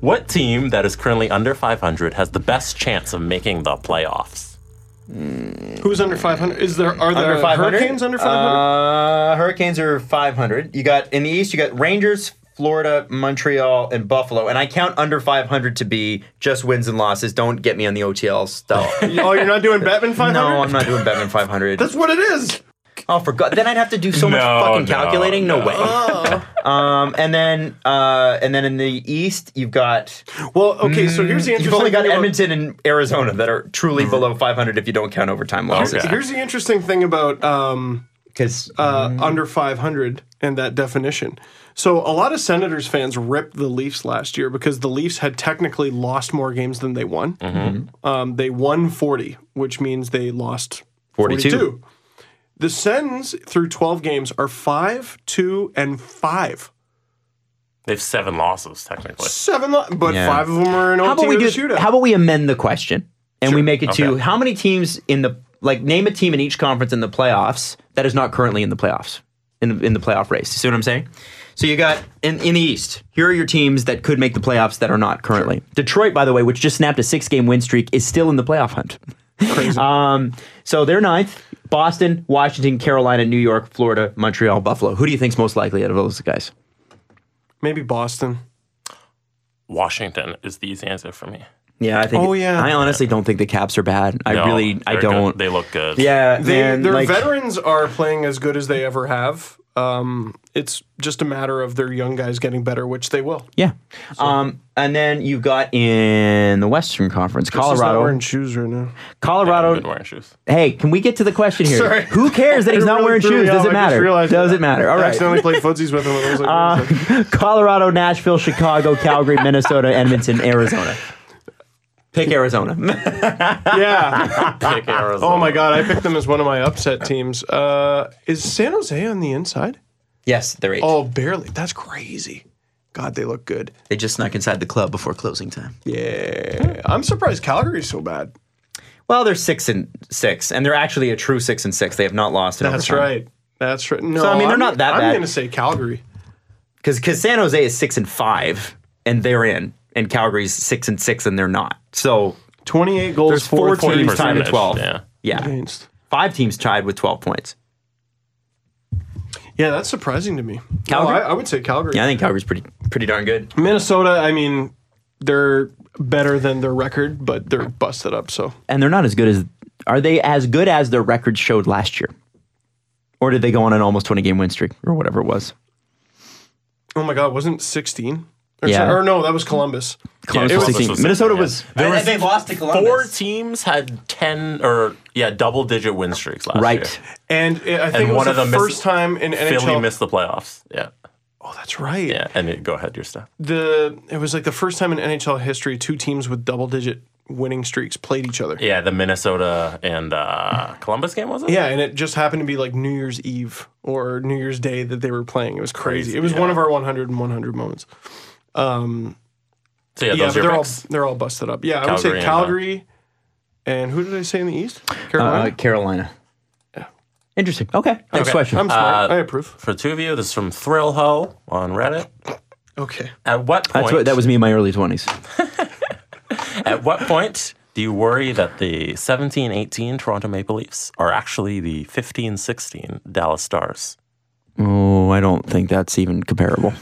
What team that is currently under 500 has the best chance of making the playoffs?
Who's under 500? Is there are there
under 500.
hurricanes under 500?
Uh, hurricanes are 500. You got in the east, you got Rangers, Florida, Montreal, and Buffalo. And I count under 500 to be just wins and losses. Don't get me on the OTL stuff.
oh, you're not doing Batman 500?
no, I'm not doing Batman 500.
That's what it is.
oh, for God. Then I'd have to do so much
No,
fucking
no,
calculating. No, way.
Oh.
Um, and then uh, and then in the east, you've got
Well, okay, so here's the interesting
Mm, you've only got
thing about-
Edmonton and Arizona that are truly below 500 if you don't count overtime losses.
Mm-hmm. Okay.
Here's the interesting thing about um,
Because
uh, under 500 and that definition. So a lot of Senators fans ripped the Leafs last year because the Leafs had technically lost more games than they won.
Mm-hmm.
Um, they won 40, which means they lost
42.
42. The Sens through 12 games are 5, 2, and 5.
They have seven losses technically.
Seven, lo- but
Yeah.
five of them are in OT
how about we
or the
do?
shootout.
How about we amend the question and we make it to
Okay.
how many teams in the like name a team in each conference in the playoffs that is not currently in the playoffs in the, in the playoff race. You see what I'm saying? So you got in in the East. Here are your teams that could make the playoffs that are not currently. Detroit, by the way, which just snapped a six game win streak, is still in the playoff hunt.
Crazy.
Um, so they're ninth. Boston, Washington, Carolina, New York, Florida, Montreal, Buffalo. Who do you think's most likely out of those guys?
Maybe Boston.
Washington is the easy answer for me.
Yeah, I think.
Oh, yeah.
I honestly don't think the Caps are bad. I
No,
really, I
they're good.
don't.
They look good.
Yeah,
They,
man,
their
like,
veterans are playing as good as they ever have. Um, it's just a matter of their young guys getting better, which they will.
Yeah. Um, and then you've got in the Western Conference, Colorado.
wearing shoes right now.
I've
Colorado.
been wearing shoes.
hey, can we get to the question here?
Sorry.
Who cares that he's not wearing shoes? Does it matter? Does it matter? All
I
right. Uh,
accidentally played footsies with him. And I was like, what is that?
Colorado, Nashville, Chicago, Calgary, Minnesota, Edmonton, Arizona. Pick Arizona.
yeah.
ah.
Pick Arizona.
Oh my god, I picked them as one of my upset teams. Uh, is San Jose on the inside?
yes, they're eight.
Oh, barely. That's crazy. God, they look good.
They just snuck inside the club before closing time.
Yeah, I'm surprised Calgary's so bad.
Well, they're six and six, and they're actually a true six and six. They have not lost. In
That's right. That's right. No,
I mean, they're
I'm-
not that
I'm
bad.
gonna say Calgary.
because because San Jose is six and five, and they're in, and Calgary's six and six, and they're not. So
28 goals,
there's four,
four
teams
teams
tied at
percentage,
twelve.
yeah.
yeah,
against.
five teams tied with twelve points.
Yeah, that's surprising to me.
Calgary?
No, I, I would say Calgary.
Yeah, I think Calgary's pretty pretty darn good.
Minnesota, I mean, they're better than their record, but they're busted up. So
And they're not as good as are they as good as their record showed last year, or did they go on an almost twenty game win streak or whatever it was?
Oh my God, wasn't 16? Or,
Yeah.
so- or no, that was Columbus.
Columbus
it
was
was-
16.
this was-
Minnesota
yeah.
was
There was
they've lost to
Four teams had ten or yeah double digit win streaks last year.
right.
And it, I think
And
it was
one
the
of them missed-
first time in NHL.
Philly missed the playoffs. Yeah,
oh, that's right.
yeah. And it, go ahead, your stuff.
The it was like the first time in NHL history two teams with double digit winning streaks played each other.
Yeah, the Minnesota and uh, Columbus game was it?
Yeah, and it just happened to be like New Year's Eve or New Year's Day that they were playing. It was crazy. It was one of our 100 and 100 moments.
So yeah,
Yeah,
those
but
are
they're all
picks.
they're all busted up. Yeah, I would
Calgary
say
and-
Calgary, and who did I say in the East?
Uh,
Carolina.
Carolina. Interesting. Okay. Next
Okay.
question.
I'm smart. I approve.
For two of you, this is from Thrill Ho on Reddit.
Okay.
At what point?
That's what, that was me in my early 20s.
At what point do you worry that the 17-18 Toronto Maple Leafs are actually the 15-16 Dallas Stars?
Oh, I don't think that's even comparable.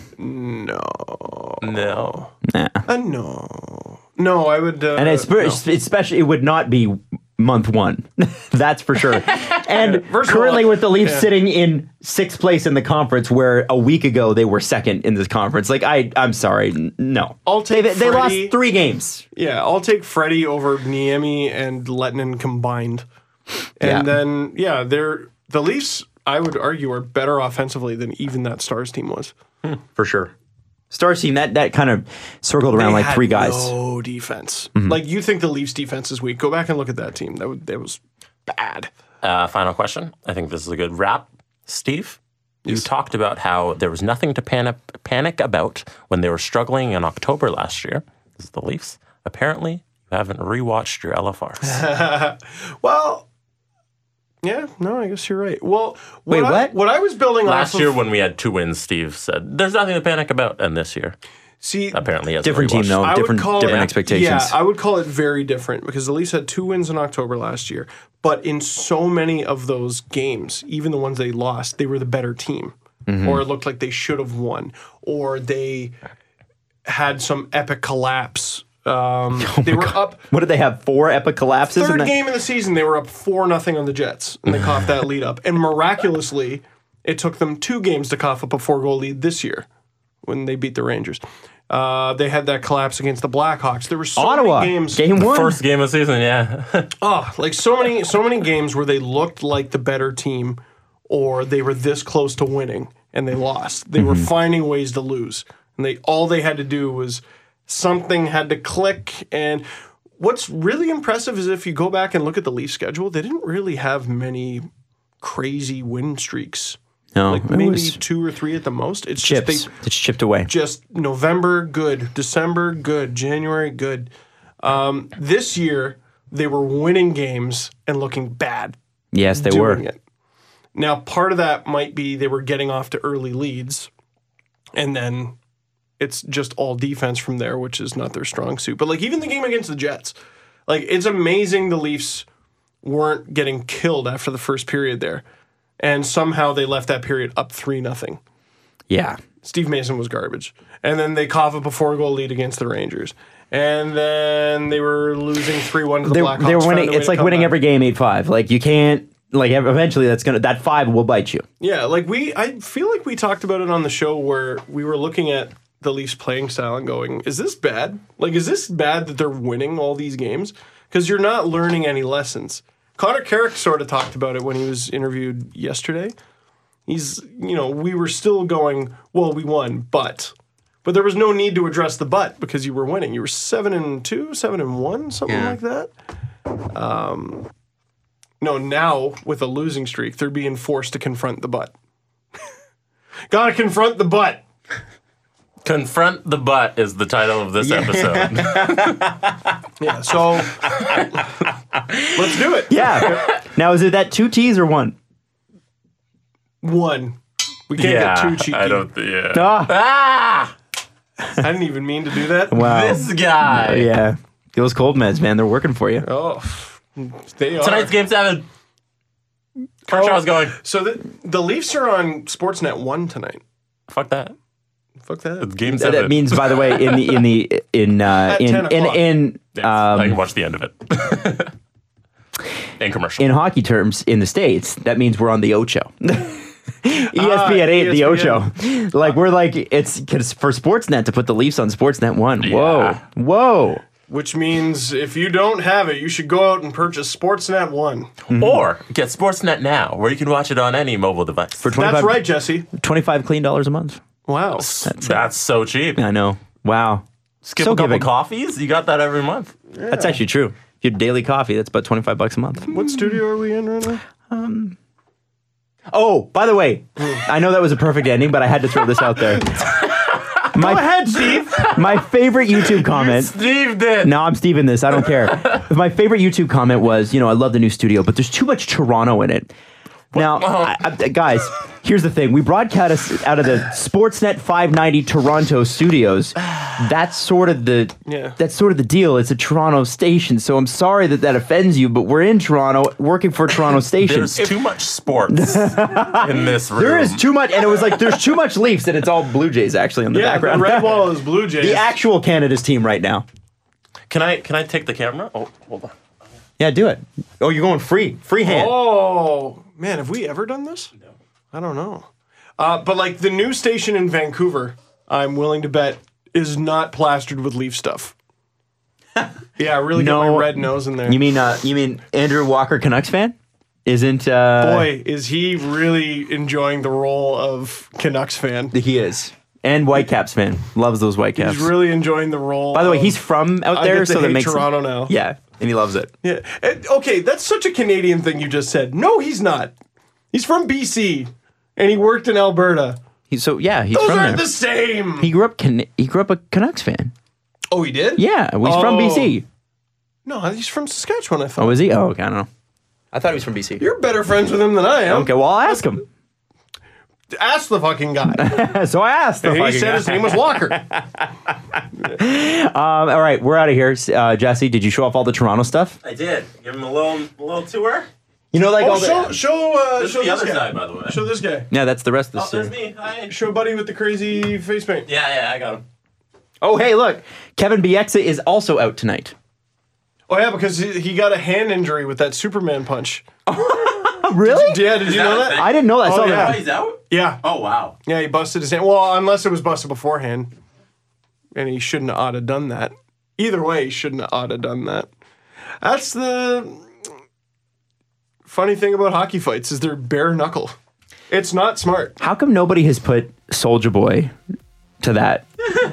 No.
Nah.
Uh, no, no, I would. Uh,
And it's, it's especially it would not be month one. That's for sure. And
First of
currently,
all,
with the Leafs sitting in sixth place in the conference, where a week ago they were second in this conference. Like I, I'm sorry, n- no.
I'll take
they, they lost
Freddie.
three games.
yeah, I'll take Freddie over Niemi and Lettinen combined, and
Yeah.
then yeah, they're the Leafs. I would argue are better offensively than even that Stars team was.
for sure. Star team that that kind of circled around
They
like
had
three guys. Mm-hmm.
No defense. Like you think the Leafs defense is weak? Go back and look at that team. That, would, that was bad.
Uh, final question. I think this is a good wrap. Steve, you talked about how there was nothing to panic, panic about when they were struggling in October last year. This is the Leafs. Apparently, you haven't rewatched your LFRs.
Well, yeah, no, I guess you're right. Well, what
Wait,
I,
what?
what I was building
last
off
year
of,
when we had two wins, Steve said, there's nothing to panic about. And this year,
See,
Apparently, he hasn't
Different
really
team though.
watched
I would
different
call it-
different expectations.
Yeah, I would call it very different because the Leafs had two wins in October last year, but in so many of those games, even the ones they lost, they were the better team,
Mm-hmm.
or it looked like they should have won, or they had some epic collapse. Um,
Oh
they were up
what did they have? Four epic collapses. in
third
that?
game of the season. They were up four nothing on the Jets, and they coughed that lead up. And miraculously, it took them two games to cough up a four goal lead this year when they beat the Rangers. Uh, they had that collapse against the Blackhawks. There were so
Ottawa
many games.
game one.
First game of the season, yeah.
Oh, like so many, so many games where they looked like the better team, or they were this close to winning and they lost. They were
Mm-hmm.
finding ways to lose, and they all they had to do was something had to click. And what's really impressive is if you go back and look at the Leaf schedule, they didn't really have many crazy win streaks.
no,
Like
it
maybe
was
two or three at the most. It's
chips.
just they
it's chipped away.
just November good, December good, January good. Um, this year they were winning games and looking bad
Yes, they
doing
were.
it. Now part of that might be they were getting off to early leads, and then it's just all defense from there, which is not their strong suit. But like even the game against the Jets, like it's amazing the Leafs weren't getting killed after the first period there, and somehow they left that period up three nothing.
Yeah.
Steve Mason was garbage. And then they cough up a four goal lead against the Rangers. And then they were losing 3 1 to the
They
Blackhawks.
they were
Found a
winning.
way
It's
to
like
come
winning
back.
every game eight five. Like you can't. Like ev- eventually, that's gonna that five will bite you.
Yeah, like we, I feel like we talked about it on the show where we were looking at the Leafs playing style and going, is this bad? Like, is this bad that they're winning all these games? Because you're not learning any lessons. Connor Carrick sort of talked about it when he was interviewed yesterday. He's, you know, we were still going, well, we won, but. But there was no need to address the but because you were winning. You were seven and two, seven and one, something like that. No, now with a losing streak, they're being forced to confront the butt. Gotta confront the butt.
Confront the butt is the title of this episode.
Yeah, so let's do it.
Yeah. now is it that two T's or one?
One. We can't
yeah,
get too cheeky.
I
I,
don't. Yeah.
Ah,
Ah,
didn't even mean to do that.
wow.
this guy.
Oh. yeah. Those cold meds, man, they're working for you.
Oh, they are.
Tonight's game seven.
Oh.
First I was going.
So the, the Leafs are on Sportsnet 1 tonight.
Fuck that.
Fuck that.
Game
That,
seven.
that means, by the way, in the in the in uh,
At
in
10
in
o'clock.
in, um,
I can watch the end of it. and commercial.
in hockey terms in the states, that means we're on the Ocho. E
Ah,
ESPN eight,
E
the
ESPN.
Ocho. Like we're like it's 'cause for Sportsnet to put the Leafs on Sportsnet one.
Yeah.
Whoa, whoa.
Which means if you don't have it, you should go out and purchase Sportsnet 1.
Or get Sportsnet now, where you can watch it on any mobile device.
For
That's right, Jesse.
Twenty five clean dollars a month.
Wow.
that's, so cheap.
I know. Wow.
Skip
so
a couple
giving.
coffees. You got that every month.
That's actually true. Your daily coffee, that's about twenty five bucks a month.
What studio are we in right now?
Oh, by the way, I know that was a perfect ending, but I had to throw this out there. My, Go ahead, Steve. My favorite YouTube comment.
Steve did.
Now I'm Steven this. I don't care. My favorite YouTube comment was, you know, I love the new studio, but there's too much Toronto in it. Now, I, I- guys, here's the thing. We broadcast us out of the Sportsnet 590 Toronto studios. That's sort of the
Yeah.
that's sort of the deal. It's a Toronto station. So I'm sorry that that offends you, but we're in Toronto working for Toronto station.
There's too much sports in this room.
There is too much and it was like there's too much Leafs and it's all Blue Jays actually in the
Yeah, the
background.
red wall is Blue Jays.
the actual Canada's team right now.
Can I can I take the camera? Oh, hold on.
Yeah, do it. Oh, you're going free. Free hand.
Oh man, have we ever done this? No, I don't know. Uh, but like the new station in Vancouver, I'm willing to bet is not plastered with leaf stuff. yeah, I really got
No.
my red nose in there.
You mean uh, you mean Andrew Walker Canucks fan? Isn't uh,
Boy, is he really enjoying the role of Canucks fan?
he is and Whitecaps fan loves those Whitecaps.
He's really enjoying the role.
By the way,
of-
he's from out
I
there,
get to
so that
hate
makes
Toronto now.
Yeah, and he loves it.
Yeah. And- Okay, that's such a Canadian thing you just said. No, he's not. He's from BC, and he worked in Alberta.
He, so yeah, he's
Those
from there.
aren't the same.
he grew up Can- he grew up a Canucks fan.
oh, he did.
Yeah, well, he's from
Oh.
BC.
No, he's from Saskatchewan. I thought.
Oh, is he? Oh, okay, I don't know. I thought he was from BC.
You're better friends with him than I am.
Okay, well I'll ask him.
Ask the fucking guy.
so I asked the
he
fucking
said
guy.
his name was Walker.
Um, all right, we're out of here. S- Uh, Jesse, did you show off all the Toronto stuff?
I did. Give him a little, little tour.
You know, like
Oh,
all the.
show, show, uh,
This
show
is the
this
other
guy.
side, by the way.
Show this guy.
yeah, that's the rest of the
Oh, there's
series.
me. Hi.
Show Buddy with the crazy face paint.
Yeah, yeah, I got him.
Oh, hey, look. Kevin Bieksa is also out tonight.
Oh yeah, because he, he got a hand injury with that Superman punch.
Really?
Yeah, did you
that
know
a
that?
thing?
I didn't know that. I
Oh,
saw
yeah.
Oh,
that.
he's out?
Yeah,
Oh, wow.
yeah, he busted his hand. Well, unless it was busted beforehand, and he shouldn't ought have done that. Either way, he shouldn't ought have done that. That's the funny thing about hockey fights is they're bare knuckle. It's not smart.
How come nobody has put Soldier Boy to that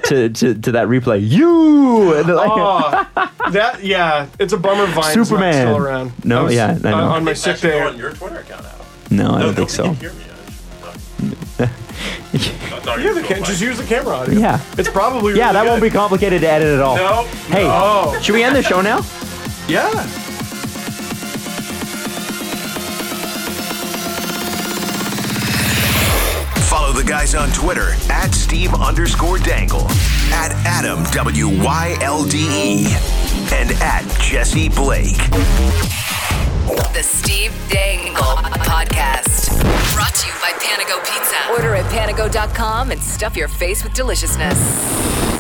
to, to, to that replay? You and they're like,
Oh, that yeah, it's a bummer. Vine's
Superman.
not still around.
No,
I was,
yeah, I
uh,
know.
on my sick
Actually, go
day.
on your Twitter account, Adam.
no, I don't
Nobody
think so.
can hear me.
Yeah, they can't just use the camera audio.
Yeah.
it's probably
Yeah,
really
that
good.
won't be complicated to edit at all.
No,
Hey,
no.
should we end the show now?
Yeah.
Follow the guys on Twitter at Steve underscore Dangle, at Adam W Y L D E, and at Jesse Blake.
The Steve Dangle Podcast. Brought to you by Panago Pizza. Order at panago.com and stuff your face with deliciousness.